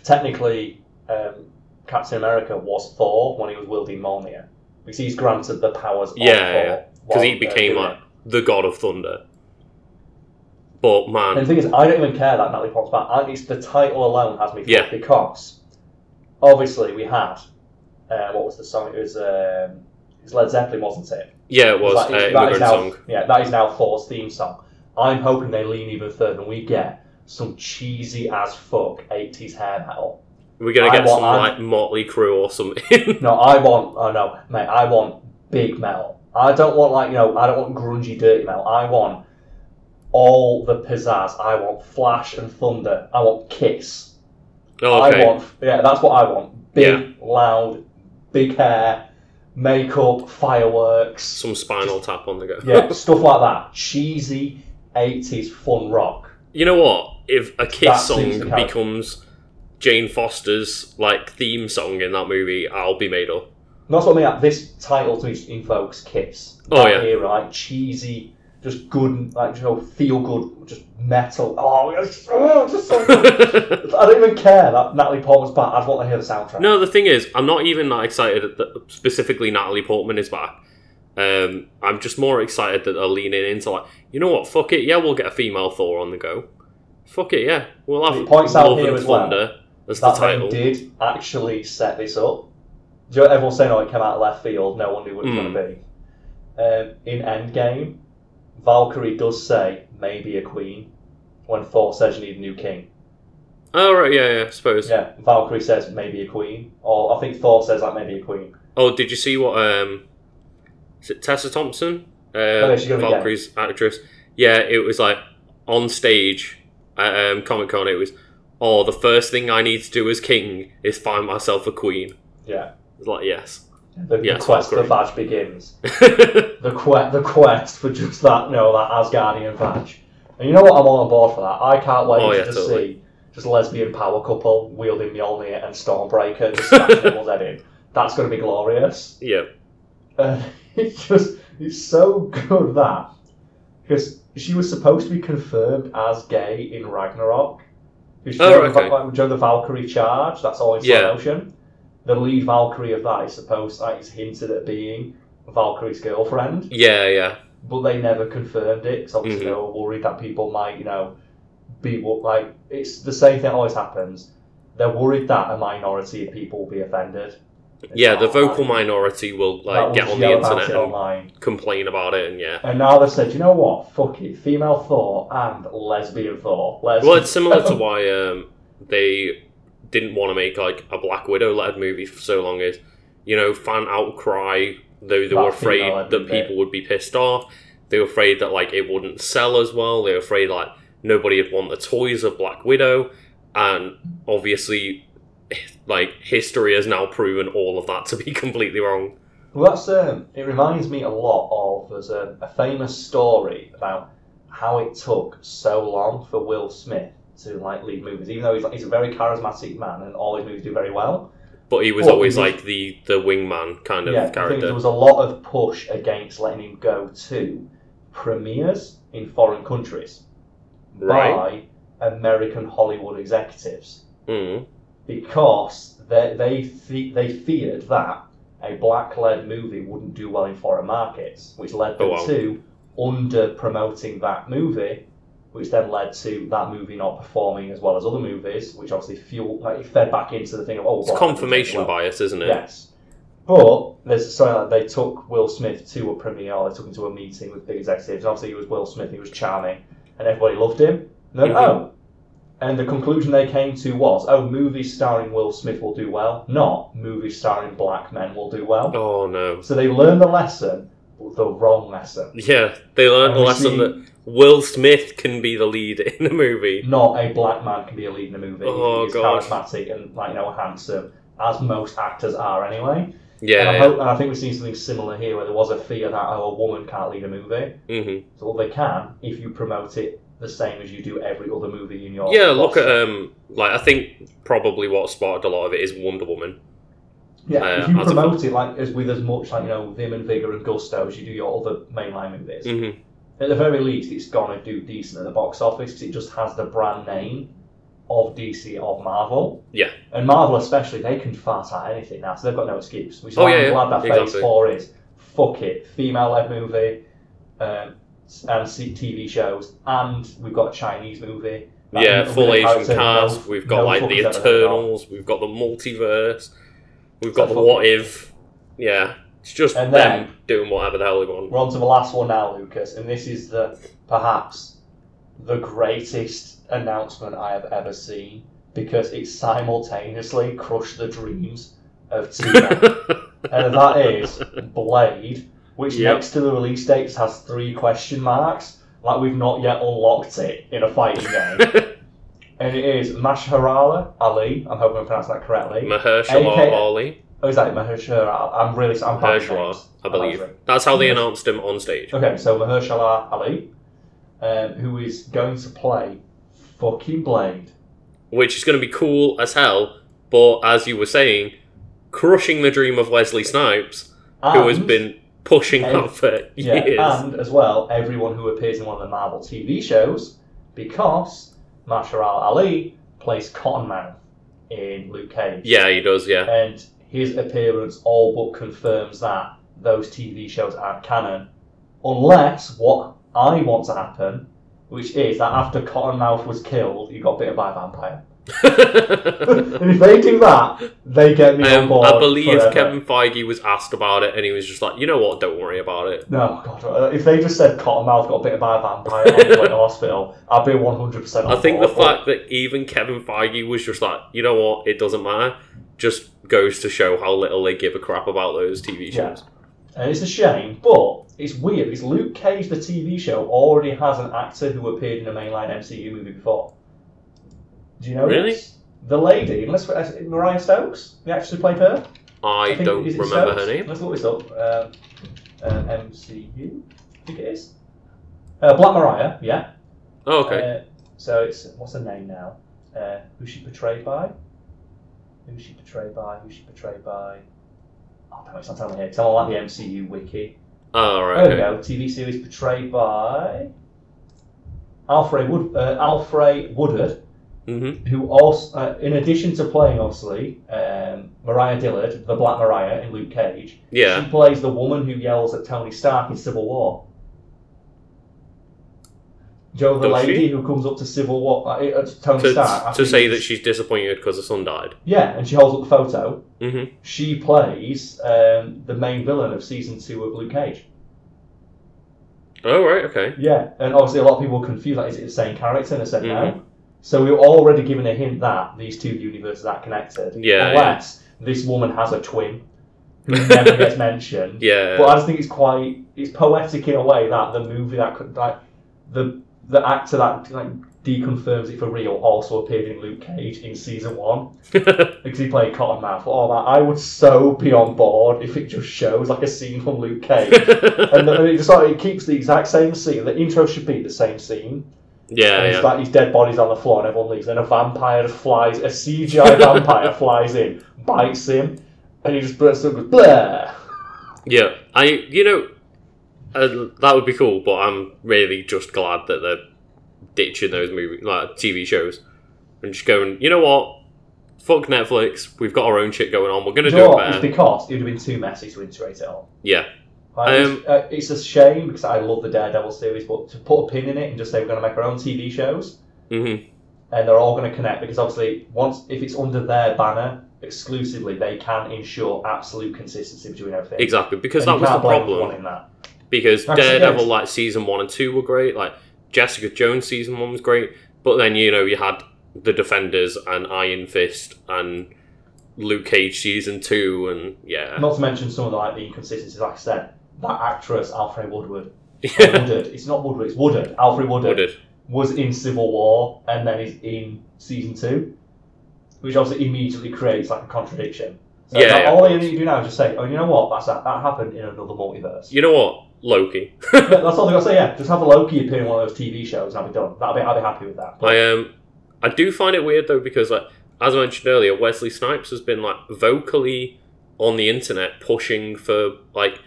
A: technically, um, Captain America was Thor when he was wielding Mjolnir because he's granted the powers.
B: Yeah,
A: of
B: yeah.
A: Thor
B: because he
A: while, uh,
B: became
A: doing
B: like
A: it.
B: the god of thunder. But man,
A: And the thing is, I don't even care that Natalie Portman's back. At least the title alone has me fucked
B: Yeah.
A: because obviously we had uh, what was the song? It was um, it was Led Zeppelin, wasn't it?
B: yeah, it was
A: That is-
B: uh,
A: that is
B: immigrant
A: now,
B: song.
A: Yeah, that is now Thor's theme song. I'm hoping they lean even further and we get some cheesy as fuck 80s hair metal.
B: We're gonna
A: I
B: get
A: want-
B: some
A: I-
B: like Motley Crue or [LAUGHS] something.
A: No, I want, oh no, mate, I want big metal. I don't want like, you know, I don't want grungy, dirty metal. I want all the pizzazz. I want flash and thunder. I want kiss.
B: okay.
A: I want, yeah, that's what I want. Big,
B: Yeah.
A: loud, big hair, makeup, fireworks.
B: some spinal tap on the go.
A: yeah, [LAUGHS] stuff like that. Cheesy eighties fun rock.
B: You know what? If a
A: That
B: Kiss
A: seems
B: song
A: to count.
B: becomes Jane Foster's like theme song in that movie, I'll be made up. [LAUGHS]
A: And that's what I mean. Like, this title to each invokes Kiss.
B: Oh,
A: That
B: yeah.
A: era, like cheesy, just good, like you know, feel good, just metal. Oh, yes, oh, just so
B: [LAUGHS]
A: good. I don't even care that Natalie Portman's back. I just want to hear the soundtrack.
B: no, the thing is, I'm not even that excited that specifically Natalie Portman is back. Um, I'm just more excited that they're leaning into like, you know what? Fuck it, yeah, we'll get a female Thor on the go. Fuck it, yeah, we'll have
A: It points out
B: Love
A: here
B: and
A: as well
B: Thunder as the
A: that they
B: title.
A: did actually set this up. Do you know, everyone's saying, "Oh, it came out of left field. No one knew what it was
B: Hmm.
A: going to be." Um, in Endgame, Valkyrie does say, "Maybe a queen," when Thor says, "You need a new king."
B: Oh right, yeah, yeah, I suppose.
A: Yeah, Valkyrie says maybe a queen, or I think Thor says like maybe a queen.
B: Oh, did you see what? Um, is it Tessa Thompson? Uh,
A: yeah, Oh, she's gonna be gay.
B: Valkyrie's actress. Yeah, it was like on stage at um, Comic Con. It was, oh, the first thing I need to do as king is find myself a queen.
A: Yeah,
B: It's like yes, [LAUGHS]
A: the,
B: Yeah,
A: the quest for
B: Valkyrie.
A: Vaj begins. The quest, the quest for just that, no, that Asgardian Vaj. And you know what? I'm all on board for that. I can't wait
B: Oh,
A: to
B: yeah,
A: just
B: totally.
A: see just lesbian power couple wielding Mjolnir and Stormbreaker just
B: [LAUGHS]
A: smashing everyone's head in. That's going to be glorious.
B: yeah,
A: and [LAUGHS] it's just it's so good that because she was supposed to be confirmed as gay in Ragnarok. Because
B: Oh,
A: during,
B: okay.
A: the, like, during the Valkyrie charge, that's all in slow
B: Yeah.
A: motion. The lead Valkyrie of that is supposed, like, is hinted at being Valkyrie's girlfriend,
B: yeah, yeah.
A: but they never confirmed it because obviously
B: Mhm.
A: they were worried that people might, you know, be what like it's the same thing that always happens. They're worried that a minority of people will be offended.
B: yeah, the
A: not
B: vocal
A: like-
B: minority will
A: that
B: like
A: was
B: get on the
A: yell about
B: internet
A: it
B: and
A: online.
B: complain about it, and yeah.
A: And now they said, you know what? Fuck it. Female Thor and lesbian Thor. Let's
B: Well, it's similar
A: [LAUGHS]
B: to why um, they didn't want to make like a Black Widow led movie for so long. Is you know fan outcry though they
A: About
B: were afraid
A: female-led
B: that
A: movie.
B: people would be pissed off. They were afraid that like it wouldn't sell as well. They were afraid like nobody would want the toys of Black Widow, and obviously, like history has now proven all of that to be [LAUGHS] completely wrong.
A: Well, that's um, it reminds me a lot of there's a, a famous story about how it took so long for Will Smith to like lead movies, even though he's, he's a very charismatic man and all his movies do very well.
B: But he was
A: Well,
B: always
A: he was-
B: like the the wingman kind of
A: yeah, I think
B: character.
A: there was a lot of push against letting him go to premieres in foreign countries
B: Right.
A: by American Hollywood executives.
B: Mm.
A: because they they, fe- they feared that a black-led movie wouldn't do well in foreign markets, which led them
B: Oh, wow.
A: to under promoting that movie, which then led to that movie not performing as well as other movies, which obviously fueled like, it fed back into the thing of oh,
B: It's
A: black movies
B: confirmation
A: do well.
B: bias, isn't it?
A: Yes. But there's something like they took Will Smith to a premiere, they took him to a meeting with big executives. Obviously, he was Will Smith, he was charming, and everybody loved him. And then,
B: Mhm.
A: oh. And the conclusion they came to was, oh, movies starring Will Smith will do well, not movies starring black men will do well.
B: Oh no.
A: So they learned the lesson, but the wrong lesson.
B: Yeah, they learned the lesson
A: Obviously-
B: that Will Smith can be the lead [LAUGHS] in a movie.
A: Not a black man can be a lead in a movie.
B: Oh,
A: He's
B: God.
A: charismatic and, like, you know, handsome, as most actors are anyway. and,
B: Yeah,
A: I
B: yeah.
A: hope, and I think we've seen something similar here where there was a fear that, oh, a woman can't lead a movie.
B: mhm.
A: So well, they can if you promote it the same as you do every other movie in your.
B: yeah. Look at um, like I think probably what sparked a lot of it is Wonder Woman.
A: yeah.
B: uh,
A: if you
B: as a
A: promote it like as with as much like you know vim and vigor and gusto as you do your other mainline movies,
B: hmm
A: at the very least it's gonna do decent at the box office because it just has the brand name of DC of Marvel.
B: Yeah.
A: And Marvel especially, they can fart at anything now, so they've got no excuse. Which is
B: Oh,
A: why
B: yeah, yeah,
A: I'm glad that
B: exactly.
A: Phase Four is fuck it, female-led movie, um, and see TV shows, and we've got a Chinese movie. that-
B: Yeah,
A: with
B: full
A: a
B: Asian
A: character, no-
B: cast. We've got
A: no
B: like
A: fucking
B: the
A: sense at all.
B: Eternals. We've got the multiverse. We've got
A: So
B: the
A: fuck
B: What
A: it.
B: If. Yeah, it's just
A: And then-
B: them doing whatever the hell they want.
A: [LAUGHS] We're on to the last one now, Lucas, and this is the perhaps the greatest announcement I have ever seen because it simultaneously crushed the dreams of two men,
B: [LAUGHS]
A: and that is Blade, which
B: Yep.
A: next to the release dates has three question marks, like we've not yet unlocked it in a fighting game.
B: [LAUGHS]
A: and it is Masharala Ali. I'm hoping I pronounced that correctly.
B: Mahershala
A: AKA
B: Ali,
A: oh, is that it? Mahershala? I'm really I'm bad with
B: Mahershala,
A: names.
B: I
A: I'm bad with
B: believe.
A: names.
B: That's how they
A: Yes.
B: announced him on stage.
A: Okay, so Mahershala Ali, um, who is going to play fucking Blade.
B: which is going to be cool as hell. But as you were saying, crushing the dream of Wesley Snipes,
A: And,
B: who has been pushing
A: Hey.
B: that for
A: Um, [LAUGHS] yeah, um,
B: years.
A: and as well everyone who appears in one of the Marvel TV shows, because Mahershala Ali plays Cottonmouth in Luke Cage,
B: yeah, he
A: [LAUGHS]
B: does. Yeah,
A: and his appearance all but confirms that those TV shows aren't canon, unless what I want to happen, which is that after Cottonmouth was killed, he got bitten by a vampire. and if they do that, they get me on
B: um,
A: board.
B: I believe
A: forever.
B: Kevin Feige was asked about it, and he was just like, "You know what? Don't worry about it."
A: No, God, uh, if they just said Cottonmouth got bitten by a vampire on the way to hospital, I'd be 100% on
B: I think the
A: board, but-
B: fact that even Kevin Feige was just like, "You know what? It doesn't matter." Just goes to show how little they give a crap about those TV
A: Yeah.
B: shows.
A: And Uh, it's a shame, but it's weird because Luke Cage, the TV show, already has an actor who appeared in a mainline MCU movie before. Do you know
B: Really?
A: this? The lady, unless uh, Mariah Stokes, the actress who played her.
B: I,
A: think-
B: don't
A: is it
B: remember her
A: Stokes?
B: name.
A: Let's look this up. Um, uh, MCU, I think it is. Uh, Black Mariah, yeah.
B: Oh, okay.
A: Uh, so it's what's her name now? Uh, who's she portrayed by? Who's she portrayed by? Who's she portrayed by? Oh damn, it's not telling me here. It's on like the MCU wiki.
B: All Ah, right.
A: There we
B: okay.
A: go. TV series portrayed by Alfred Wood, uh, Alfred Woodard,
B: Mhm.
A: who also, uh, in addition to playing obviously um, Mariah Dillard, the Black Mariah in Luke Cage,
B: Yeah.
A: she plays the woman who yells at Tony Stark in Civil War. Joe, the
B: Does she?
A: lady who comes up to Civil War, like, uh, to Tony
B: to,
A: Stark, I
B: to
A: think
B: say
A: it's-
B: that she's disappointed because her son died.
A: yeah, and she holds up the photo.
B: Mhm.
A: She plays um, the main villain of season two of Luke Cage.
B: Oh right, okay.
A: Yeah, and obviously a lot of people were confused. Like, is it the same character? And I said
B: Mhm.
A: no. So we were already given a hint that these two universes are connected.
B: Yeah,
A: Unless this woman has a twin who never
B: [LAUGHS]
A: gets mentioned.
B: Yeah. [LAUGHS]
A: But I just think it's quite it's poetic in a way that the movie that could like the the actor that like deconfirms it for real also appeared in Luke Cage in season
B: [LAUGHS]
A: one because he played Cottonmouth. Oh man, I would so be on board if it just shows like a scene from Luke
B: [LAUGHS]
A: Cage. And then it just like it keeps the exact same scene. The intro should be the same scene. And
B: yeah,
A: it's
B: yeah.
A: like these dead bodies on the floor and everyone leaves. Then a vampire just flies, a
B: [LAUGHS]
A: CGI vampire flies in, bites him, and he just bursts up with blah.
B: Yeah, I you know uh, that would be cool, but I'm really just glad that they're ditching those movie like TV shows and just going. You know what? Fuck Netflix. We've got our own shit going on. We're gonna do it
A: Sure, it's
B: better.
A: because it would have been too messy to iterate it on.
B: yeah,
A: Like,
B: Um,
A: it's, uh, it's a shame because I love the Daredevil series, but to put a pin in it and just say we're going to make our own TV shows
B: mm-hmm.
A: and they're all going to connect because obviously once if it's under their banner exclusively, they can ensure absolute consistency between everything.
B: exactly. Because
A: And you
B: that was the
A: can't blame anyone
B: problem.
A: in that.
B: Because
A: Actually, yeah,
B: Daredevil
A: it's-
B: like season one and two were great. Like Jessica Jones season one was great, but then you know you had the Defenders and Iron Fist and Luke Cage season two and yeah.
A: Not to mention some of the like the inconsistencies. Like I said, that actress Alfred
B: [LAUGHS]
A: Woodward, or
B: yeah.
A: Woodard. It's not Woodward. It's Woodard. Alfred Woodard.
B: Woodard.
A: was in Civil War and then is in season two, which obviously immediately creates like a contradiction. So
B: Yeah,
A: like,
B: yeah, of
A: all you
B: course.
A: need to do now is just say, oh, you know what? That's that. That happened in another multiverse.
B: You know what? Loki.
A: That- That's all they got to say. Yeah, just have a Loki appear in one of those TV shows, and I'll be done. That'll be. I'll be happy with that.
B: I um, I do find it weird though because like as I mentioned earlier, Wesley Snipes has been like vocally on the internet pushing for like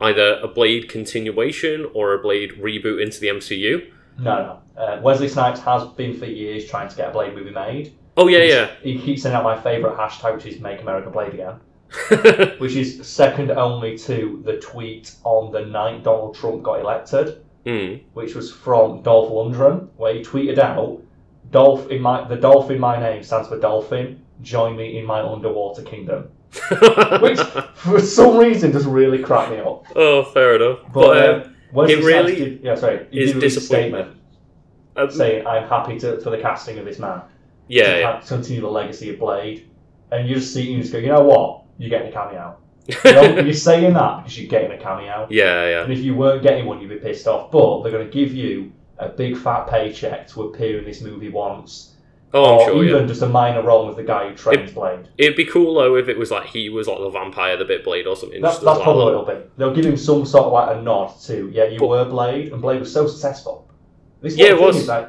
B: either a Blade continuation or a Blade reboot into the MCU.
A: No, no. Uh, Wesley Snipes has been for years trying to get a Blade movie made.
B: Oh yeah,
A: He keeps sending out my favourite hashtag, which is "Make America Blade Again,"
B: yeah. [LAUGHS]
A: which is second only to the tweet on the night Donald Trump got elected.
B: Hmm.
A: which was from Dolph Lundgren, where he tweeted out, "Dolph in my the Dolph in my name stands for dolphin. Join me in my underwater
B: [LAUGHS]
A: kingdom." Which, for some reason, just really cracked me up.
B: oh, fair enough. But, um,
A: But, um, Wesley
B: it
A: Snipes
B: really
A: did- yeah, sorry, he
B: is
A: did release a
B: disappointment.
A: statement uh,
B: um,
A: saying, "I'm happy to for the casting of this man
B: yeah,
A: to
B: yeah.
A: ca- continue the legacy of Blade," and you just see him just go, "You know what? You're getting a
B: [LAUGHS]
A: cameo. You're, you're saying that because you're getting a cameo."
B: yeah, yeah.
A: And if you weren't getting one, you'd be pissed off. But they're going to give you a big fat paycheck to appear in this movie once,
B: Oh,
A: or
B: I'm sure.
A: even
B: Yeah.
A: just a minor role as the guy who trains Blade.
B: It'd be cool though if it was like he was like the vampire, the bit Blade or something.
A: That's,
B: just as,
A: that's
B: like,
A: probably what
B: a-
A: it'll be. They'll give him some sort of like a nod to, yeah, you
B: But-
A: were Blade, and Blade was so successful. This whole
B: Yeah, it
A: thing
B: was.
A: is, like,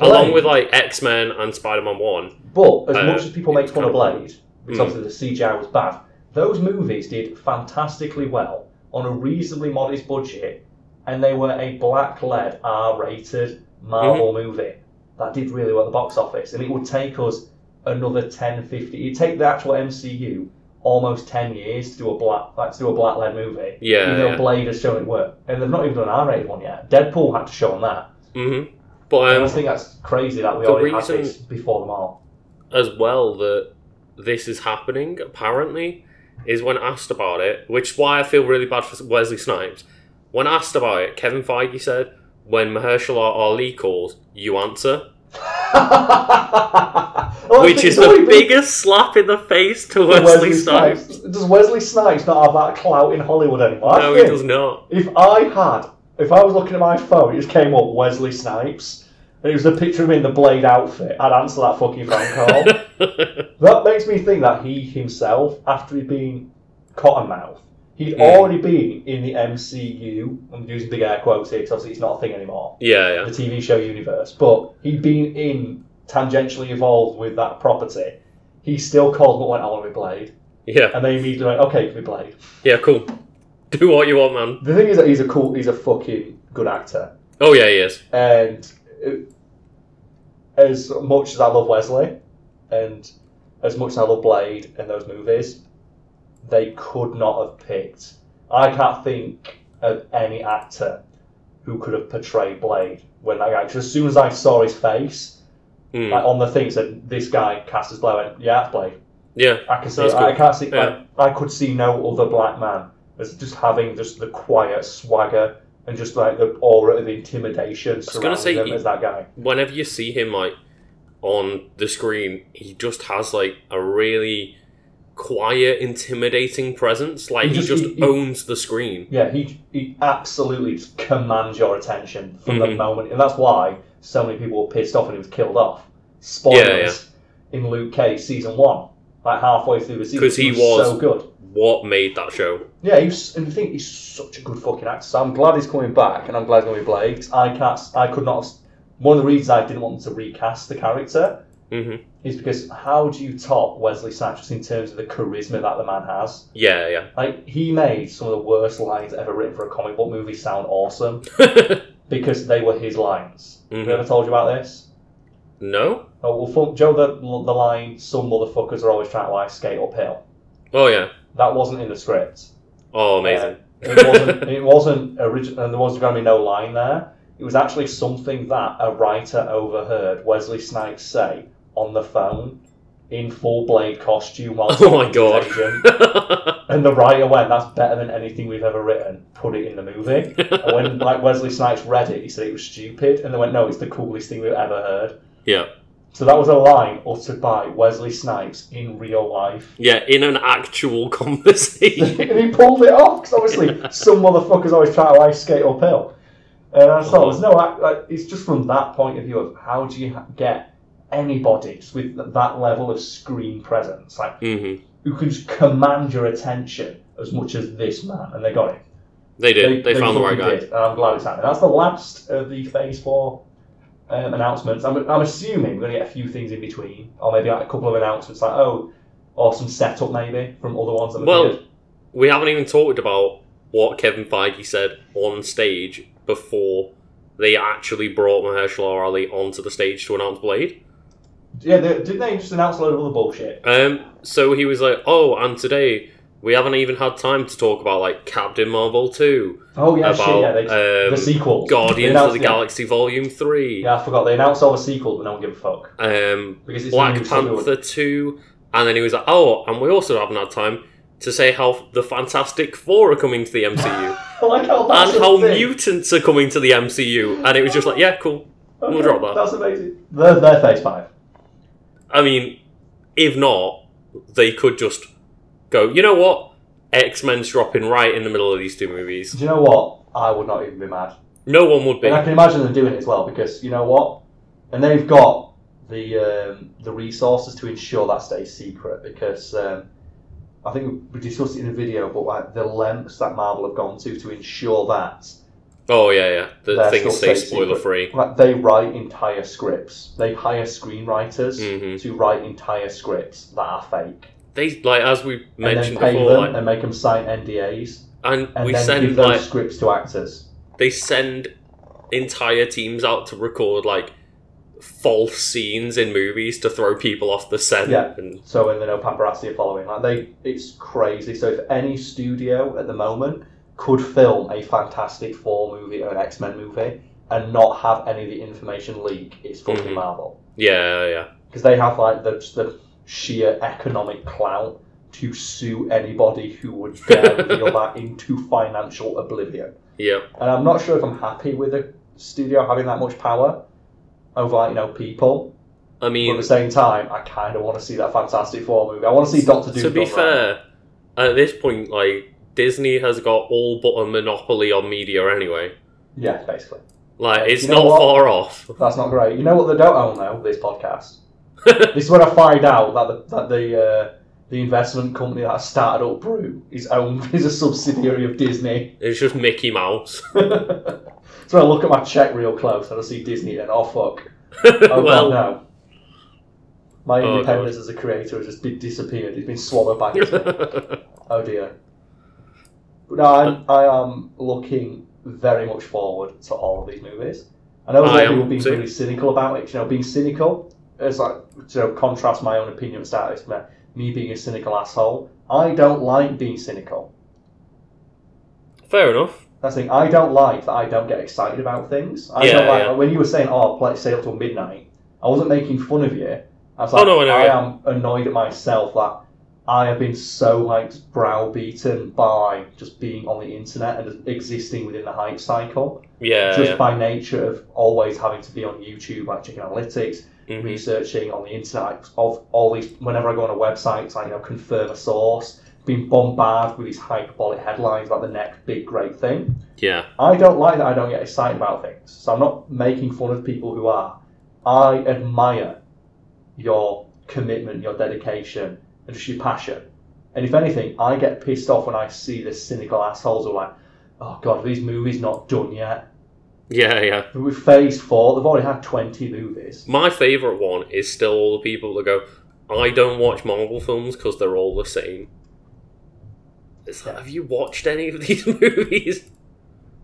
B: along
A: Blade-
B: with like X Men and Spider Man One.
A: But as
B: uh,
A: much as people make
B: it's
A: fun
B: kind
A: of
B: of-
A: Blade, because
B: Mm.
A: obviously the CGI was bad, those movies did fantastically well on a reasonably modest budget, and they were a black lead R rated Marvel
B: Mm-hmm.
A: movie that did really well at the box office. And it would take us another 10, 50, it'd take the actual MCU almost 10 years to do a black like, to do a black lead movie.
B: Yeah,
A: even though
B: yeah.
A: Blade has shown it work. And they've not even done an R rated one yet. Deadpool had to show on that.
B: hmm But
A: and I
B: um,
A: think that's crazy that we
B: the
A: already
B: reason-
A: had this before them all.
B: as well that this is happening apparently is when asked about it, which is why I feel really bad for Wesley Snipes. When asked about it, Kevin Feige said, "When Mahershala Ali calls, you answer,"
A: Well,
B: which
A: it's
B: is the
A: only been
B: biggest slap in the face to
A: to
B: Wesley, Snipes.
A: Does Wesley Snipes not have that clout in Hollywood anymore? I
B: No, he
A: think
B: does not. [LAUGHS]
A: If I had, if I was looking at my phone, it just came up Wesley Snipes, and it was a picture of him in the Blade outfit. I'd answer that fucking phone call.
B: [LAUGHS]
A: that makes me think that he himself, after he'd been Cottonmouth, he'd
B: Hmm.
A: already been in the MCU. I'm using big air quotes here because obviously it's not a thing anymore
B: yeah, yeah,
A: the TV show universe, but he'd been in tangentially involved with that property. He still called and went, I want to be Blade.
B: yeah,
A: And they immediately went, okay, you can be Blade.
B: yeah. Cool. Do what you want, man.
A: The thing is that he's a cool, he's a fucking good actor.
B: Oh yeah, he is.
A: And uh, as much as I love Wesley, and as much as I love Blade and those movies, they could not have picked. I can't think of any actor who could have portrayed Blade when that guy. Because as soon as I saw his face,
B: Mm.
A: like on the thing, it said this guy cast his blow. And yeah, that's Blade.
B: yeah.
A: I can see.
B: That's
A: I
B: good.
A: can't see.
B: Yeah.
A: I, I could see no other black man as just having just the quiet swagger and just like the aura of intimidation
B: was
A: surrounding
B: gonna say,
A: him
B: he-
A: as that guy.
B: Whenever you see him like on the screen, he just has like a really quiet, intimidating presence. Like
A: He
B: he just,
A: just- he- he-
B: owns the screen.
A: Yeah, he he absolutely just commands your attention from the
B: Mhm.
A: moment, and that's why so many people were pissed off when he was killed off. Spoilers in Luke Cage season one, like halfway through the season,
B: 'Cause he
A: so
B: was-
A: good.
B: What made that show?
A: Yeah, he was, and you think he's such a good fucking actor. So I'm glad he's coming back, and I'm glad he's going to be Blade. 'cause I can't, I could not. One of the reasons I didn't want them to recast the character
B: hmm
A: is because how do you top Wesley Snipes in terms of the charisma that the man has?
B: Yeah, yeah.
A: Like he made some of the worst lines ever written for a comic book movie sound awesome because they were his lines. Have I
B: Mhm.
A: ever told you about this?
B: No.
A: Oh, well, fuck, Joe, the, the line, some motherfuckers are always trying to like skate uphill.
B: Oh yeah.
A: That wasn't in the script.
B: Oh, amazing.
A: Uh, it wasn't, it wasn't original, and there was going to be no line there. It was actually something that a writer overheard Wesley Snipes say on the phone in full blade costume while
B: [LAUGHS] Oh
A: talking
B: my
A: to
B: god.
A: his agent. And the writer went, "That's better than anything we've ever written." Put it in the
B: [LAUGHS]
A: movie. And when like Wesley Snipes read it, he said it was stupid, and they went, "No, it's the coolest thing we've ever heard."
B: yeah.
A: So that was a line uttered by Wesley Snipes in real life,
B: [LAUGHS] Yeah, in an
A: [LAUGHS]
B: actual [LAUGHS]
A: and
B: conversation.
A: he pulled it off because obviously some motherfuckers always try to ice skate uphill. And I
B: Uh-huh.
A: thought, there's no, I, like, it's just from that point of view of how do you ha- get anybody just with that level of screen presence, like
B: hmm
A: who can just command your attention as much as this man, and they got it.
B: They did. They, found the right
A: fucking
B: guy.
A: did, and I'm glad it's happening. That's the last of the Phase 4 um, announcements. I'm, I'm assuming we're going to get a few things in between, or maybe like a couple of announcements, like, oh, or some setup maybe from other ones that
B: Well-
A: we did.
B: We haven't even talked about what Kevin Feige said on stage before they actually brought Mahershala Ali onto the stage to announce Blade.
A: Yeah, they, didn't they just announce a load of other bullshit?
B: Um, so he was like, "Oh, and today we haven't even had time to talk about like Captain Marvel two,
A: Oh, yeah, shit, yeah.
B: about
A: They, the
B: um,
A: sequel.
B: Guardians of the
A: yeah.
B: Galaxy Volume three,
A: Yeah, I forgot. They announced all the sequels, but no one give a fuck.
B: um,
A: Because it's
B: Black
A: new, so we
B: Panther 2, and then he was like, oh, and we also haven't had time to say how the Fantastic Four are coming to the MCU,
A: wouldn't- I [LAUGHS] like how that's
B: and
A: a
B: how
A: thing.
B: mutants are coming to the MCU, and it was just like, yeah, cool.
A: Okay,
B: we'll drop
A: [LAUGHS]
B: that.
A: That's amazing. They're, they're Phase 5.
B: I mean, if not, they could just go, you know what? X Men's dropping right in the middle of these two
A: Do
B: movies.
A: you know what? I would not even be mad.
B: No one would be.
A: And I can imagine them doing it as well because you know what, and they've got the um, the resources to ensure that stays secret because um, I think we discussed it in the video, but like the lengths that Marvel have gone to to ensure that
B: Oh, yeah, yeah. The
A: That's
B: things
A: not
B: stay
A: safe
B: spoiler free.
A: like they write entire scripts, they hire screenwriters
B: hmm
A: to write entire scripts that are fake,
B: They, like, as we
A: and
B: mentioned
A: then pay
B: before,
A: them
B: like,
A: and make them sign NDAs,
B: and,
A: and
B: we
A: then
B: send,
A: give those
B: like,
A: scripts to actors.
B: they send entire teams out to record like false scenes in movies to throw people off the set.
A: Yeah.
B: And,
A: So and they know paparazzi are following. Like they, it's crazy. So if any studio at the moment could film a Fantastic Four movie or an X Men movie and not have any of the information leak, it's fucking
B: Mhm.
A: Marvel
B: yeah, yeah.
A: because they have like the the sheer economic clout to sue anybody who would dare
B: [LAUGHS]
A: reveal that into financial oblivion.
B: Yeah.
A: And I'm not sure if I'm happy with a studio having that much power over like you know people.
B: I
A: But at
B: mean,
A: the same time, I kind of want to see that Fantastic Four movie. I want to see Doctor Doom.
B: to
A: done
B: be
A: right.
B: fair, at this point, like Disney has got all but a monopoly on media anyway.
A: yeah, basically,
B: Like
A: Yeah,
B: it's
A: you know
B: not
A: what?
B: far off.
A: that's not great. You know what they don't own though? This podcast.
B: [LAUGHS]
A: this is when I find out that the, that the uh, the investment company that started up Brew is owned [LAUGHS] is a subsidiary of Disney.
B: It's just Mickey Mouse. [LAUGHS]
A: [LAUGHS] so I look at my check real close and I see Disney and oh fuck, oh god
B: well,
A: no. My
B: Oh,
A: independence as a creator has just been disappeared. It's been swallowed
B: [LAUGHS]
A: by Disney. Oh dear. But no, I'm, I am looking very much forward to all of these movies. I know a
B: I
A: lot of
B: am
A: people being
B: too.
A: really cynical about it. You know, being cynical is like you know contrast my own opinion about this. me- Me being a cynical asshole. I don't like being cynical.
B: fair enough.
A: That's the thing. I don't like that I don't get excited about things. I
B: Yeah,
A: don't like
B: yeah.
A: when you were saying, "Oh, play sale till midnight." I wasn't making fun of you. I was like,
B: Oh, no, I know,
A: I
B: yeah.
A: am annoyed at myself that I have been so like browbeaten by just being on the internet and just existing within the hype cycle,
B: Yeah,
A: just
B: yeah.
A: by nature of always having to be on YouTube, like checking analytics,
B: Mhm.
A: researching on the internet of all these whenever I go on a website it's like you know confirm a source being bombarded with these hyperbolic headlines about the next big great thing
B: Yeah.
A: I don't like that I don't get excited about things so I'm not making fun of people who are I admire your commitment your dedication and just your passion and if anything I get pissed off when I see the cynical assholes who are like oh god are these movies not done yet
B: Yeah, yeah.
A: we're phase four they've already had 20 movies
B: My favourite one is still all the people that go, I don't watch Marvel films because they're all the same. It's like, have you watched any of these [LAUGHS] movies?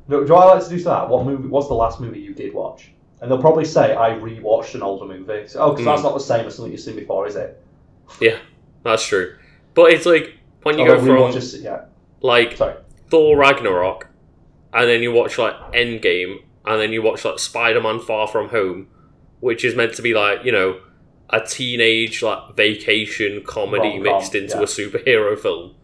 A: Do, do I like to do that? What movie? What's the last movie you did watch? And they'll probably say I rewatched an older movie. So, oh, because
B: Mm.
A: that's not the same as something you've seen before, is it?
B: That's true. But it's like, when you
A: Oh,
B: go
A: they'll
B: from,
A: rewatch a s- yeah,
B: like,
A: sorry.
B: Thor Ragnarok, and then you watch, like, Endgame, and then you watch, like, Spider Man Far From Home, which is meant to be, like, you know, a teenage, like, vacation comedy
A: Rom-com,
B: mixed into
A: yeah.
B: a superhero film.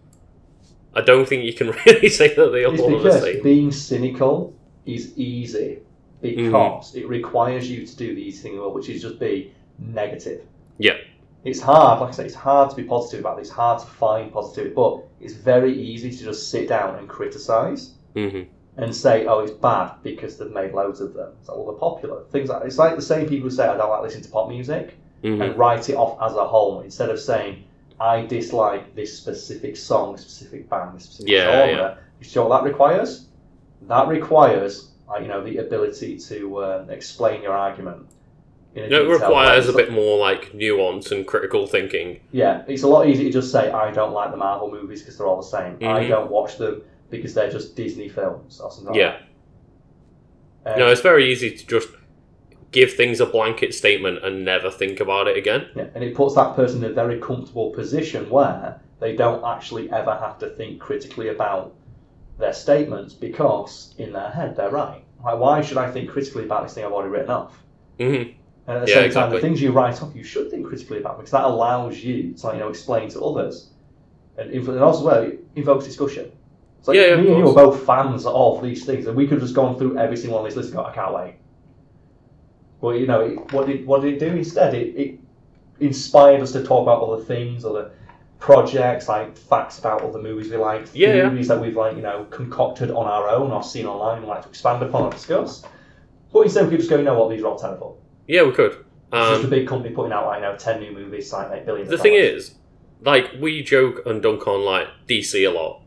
B: I don't think you can [LAUGHS] really say that they are
A: It's
B: all are the
A: because
B: same.
A: being cynical is easy because it requires you to do the easy thing in the world, which is just be negative.
B: Yeah.
A: It's hard, like I say, it's hard to be positive about this. It's hard to find positivity, but it's very easy to just sit down and criticize.
B: Mm-hmm.
A: and say, "Oh, it's bad because they've made loads of them." It's like, well, they're popular. Things like it's like the same people who say, "I don't like listening to pop music,"
B: Mhm.
A: and write it off as a whole instead of saying, "I dislike this specific song, this specific band, this specific
B: Yeah,
A: genre."
B: yeah.
A: You see what that requires? That requires, like, you know, the ability to um, explain your argument. In a
B: No, it
A: detailed way.
B: requires a
A: It's-
B: bit more like nuance and critical thinking.
A: Yeah, it's a lot easier to just say, "I don't like the Marvel movies because they're all the same." I
B: Mhm.
A: don't watch them because they're just Disney films or something.
B: Yeah.
A: Like that. Um,
B: No, it's very easy to just give things a blanket statement and never think about it again.
A: Yeah, and it puts that person in a very comfortable position where they don't actually ever have to think critically about their statements because in their head they're right. Like, why should I think critically about this thing I've already written off?
B: hmm
A: And at the
B: Yeah,
A: same time,
B: exactly.
A: the things you write off, you should think critically about because that allows you to, like, you know, explain to others and, inv- and also well, it invokes discussion. It's like
B: Yeah, yeah, of
A: me and you are
B: course.
A: both fans of these things, and we could have just gone through every single one of these lists and go, I can't wait. But you know, it, what did what did it do instead? It, it inspired us to talk about other things, other projects, like facts about other movies we like,
B: Yeah, yeah.
A: theories that we've like you know concocted on our own or seen online, and like to expand upon and discuss. But instead, we could just go, you know what, these are all terrible.
B: Yeah, we could.
A: It's just a
B: Um,
A: big company putting out, I know, 10 new movies, like, make billions.
B: the
A: of
B: thing
A: dollars.
B: is, like we joke and dunk on like DC a lot,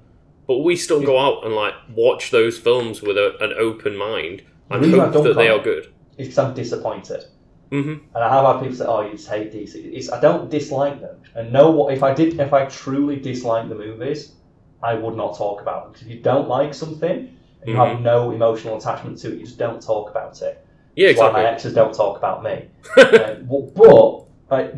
B: but we still go out and like watch those films with a, an open mind and
A: We don't
B: hope
A: dunk
B: that they
A: on
B: are good.
A: is because I'm disappointed.
B: hmm
A: And I have had people say, oh, you just hate DC. It's, I don't dislike them. And no, what if I did, if I truly disliked the movies, I would not talk about them. Because if you don't like something, and
B: Mm-hmm.
A: you have no emotional attachment to it, you just don't talk about it.
B: Yeah,
A: It's why my
B: exactly.
A: exes don't talk about
B: [LAUGHS]
A: me. Uh, well, but like,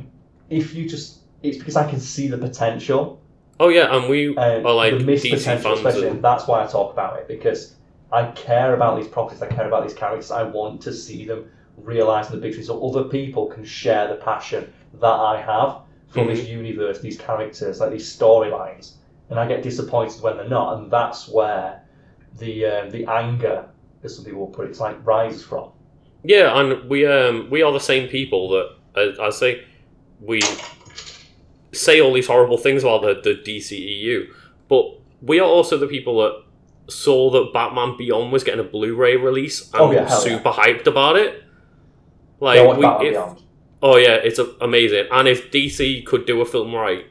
A: if you just, it's because I can see the potential.
B: Oh yeah, and we
A: Uh,
B: are like
A: the missed
B: DC
A: potential,
B: fans.
A: especially.
B: And,
A: That's why I talk about it because I care about these properties. I care about these characters. I want to see them realizing the big things, so other people can share the passion that I have for this
B: Mm-hmm.
A: universe, these characters, like these storylines. And I get disappointed when they're not, and that's where the um, the anger, as some people will put it, it's like rises from.
B: Yeah, and we um we are the same people that I, I say we say all these horrible things about the the DCEU, but we are also the people that saw that Batman Beyond was getting a Blu-ray release and
A: Oh, yeah,
B: were
A: hell yeah.
B: super hyped about it.
A: They
B: Like
A: want
B: we,
A: Batman
B: if-
A: Beyond.
B: oh yeah, it's a, amazing. And if DC could do a film right,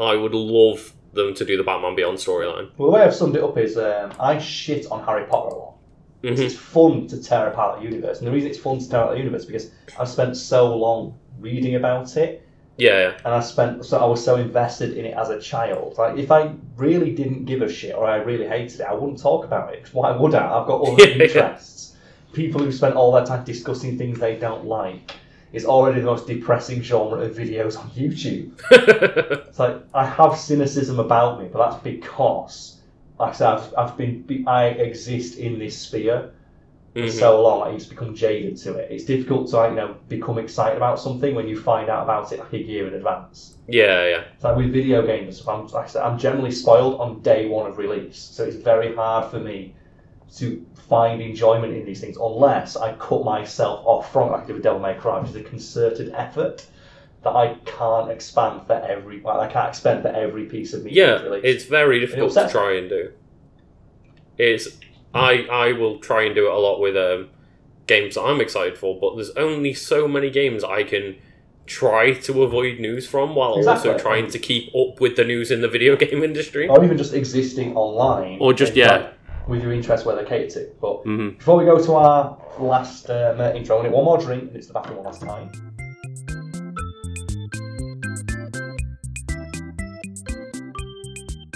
B: I would love them to do the Batman Beyond storyline.
A: Well, the way I've summed it up is um, I shit on Harry Potter a lot.
B: Mhm.
A: It's fun to tear apart the universe, and the reason it's fun to tear apart the universe is because I've spent so long reading about it,
B: Yeah, yeah.
A: and I spent so I was so invested in it as a child. Like if I really didn't give a shit or I really hated it, I wouldn't talk about it. Why would I? I've got other
B: Yeah, yeah.
A: interests. People who spend all their time discussing things they don't like is already the most depressing genre of videos on
B: [LAUGHS]
A: YouTube. It's like I have cynicism about me, but that's because like I said, I've, I've been, be- I exist in this sphere for
B: Mhm.
A: so long, like, it's become jaded to it. It's difficult to, like, you know, become excited about something when you find out about it like a year in advance.
B: yeah, yeah.
A: It's like with video games, if I'm, like I said, I'm generally spoiled on day one of release, so it's very hard for me to find enjoyment in these things unless I cut myself off from, like I did with Devil May Cry, which is a concerted effort that I can't expand for every, well, I can't expend for every piece of media
B: Yeah,
A: that's released.
B: it's very difficult to
A: upsets
B: try and do. It's I I will try and do it a lot with um, games that I'm excited for, but there's only so many games I can try to avoid news from while also
A: Exactly. Oh.
B: trying to keep up with the news in the video [LAUGHS] game industry.
A: or even just existing online,
B: Or just-
A: and,
B: yeah.
A: like, with your interests where they're catered to. But
B: Mm-hmm.
A: before we go to our last um, uh, intro, I want to get one more drink, and it's the bathroom one last time.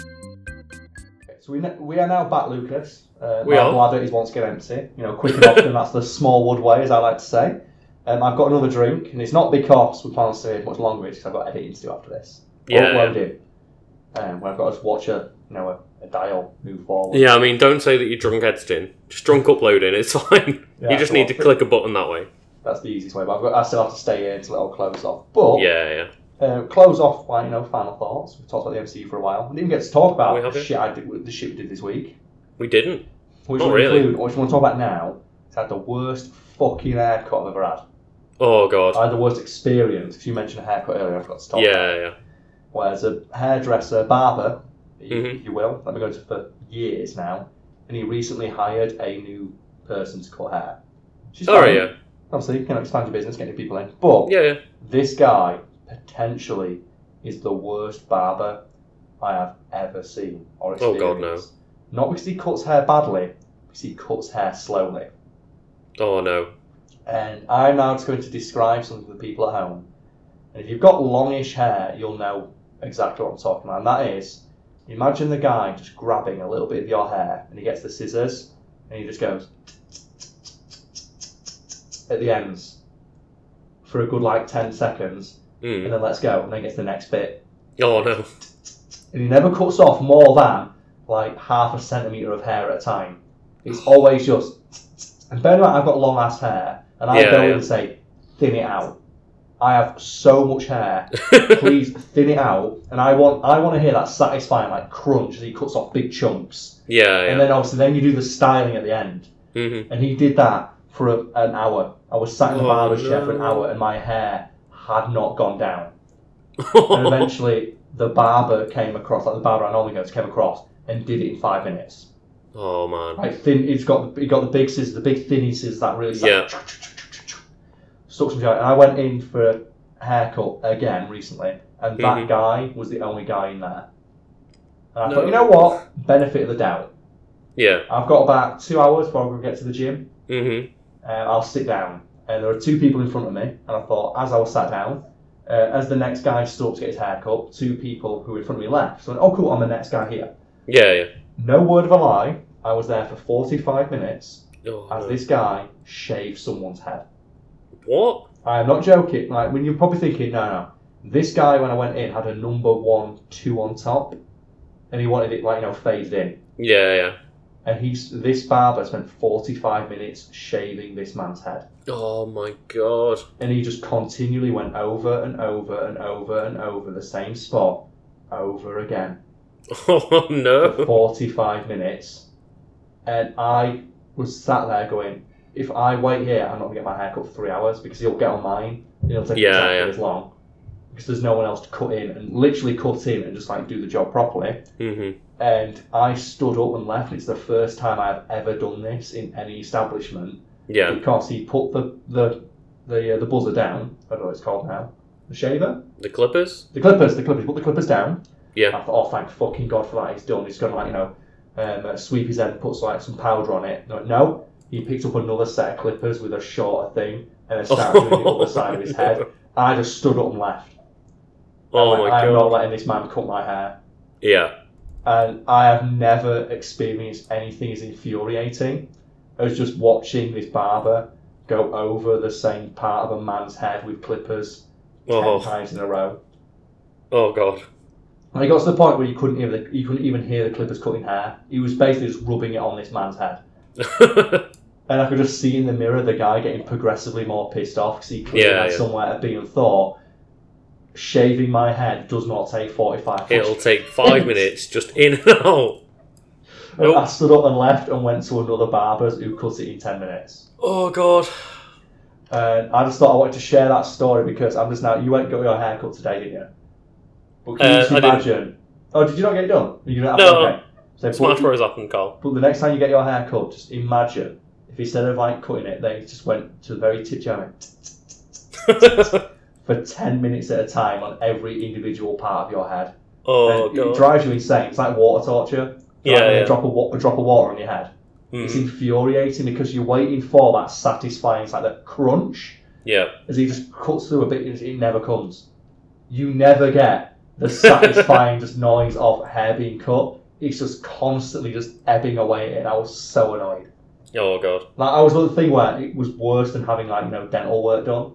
A: Okay, So we, ne- we are now back, Lucas. Uh,
B: We
A: my
B: are.
A: bladder is once again empty. You know, quick and often, [LAUGHS] that's the small wood way, as I like to say. Um, I've got another drink, and it's not because we plan to stay much longer, it's because I've got editing to do after this. What
B: Yeah,
A: what I
B: yeah.
A: do, um, where I've got to watch a, you know, a, a dial move forward.
B: Yeah, I mean, don't say that you're drunk editing. Just drunk uploading. It's [LAUGHS] fine.
A: Yeah,
B: you just
A: so
B: need
A: I'll
B: to
A: fi-
B: click a button that way.
A: That's the easiest way, but I've got, I still have to stay here until it all closes off. But
B: Yeah, yeah.
A: uh, close off by you know final thoughts. We've talked about the MCU for a while. We didn't even get to talk
B: We
A: about the
B: haven't.
A: shit I did, the shit we did this week.
B: We didn't.
A: Which
B: Not
A: we
B: really.
A: include, which we want to talk about now. Is I had the worst fucking haircut I've ever had.
B: Oh god.
A: I had the worst experience because you mentioned a haircut earlier. I forgot to talk. about
B: Yeah, yeah.
A: Where as a hairdresser, barber, if
B: Mhm.
A: you will, that we go to for years now, and he recently hired a new person to cut hair. She's
B: All
A: fine.
B: right, Oh, yeah,
A: Obviously, you can expand your business, get new people in, but
B: yeah, yeah.
A: this guy potentially is the worst barber I have ever seen or
B: Oh,
A: experienced.
B: God,
A: no! Not because he cuts hair badly, because he cuts hair slowly.
B: Oh no.
A: And I'm now just going to describe something to the people at home. And if you've got longish hair, you'll know exactly what I'm talking about. And that is, imagine the guy just grabbing a little bit of your hair, and he gets the scissors, and he just goes at the ends for a good like 10 seconds
B: Mm.
A: and then let's go, and then gets the next bit.
B: Oh no. [LAUGHS]
A: And he never cuts off more than like half a centimetre of hair at a time.
B: [SIGHS]
A: It's always just. And bear in mind, I've got long ass hair, and I
B: Yeah,
A: go in
B: yeah.
A: and say, thin it out. I have so much
B: [LAUGHS]
A: hair. Please thin it out. And I want I want to hear that satisfying like crunch as he cuts off big chunks. And
B: yeah, yeah.
A: then obviously then you do the styling at the end.
B: hmm
A: And he did that for a, an hour. I was sat in the
B: Oh,
A: barber's chair for an
B: no.
A: hour and my hair had not gone down.
B: Mm-hmm. [LAUGHS]
A: and eventually the barber came across, like the barber I normally go to, came across and did it in five minutes.
B: oh man.
A: Like thin, he's got he got the big scissors, the big thinny scissors that really
B: Yeah.
A: like, stuck some shit. And I went in for a haircut again recently, and that
B: Mhm.
A: guy was the only guy in there. And I
B: No.
A: thought, you know what? Benefit of the doubt.
B: Yeah.
A: I've got about two hours before I'm gonna get to the gym
B: Mm-hmm.
A: uh, I'll sit down. And there were two people in front of me, and I thought, as I was sat down, uh, as the next guy stood up to get his hair cut, two people who were in front of me left. So I went, oh, cool, I'm the next guy here.
B: Yeah, yeah.
A: No word of a lie, I was there for 45 minutes
B: Oh,
A: as
B: no.
A: this guy shaved someone's head.
B: What?
A: I am not joking. Like, when you're probably thinking, no, no. This guy, when I went in, had a number one, two on top, and he wanted it, like, you know, phased in.
B: Yeah, yeah.
A: And he's this barber spent 45 minutes shaving this man's head.
B: Oh my god. [LAUGHS]
A: and he just continually went over and over and over and over the same spot over again
B: Oh
A: for
B: no.
A: 45 minutes and i was sat there going if i wait here i'm not going to get my haircut for three hours because he'll get on mine and it'll take
B: Yeah,
A: exactly
B: yeah.
A: as long because there's no one else to cut in and literally cut in and just like do the job properly
B: Mm-hmm.
A: and i stood up and left it's the first time i've ever done this in any establishment
B: Yeah.
A: because he put the the the, uh, the buzzer down. I don't know what it's called now. The shaver,
B: The Clippers.
A: the clippers, the clippers. He put the clippers down.
B: Yeah.
A: I thought, oh, thank fucking god for that. He's done. He's gonna like you know, um, uh, sweep his head and puts like some powder on it. No, no. He picked up another set of clippers with a shorter thing and then started doing the other side of his
B: [LAUGHS]
A: head. I just stood up and left.
B: Oh
A: I went,
B: my
A: I'm
B: god.
A: not letting this man cut my hair.
B: Yeah.
A: And I have never experienced anything as infuriating as just watching this barber go over the same part of a man's head with clippers ten
B: Oh.
A: times in a row.
B: Oh god.
A: And it got to the point where you couldn't hear the, you couldn't even hear the clippers cutting hair. He was basically just rubbing it on this man's head, and I could just see in the mirror the guy getting progressively more pissed off because he clearly
B: Yeah,
A: had
B: yeah.
A: somewhere to be and thought shaving my head does not take forty five.
B: [LAUGHS] It'll take
A: [LAUGHS]
B: five minutes just in and out. Nope.
A: I stood up and left and went to another barber's who cut it in ten minutes.
B: Oh god.
A: And I just thought I wanted to share that story because I'm just now. You went and got your haircut today, didn't you? But can
B: Uh,
A: you just
B: I didn't.
A: imagine? Oh, did you not get it done? You not
B: No.
A: Okay. So,
B: Smash
A: but,
B: Bros happened, [LAUGHS] Carl.
A: but the next time you get your haircut, just imagine if instead of like cutting it, they just went to the very tip jar and went
B: Oh,
A: for ten minutes at a time on every individual part of your head.
B: oh
A: And it
B: god.
A: drives you insane. It's like water torture. Like
B: Yeah,
A: when
B: yeah.
A: A drop of wa- a drop of water on your head. It's
B: Mm,
A: infuriating because you're waiting for that satisfying, it's like that crunch.
B: yeah.
A: as he just cuts through a bit, it it never comes. You never get the satisfying just noise of hair being cut. It's just constantly just ebbing away, and I was so annoyed.
B: Oh god.
A: Like I was the thing where it was worse than having like you know dental work done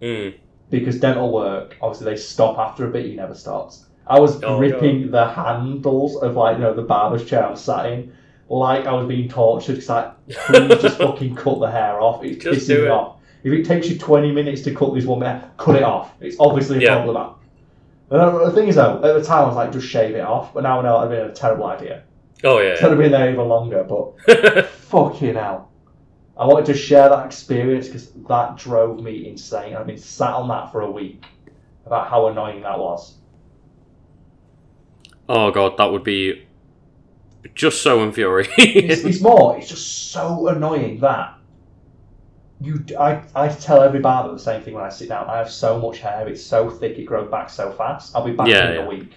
B: Mm.
A: because dental work obviously they stop after a bit, you never stops. I was
B: Oh,
A: gripping the handles of like you know the barber's chair I'm sat in, like I was being tortured because like
B: [LAUGHS]
A: please just fucking cut the hair off. It's
B: Just
A: pissing
B: do
A: me
B: it.
A: off. If it takes you 20 minutes to cut this one hair, cut it off. It's obviously a
B: Yeah.
A: problem. man. And I- the thing is though, at the time I was like, just shave it off. But now I know that'd been a terrible idea.
B: Oh
A: It's
B: yeah.
A: gonna be there even longer. But [LAUGHS]
B: yeah. [LAUGHS]
A: fucking hell. I wanted to share that experience because that drove me insane. I've been sat on that for a week about how annoying that
B: [LAUGHS]
A: was.
B: oh god, that would be just so [LAUGHS]
A: It's,
B: infuriating.
A: it's more, it's just so annoying that you. d- I, I tell every barber the same thing when I sit down. I have so much hair, it's so thick, it grows back so fast. I'll be back
B: Yeah,
A: in
B: yeah.
A: a week.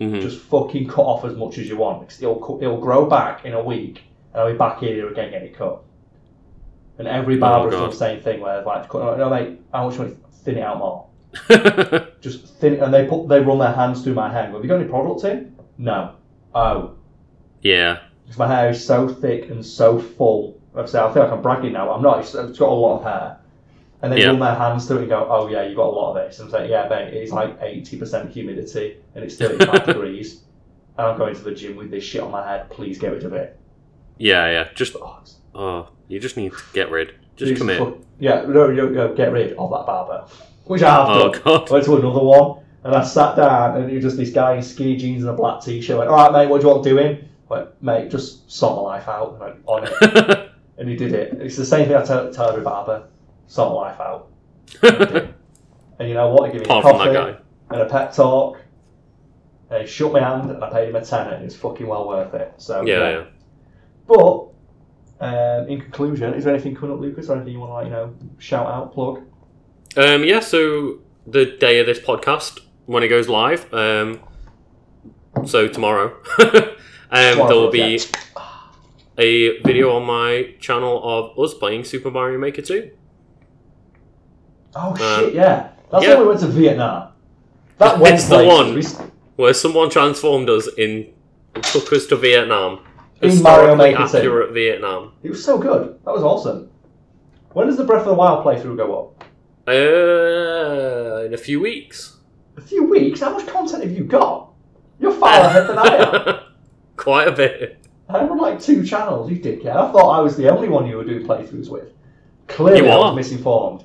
B: Mhm.
A: Just fucking cut off as much as you want because it'll, cu- it'll grow back in a week and I'll be back here again getting it cut. And every barber's done
B: God.
A: the same thing where they're like, cut, no, mate, how much do you want to thin it out more? just thin and they put they run their hands through my hair. and go, Have you got any products in? No. Oh,
B: [LAUGHS] yeah.
A: because my hair is so thick and so full. I've said I feel like I'm bragging now. but I'm not. It's, it's got a lot of hair. And they
B: Yeah.
A: run their hands through it and go, "Oh yeah, you've got a lot of this." And I'm like, "Yeah, mate, it's like 80% humidity and it's
B: [LAUGHS]
A: 35 degrees." And I'm going to the gym with this shit on my head. Please get rid of it.
B: Yeah, yeah. Just
A: Oh, it's-
B: oh, you just need to get rid. Just
A: it's
B: commit.
A: fuck- yeah, no, no, no, get rid of that barber, which I have
B: Oh
A: done.
B: god.
A: I went to another one and I sat down and it was just this guy in skinny jeans and a black t shirt. went, Alright, mate, what do you want doing? I went, mate, just sort my life out. And I went, on it.
B: [LAUGHS]
A: And he did it. It's the same thing I tell, tell every barber sort my life
B: [LAUGHS]
A: out.
B: Apart
A: And you know what? He gave me a
B: from
A: coffee
B: that guy.
A: and a pep talk. And he shook my hand and I paid him a tenner and it was fucking well worth it. So,
B: Yeah, yeah.
A: But, um, in conclusion, is there anything coming up, Lucas, or anything you want to, like, you know, shout out, plug?
B: Um, yeah, so the day of this podcast, when it goes live, um, so tomorrow, [LAUGHS] um, there will be a video on my channel of us playing Super Mario Maker 2.
A: Oh
B: Uh,
A: shit! Yeah, that's
B: yeah.
A: when we went to Vietnam. That went
B: [LAUGHS] It's the
A: places.
B: one.
A: We s-
B: Where someone transformed us in, took us to Vietnam.
A: In Mario
B: Historically
A: Maker 2.
B: accurate Vietnam.
A: It was so good. That was awesome. When does the Breath of the Wild playthrough go up?
B: Uh, in a few weeks.
A: A few weeks. How much content have you got? You're far ahead than Oh, I
B: [LAUGHS]
A: am.
B: Quite a bit.
A: I'm on like two channels. You dickhead. I thought I was the only one you were doing playthroughs with. Clearly,
B: You
A: I
B: are.
A: was misinformed.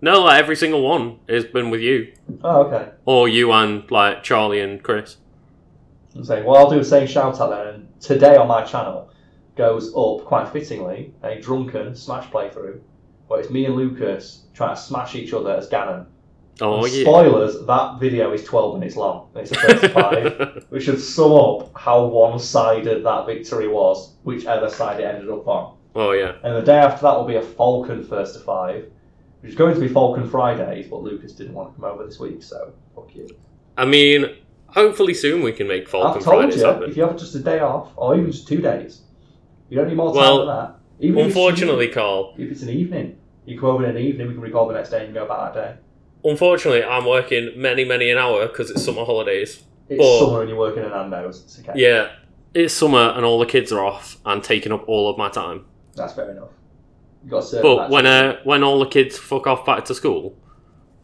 B: No, like every single one has been with you.
A: Oh, okay.
B: Or you and like Charlie and Chris.
A: I'm saying, well, I'll do the same shout out then. And today on my channel goes up quite fittingly a drunken smash playthrough where it's me and Lucas trying to smash each other as Ganon.
B: Oh
A: And
B: yeah.
A: Spoilers, that video is 12 minutes long. and It's a
B: [LAUGHS]
A: 35. we should sum up how one sided that victory was, whichever side it ended up on.
B: oh yeah.
A: And the day after that will be a Falcon first to five, which is going to be Falcon Fridays, but Lucas didn't want to come over this week, so fuck you.
B: I mean, hopefully soon we can make Falcon
A: I've told
B: Fridays
A: you,
B: happen.
A: if you have just a day off, or even just two days, you don't need more time
B: Well,
A: than that. Even if it's an
B: Unfortunately, Carl.
A: evening- if it's an evening, you come over in an evening, we can record the next day and go about that day.
B: Unfortunately, I'm working many, many an hour because it's summer holidays.
A: It's
B: Or-
A: summer and you're working in Nando's. It's okay.
B: Yeah, it's summer and all the kids are off and taking up all of my time.
A: That's fair enough. You've got to serve that
B: But
A: to
B: when uh, when all the kids fuck off back to school,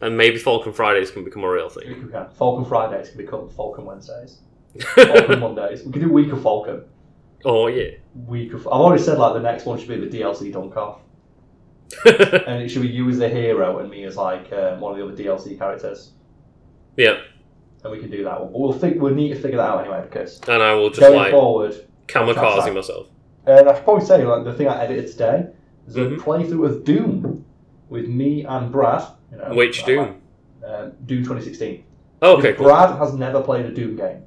B: And maybe Falcon Fridays can become a real
A: We
B: thing.
A: can. Falcon Fridays can become Falcon Wednesdays. Falcon Mondays. We can do Week of Falcon.
B: [LAUGHS] oh yeah. [LAUGHS]
A: Week of. I've already said like the next one should be the DLC dunk off, and it Uh, should be you as the hero and me as like um, one of the other DLC characters,
B: yeah.
A: and we can do that one. But we'll think we'll need to figure that out anyway because
B: And I will just
A: going
B: like
A: forward,
B: kamikaze myself.
A: and I should probably say like the thing I edited today is a
B: Mhm.
A: playthrough of Doom with me and Brad. You know,
B: Which
A: like,
B: Doom?
A: um, Doom 2016.
B: Oh, okay, cool.
A: Brad has never played a Doom game.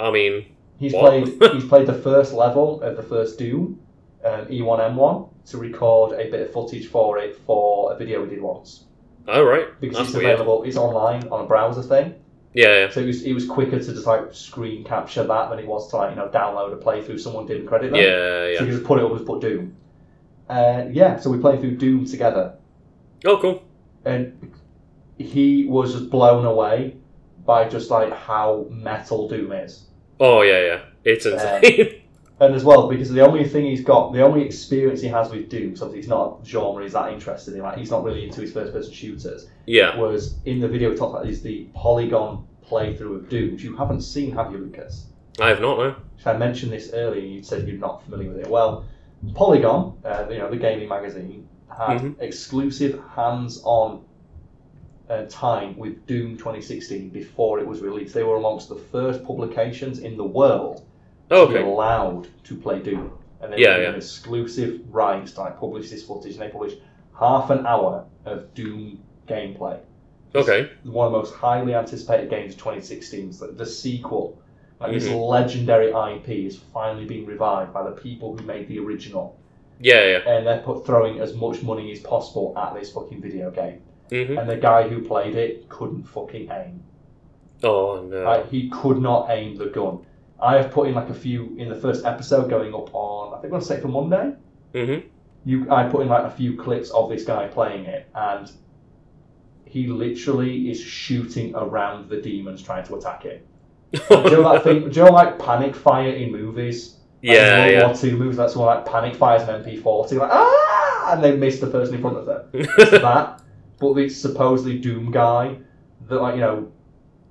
B: I mean,
A: He's
B: What? [LAUGHS]
A: played. he's played the first level of the first Doom, um, E1M1, to record a bit of footage for it for a video we did once
B: all right.
A: because
B: That's
A: it's
B: weird.
A: available. It's online on a browser thing,
B: Yeah, yeah.
A: so it was it was quicker to just like screen capture that than it was to like you know download a playthrough someone didn't credit them.
B: Yeah,
A: So you
B: yeah.
A: just put it up and put Doom. Uh, yeah, so we played through Doom together,
B: Oh, cool.
A: and he was just blown away by just like how metal Doom is.
B: Oh, yeah, yeah. It's
A: Uh,
B: insane. [LAUGHS]
A: And as well, because the only thing he's got, the only experience he has with Doom, something he's not genre he's that interested in, like he's not really into his first person shooters,
B: yeah.
A: was in the video we talked about is the polygon playthrough of Doom, which you haven't seen, have you, Lucas?
B: I have not, no.
A: So I mentioned this earlier, and you said you're not familiar with it. Well, Polygon, uh, you know, the gaming magazine, had
B: Mhm.
A: exclusive hands-on uh, time with Doom 2016 before it was released. They were amongst the first publications in the world
B: Oh,
A: be
B: okay.
A: allowed to play Doom. And they
B: Yeah,
A: yeah,
B: yeah.
A: an exclusive rights to like, publish this footage, and they publish half an hour of Doom gameplay.
B: Okay.
A: One of the most highly anticipated games of 2016, is the, the sequel. Like, This
B: Mhm.
A: legendary IP is finally being revived by the people who made the original,
B: Yeah, yeah.
A: and they're put, throwing as much money as possible at this fucking video game.
B: hmm
A: And the guy who played it couldn't fucking aim.
B: Oh, no.
A: Like he could not aim the gun. I have put in like a few in the first episode going up on I think I'm gonna say for Monday.
B: Mm-hmm.
A: You I put in like a few clips of this guy playing it and he literally is shooting around the demons trying to attack him. Do you know that thing do you know like panic fire in movies? Like
B: [LAUGHS] yeah,
A: in World
B: yeah.
A: War Two movies, that's why like panic fires an MP forty, like ah and they miss the person in front of them [LAUGHS] that, but the supposedly Doom guy, the like you know,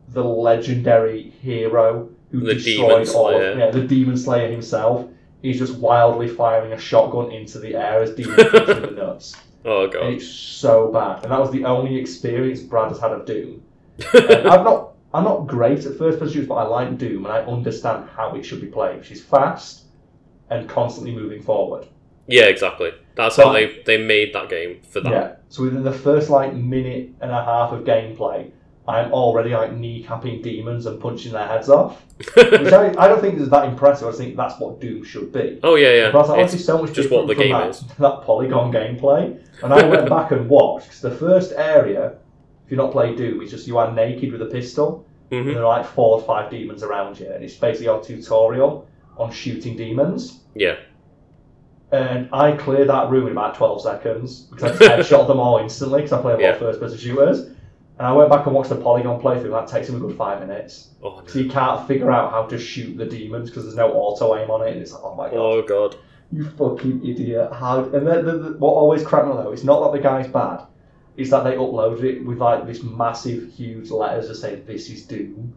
A: the legendary hero who
B: The
A: destroyed
B: Demon
A: all of-
B: Slayer.
A: yeah, the Demon Slayer himself. He's just wildly firing a shotgun into the air as demons hit
B: [LAUGHS]
A: him in the nuts.
B: [LAUGHS] oh,
A: And
B: God.
A: it's so bad, and that was the only experience Brad has had of
B: [LAUGHS]
A: Doom. And I'm not, I'm not great at first person shooters, but I like Doom and I understand how it should be played, which is fast and constantly moving forward.
B: Yeah, exactly. That's how they, they made that game for that.
A: Yeah. So within the first like minute and a half of gameplay, I'm already like kneecapping demons and punching their heads
B: [LAUGHS]
A: off. Which I, I don't think is that impressive. I just think that's what Doom should be.
B: oh, yeah, yeah.
A: But I was like, oh, this
B: It's-
A: is so much
B: just
A: different
B: what the
A: from
B: game
A: that,
B: is.
A: [LAUGHS] that polygon gameplay. And I
B: [LAUGHS]
A: went back and watched 'cause the first area, if you're not playing Doom, it's just you are naked with a pistol and
B: mhm.
A: there are like four or five demons around you, and it's basically our tutorial on shooting demons.
B: Yeah.
A: And I cleared that room in about 12 seconds because I
B: [LAUGHS]
A: just headshot them all instantly because I play a lot
B: Yeah.
A: of first person shooters. And I went back and watched the Polygon playthrough, and that takes him a good five minutes.
B: Oh,
A: So
B: no.
A: you can't figure out how to shoot the demons because there's no auto aim on it, and it's like, oh my god,
B: Oh, God. [LAUGHS]
A: you fucking idiot. How? And the, the, the- what always cracked me up, though, it's not that the guy's bad, it's that they uploaded it with like this massive, huge letters that say, this is Doom.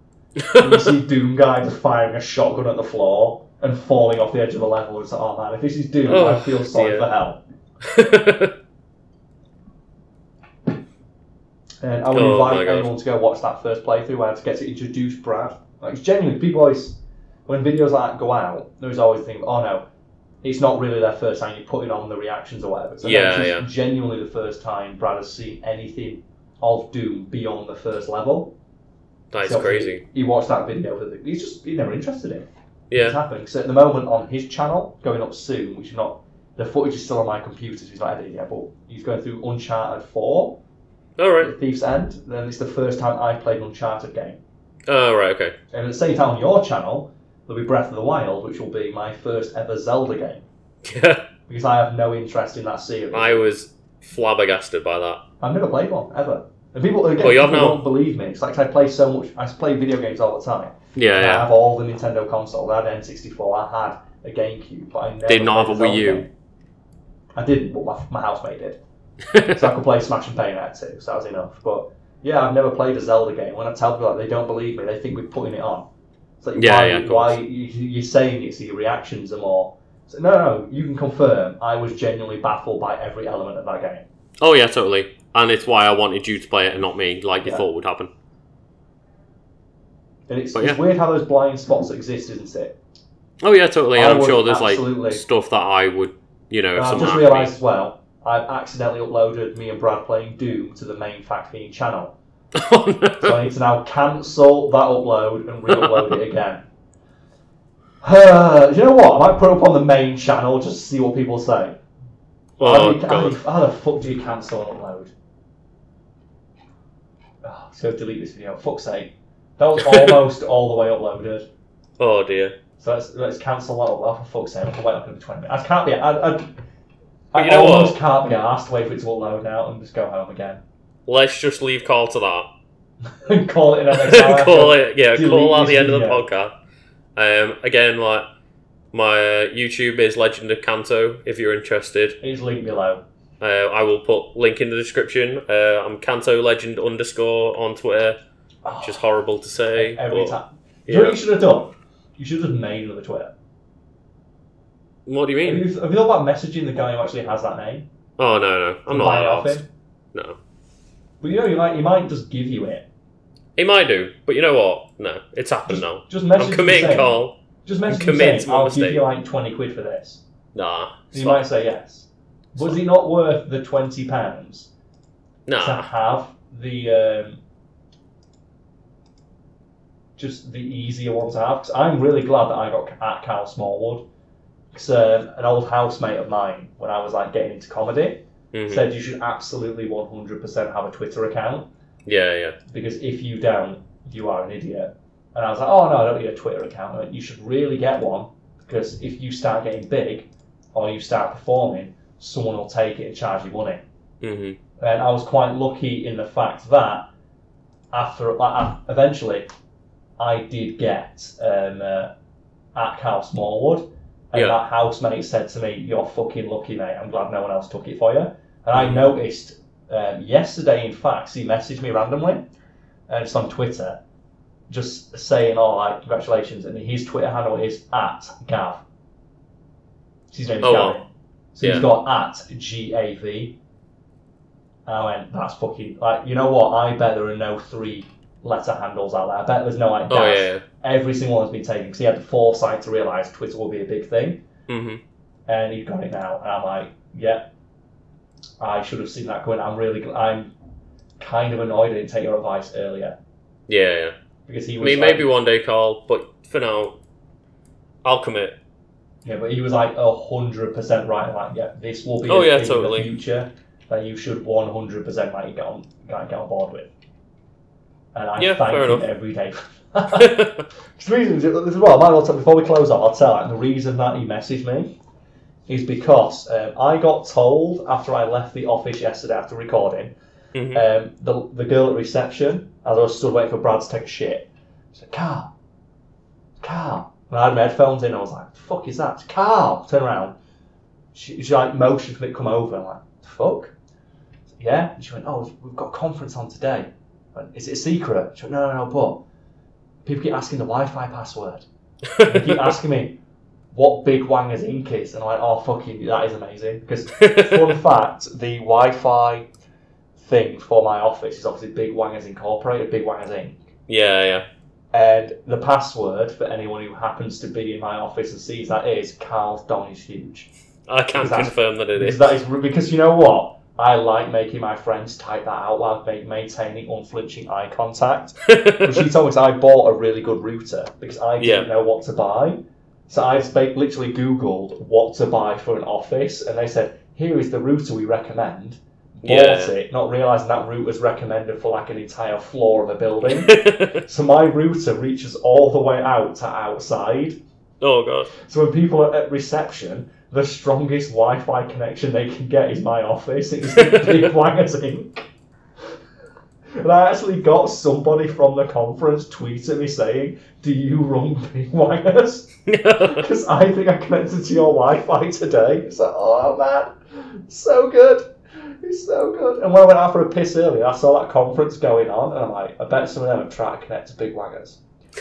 A: And you see Doom guy just firing a shotgun at the floor and falling off the edge of the level. It's like, oh man, if this is Doom,
B: Oh,
A: I feel sorry
B: dear.
A: for hell. And I would
B: Oh, my
A: invite
B: God.
A: anyone to go watch that first playthrough where I just get to introduce Brad. Like, it's genuinely, people always, when videos like that go out, there's always the thing, oh no, it's not really their first time, you're putting on the reactions or whatever. So no,
B: Yeah,
A: it's
B: yeah.
A: just genuinely the first time Brad has seen anything of Doom beyond the first level.
B: that is
A: So
B: crazy.
A: He, he watched that video, but he's just, he never interested in it. It's
B: Yeah.
A: happened. So at the moment on his channel, going up soon, which is not, the footage is still on my computer, so he's not edited yet, but he's going through Uncharted 4.
B: All right.
A: The Thief's End, then it's the first time I've played an Uncharted game.
B: All right, okay. [LAUGHS]
A: And at the same time on your channel, there'll be Breath of the Wild, which will be my first ever Zelda game.
B: Yeah.
A: Because I have no interest in that series.
B: I was flabbergasted by that.
A: I've never played one, ever. And people, again,
B: Well, you have
A: people
B: now.
A: don't believe me. It's like 'cause I play so much, I play video games all the time.
B: Yeah,
A: I
B: yeah.
A: have all the Nintendo consoles. I had an N64, I had a GameCube, but I never
B: Did not
A: played
B: have a Wii
A: Zelda
B: U.
A: game. I didn't, but my, my housemate did.
B: [LAUGHS]
A: so I could play Smash and Bayonetta 2, so that was enough. But yeah, I've never played a Zelda game. When I tell people that, they don't believe me. They think we're putting it on. It's like,
B: Yeah,
A: why,
B: yeah, of
A: why
B: course.
A: you, you're saying it, so your reactions are more. So, no, no, you can confirm. I was genuinely baffled by every element of that game.
B: oh yeah, totally. And it's why I wanted you to play it and not me, like you
A: Yeah.
B: thought would happen.
A: And it's,
B: But
A: it's
B: yeah.
A: weird how those blind spots exist, isn't it?
B: Oh yeah, totally.
A: I
B: I'm
A: would
B: sure there's like
A: absolutely-
B: stuff that I would, you know,
A: Now,
B: if
A: I've
B: someone
A: just
B: asked
A: realised as well, I've accidentally uploaded me and Brad playing Doom to the main Fact Fiend channel.
B: me. [LAUGHS] Oh, no.
A: So I need to now cancel that upload and re-upload it again. [SIGHS] Uh, you know what? I might put it up on the main channel just to see what people say. how,
B: Oh,
A: do you, how, do
B: God.
A: you- how the fuck do you cancel an upload? Oh, so delete this video. Fuck's sake. That
B: [LAUGHS]
A: was almost all the way uploaded.
B: oh dear.
A: So let's, let's cancel that up. Oh, for fuck's sake, I can wait up another 20 minutes. I can't be. I, I, I
B: But you know
A: almost
B: what?
A: can't be asked to wait for it to upload now and just go home again. [LAUGHS]
B: Let's just leave Carl to that.
A: and call it an
B: [LAUGHS]
A: hour.
B: call it yeah
A: delete
B: call out
A: this
B: the end of the
A: video.
B: podcast um again like my uh, youtube is legend of canto if you're interested
A: It's linked below.
B: uh, i will put link in the description uh, i'm canto legend underscore on twitter
A: Oh,
B: which is horrible to say
A: every
B: but,
A: time. You know what
B: yeah.
A: you should have done? You should have just made another Twitter.
B: what do you
A: Have
B: mean
A: you, have you thought about messaging the guy who actually has that name?
B: oh no no i'm
A: And buy it
B: not
A: off
B: that arsed.
A: him?
B: no
A: But you know, you might, you might just give you it.
B: he might do but you know what no it's happened now
A: Just
B: i'm
A: message him
B: committing
A: saying-
B: carl
A: Just message him
B: committing
A: saying,
B: to my
A: I'll give
B: mistake.
A: you like 20 quid for this.
B: nah
A: And
B: it's
A: you
B: not-
A: might say yes. Was it not worth the 20 pounds to
B: nah
A: have the um, just the easier one to have. Because I'm really glad that I got at Cal Smallwood. Because um, an old housemate of mine, when I was like getting into comedy,
B: Mhm.
A: said you should absolutely 100% have a Twitter account
B: yeah yeah
A: because if you don't, you are an idiot. And I was like, oh no, I don't need a Twitter account. I went, you should really get one because if you start getting big or you start performing, someone will take it and charge you money
B: hmm
A: and I was quite lucky in the fact that after like, af- eventually I did get um, uh, at Cal Smallwood, and
B: Yeah.
A: that housemate said to me, "You're fucking lucky, mate. I'm glad no one else took it for you." And I noticed um, yesterday, in fact, he messaged me randomly, uh, just on Twitter, just saying, "Oh, like congratulations!" And his Twitter handle is at Gav. His name is
B: Oh, wow.
A: Gavin. So
B: Yeah.
A: he's got at G A V. I went, that's fucking like you know what? I bet there are no three letter handles out there. I bet there's no like dash.
B: oh yeah,
A: Every single one's been taken because he had the foresight to realise Twitter will be a big thing,
B: yeah. hmm
A: and he got it now. And I'm like, yeah, I should have seen that coming. I'm really, gl- I'm kind of annoyed I didn't take your advice earlier
B: yeah yeah
A: because he
B: I
A: was.
B: mean,
A: like-
B: maybe one day, Carl, but for now,
A: [LAUGHS]
B: I'll commit.
A: Yeah, but he was like hundred percent right. Like, yeah, this will be
B: Oh,
A: a
B: yeah,
A: thing
B: totally.
A: in the future that you should one hundred percent like get on, like, get on board with. And I
B: Yeah,
A: thank
B: fair
A: him
B: enough.
A: every day. [LAUGHS] the reason is, as well, I might well tell, before we close off, I'll tell like, the reason that he messaged me is because um, I got told after I left the office yesterday after recording
B: Mhm.
A: um, the, the girl at reception, as I was still waiting for Brad to take a shit, she said, Carl, Carl. And I had my headphones in, I was like, fuck is that? Carl! Turn around. She, she like motioned for me to come over. I'm like, the fuck? I said, yeah. And she went, oh, we've got a conference on today. I went, is it a secret? She went, no, no, no, but people keep asking the Wi Fi password. They
B: [LAUGHS]
A: keep asking me, what Big Wanger's ink is. And I'm like, oh, fucking, that is amazing. Because Fun fact: the Wi-Fi thing for my office is obviously Big Wangers Incorporated, Big Wangers Inc.
B: [LAUGHS] yeah, yeah.
A: And the password for anyone who happens to be in my office and sees that is Carl's Don is huge.
B: I can
A: Because that's-
B: confirm that it
A: Because
B: is.
A: that is because you know what? I like making my friends type that out loud, ma- maintaining unflinching eye contact. But she told me so I bought a really good router because I didn't know what to buy. So I just ba- literally Googled what to buy for an office, and they said, "Here is the router we recommend." Bought
B: Yeah.
A: it, not realizing that route was recommended for like an entire floor of a
B: [LAUGHS]
A: building. so my router reaches all the way out to outside.
B: oh god.
A: So when people are at reception, the strongest Wi-Fi connection they can get is my office. It's big wangers Inc. And I actually got somebody from the conference tweet at me saying, "Do you run big wangers?
B: [LAUGHS]
A: Because I think I connected to your Wi-Fi today." It's like, oh man, so good. It's so good. And when I went out for a piss earlier, I saw that conference going on, and I'm like, I bet some of them have tried to connect to Big Wangers.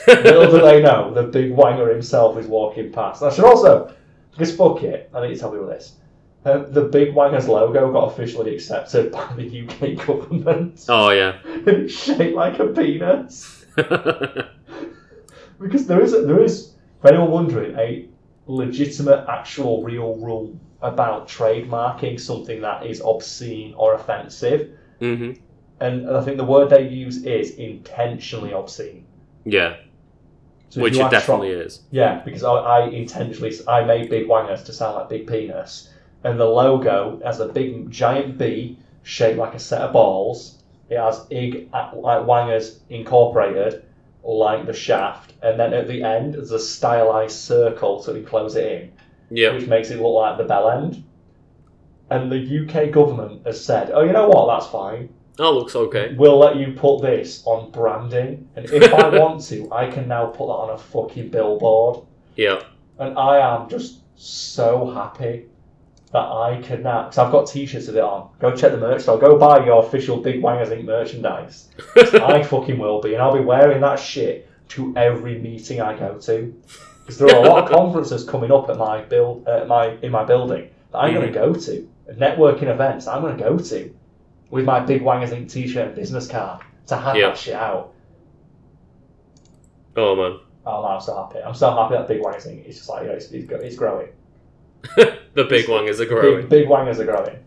A: Little do they know, the Big Wanger himself is walking past. And I should also, because fuck it, I need to tell people this. Um, the Big Wangers logo got officially accepted [LAUGHS] by the UK government. [LAUGHS]
B: [LAUGHS] oh yeah. [LAUGHS]
A: It's shaped like a penis. Because there is, a, there is, for anyone wondering, a legitimate, actual, real rule about trademarking something that is obscene or offensive.
B: hmm
A: and I think the word they use is intentionally obscene.
B: Yeah,
A: So if
B: which
A: you
B: it
A: are try-
B: definitely is.
A: yeah, because I, I intentionally I made big wangers to sound like big penis, and the logo has a big giant B shaped like a set of balls. It has ig at- like wangers incorporated, like the shaft, and then at the end there's a stylized circle to enclose it in
B: Yeah.
A: which makes it look like the bell end. And the UK government has said, oh, you know what, that's fine.
B: That looks okay.
A: We'll let you put this on branding. And if I want to, I can now put that on a fucking billboard.
B: Yeah.
A: And I am just so happy that I can now, because I've got t shirts with it on. Go check the merch store. Go buy your official Big Wangers Inc. merchandise. I fucking will be. And I'll be wearing that shit to every meeting I go to. Because there are a lot of conferences coming up at my build, at my in my building that I'm going to go to. Networking events I'm going to go to with my Big Wangers Inc. t-shirt and business card to hand
B: Yeah.
A: that shit out.
B: oh man,
A: Oh, no, I'm so happy. I'm so happy that Big Wangers Inc. is just like, you know, it's, it's, go- it's growing.
B: the big one is a
A: Big,
B: growing.
A: big Wangers are growing.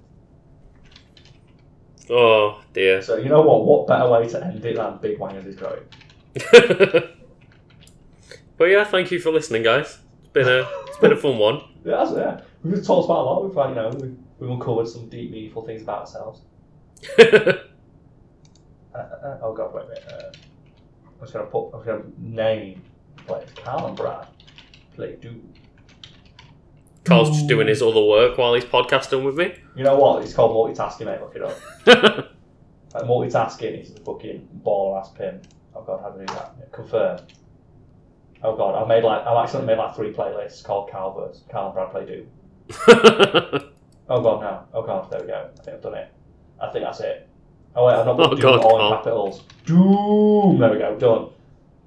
B: Oh dear.
A: So you know what? What better way to end it than Big Wangers is growing?
B: [LAUGHS] but yeah, thank you for listening, guys. It's
A: [LAUGHS]
B: been a it's been a fun one. [LAUGHS]
A: Yeah, that's, yeah. We've talked about a lot. We've like, you know, we've, we've uncovered some deep, meaningful things about ourselves. Uh, uh, uh, oh god, wait a minute. Uh, I'm just gonna put. I'm just gonna name like Carl and Brad. Play do.
B: Carl's just doing his other work while he's podcasting with me. [LAUGHS]
A: You know what? It's called multitasking, mate. Look it up. Like, multitasking is a fucking baller ass pin. Oh god, how do I do that? Yeah, confirm. Oh god, I made like I accidentally made like three playlists called Calverts. Carl and Brad play do.
B: oh
A: Oh god, no. Oh god, there we go. I think I've done it. I think that's it. Oh wait, I've not put
B: [LAUGHS] Oh,
A: Doom
B: God,
A: all
B: Carl.
A: in capitals. Doom. There we go. Done.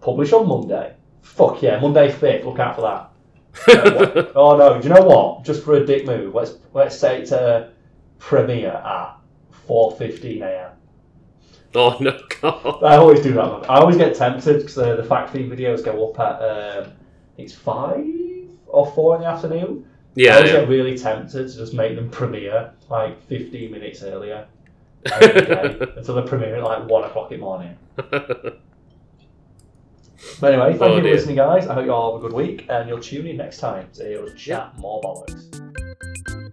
A: Publish on Monday. Fuck yeah, Monday fifth. Look out for
B: [LAUGHS]
A: that. Uh, what- oh no, do you know what? Just for a dick move, let's let's say it's a premiere at four fifteen a.m.
B: Oh, no, Carl.
A: I always do that. man. I always get tempted because uh, the fact feed videos go up at um, I think it's five or four in the afternoon. I
B: Yeah,
A: always
B: yeah.
A: get really tempted to just make them premiere like 15 minutes
B: [LAUGHS]
A: earlier every day until they premiere at like 1 o'clock in the morning.
B: [LAUGHS]
A: But anyway, thank
B: Oh,
A: you for
B: dear.
A: listening, guys. I hope you all have a good week and you'll tune in next time to hear us chat more bollocks.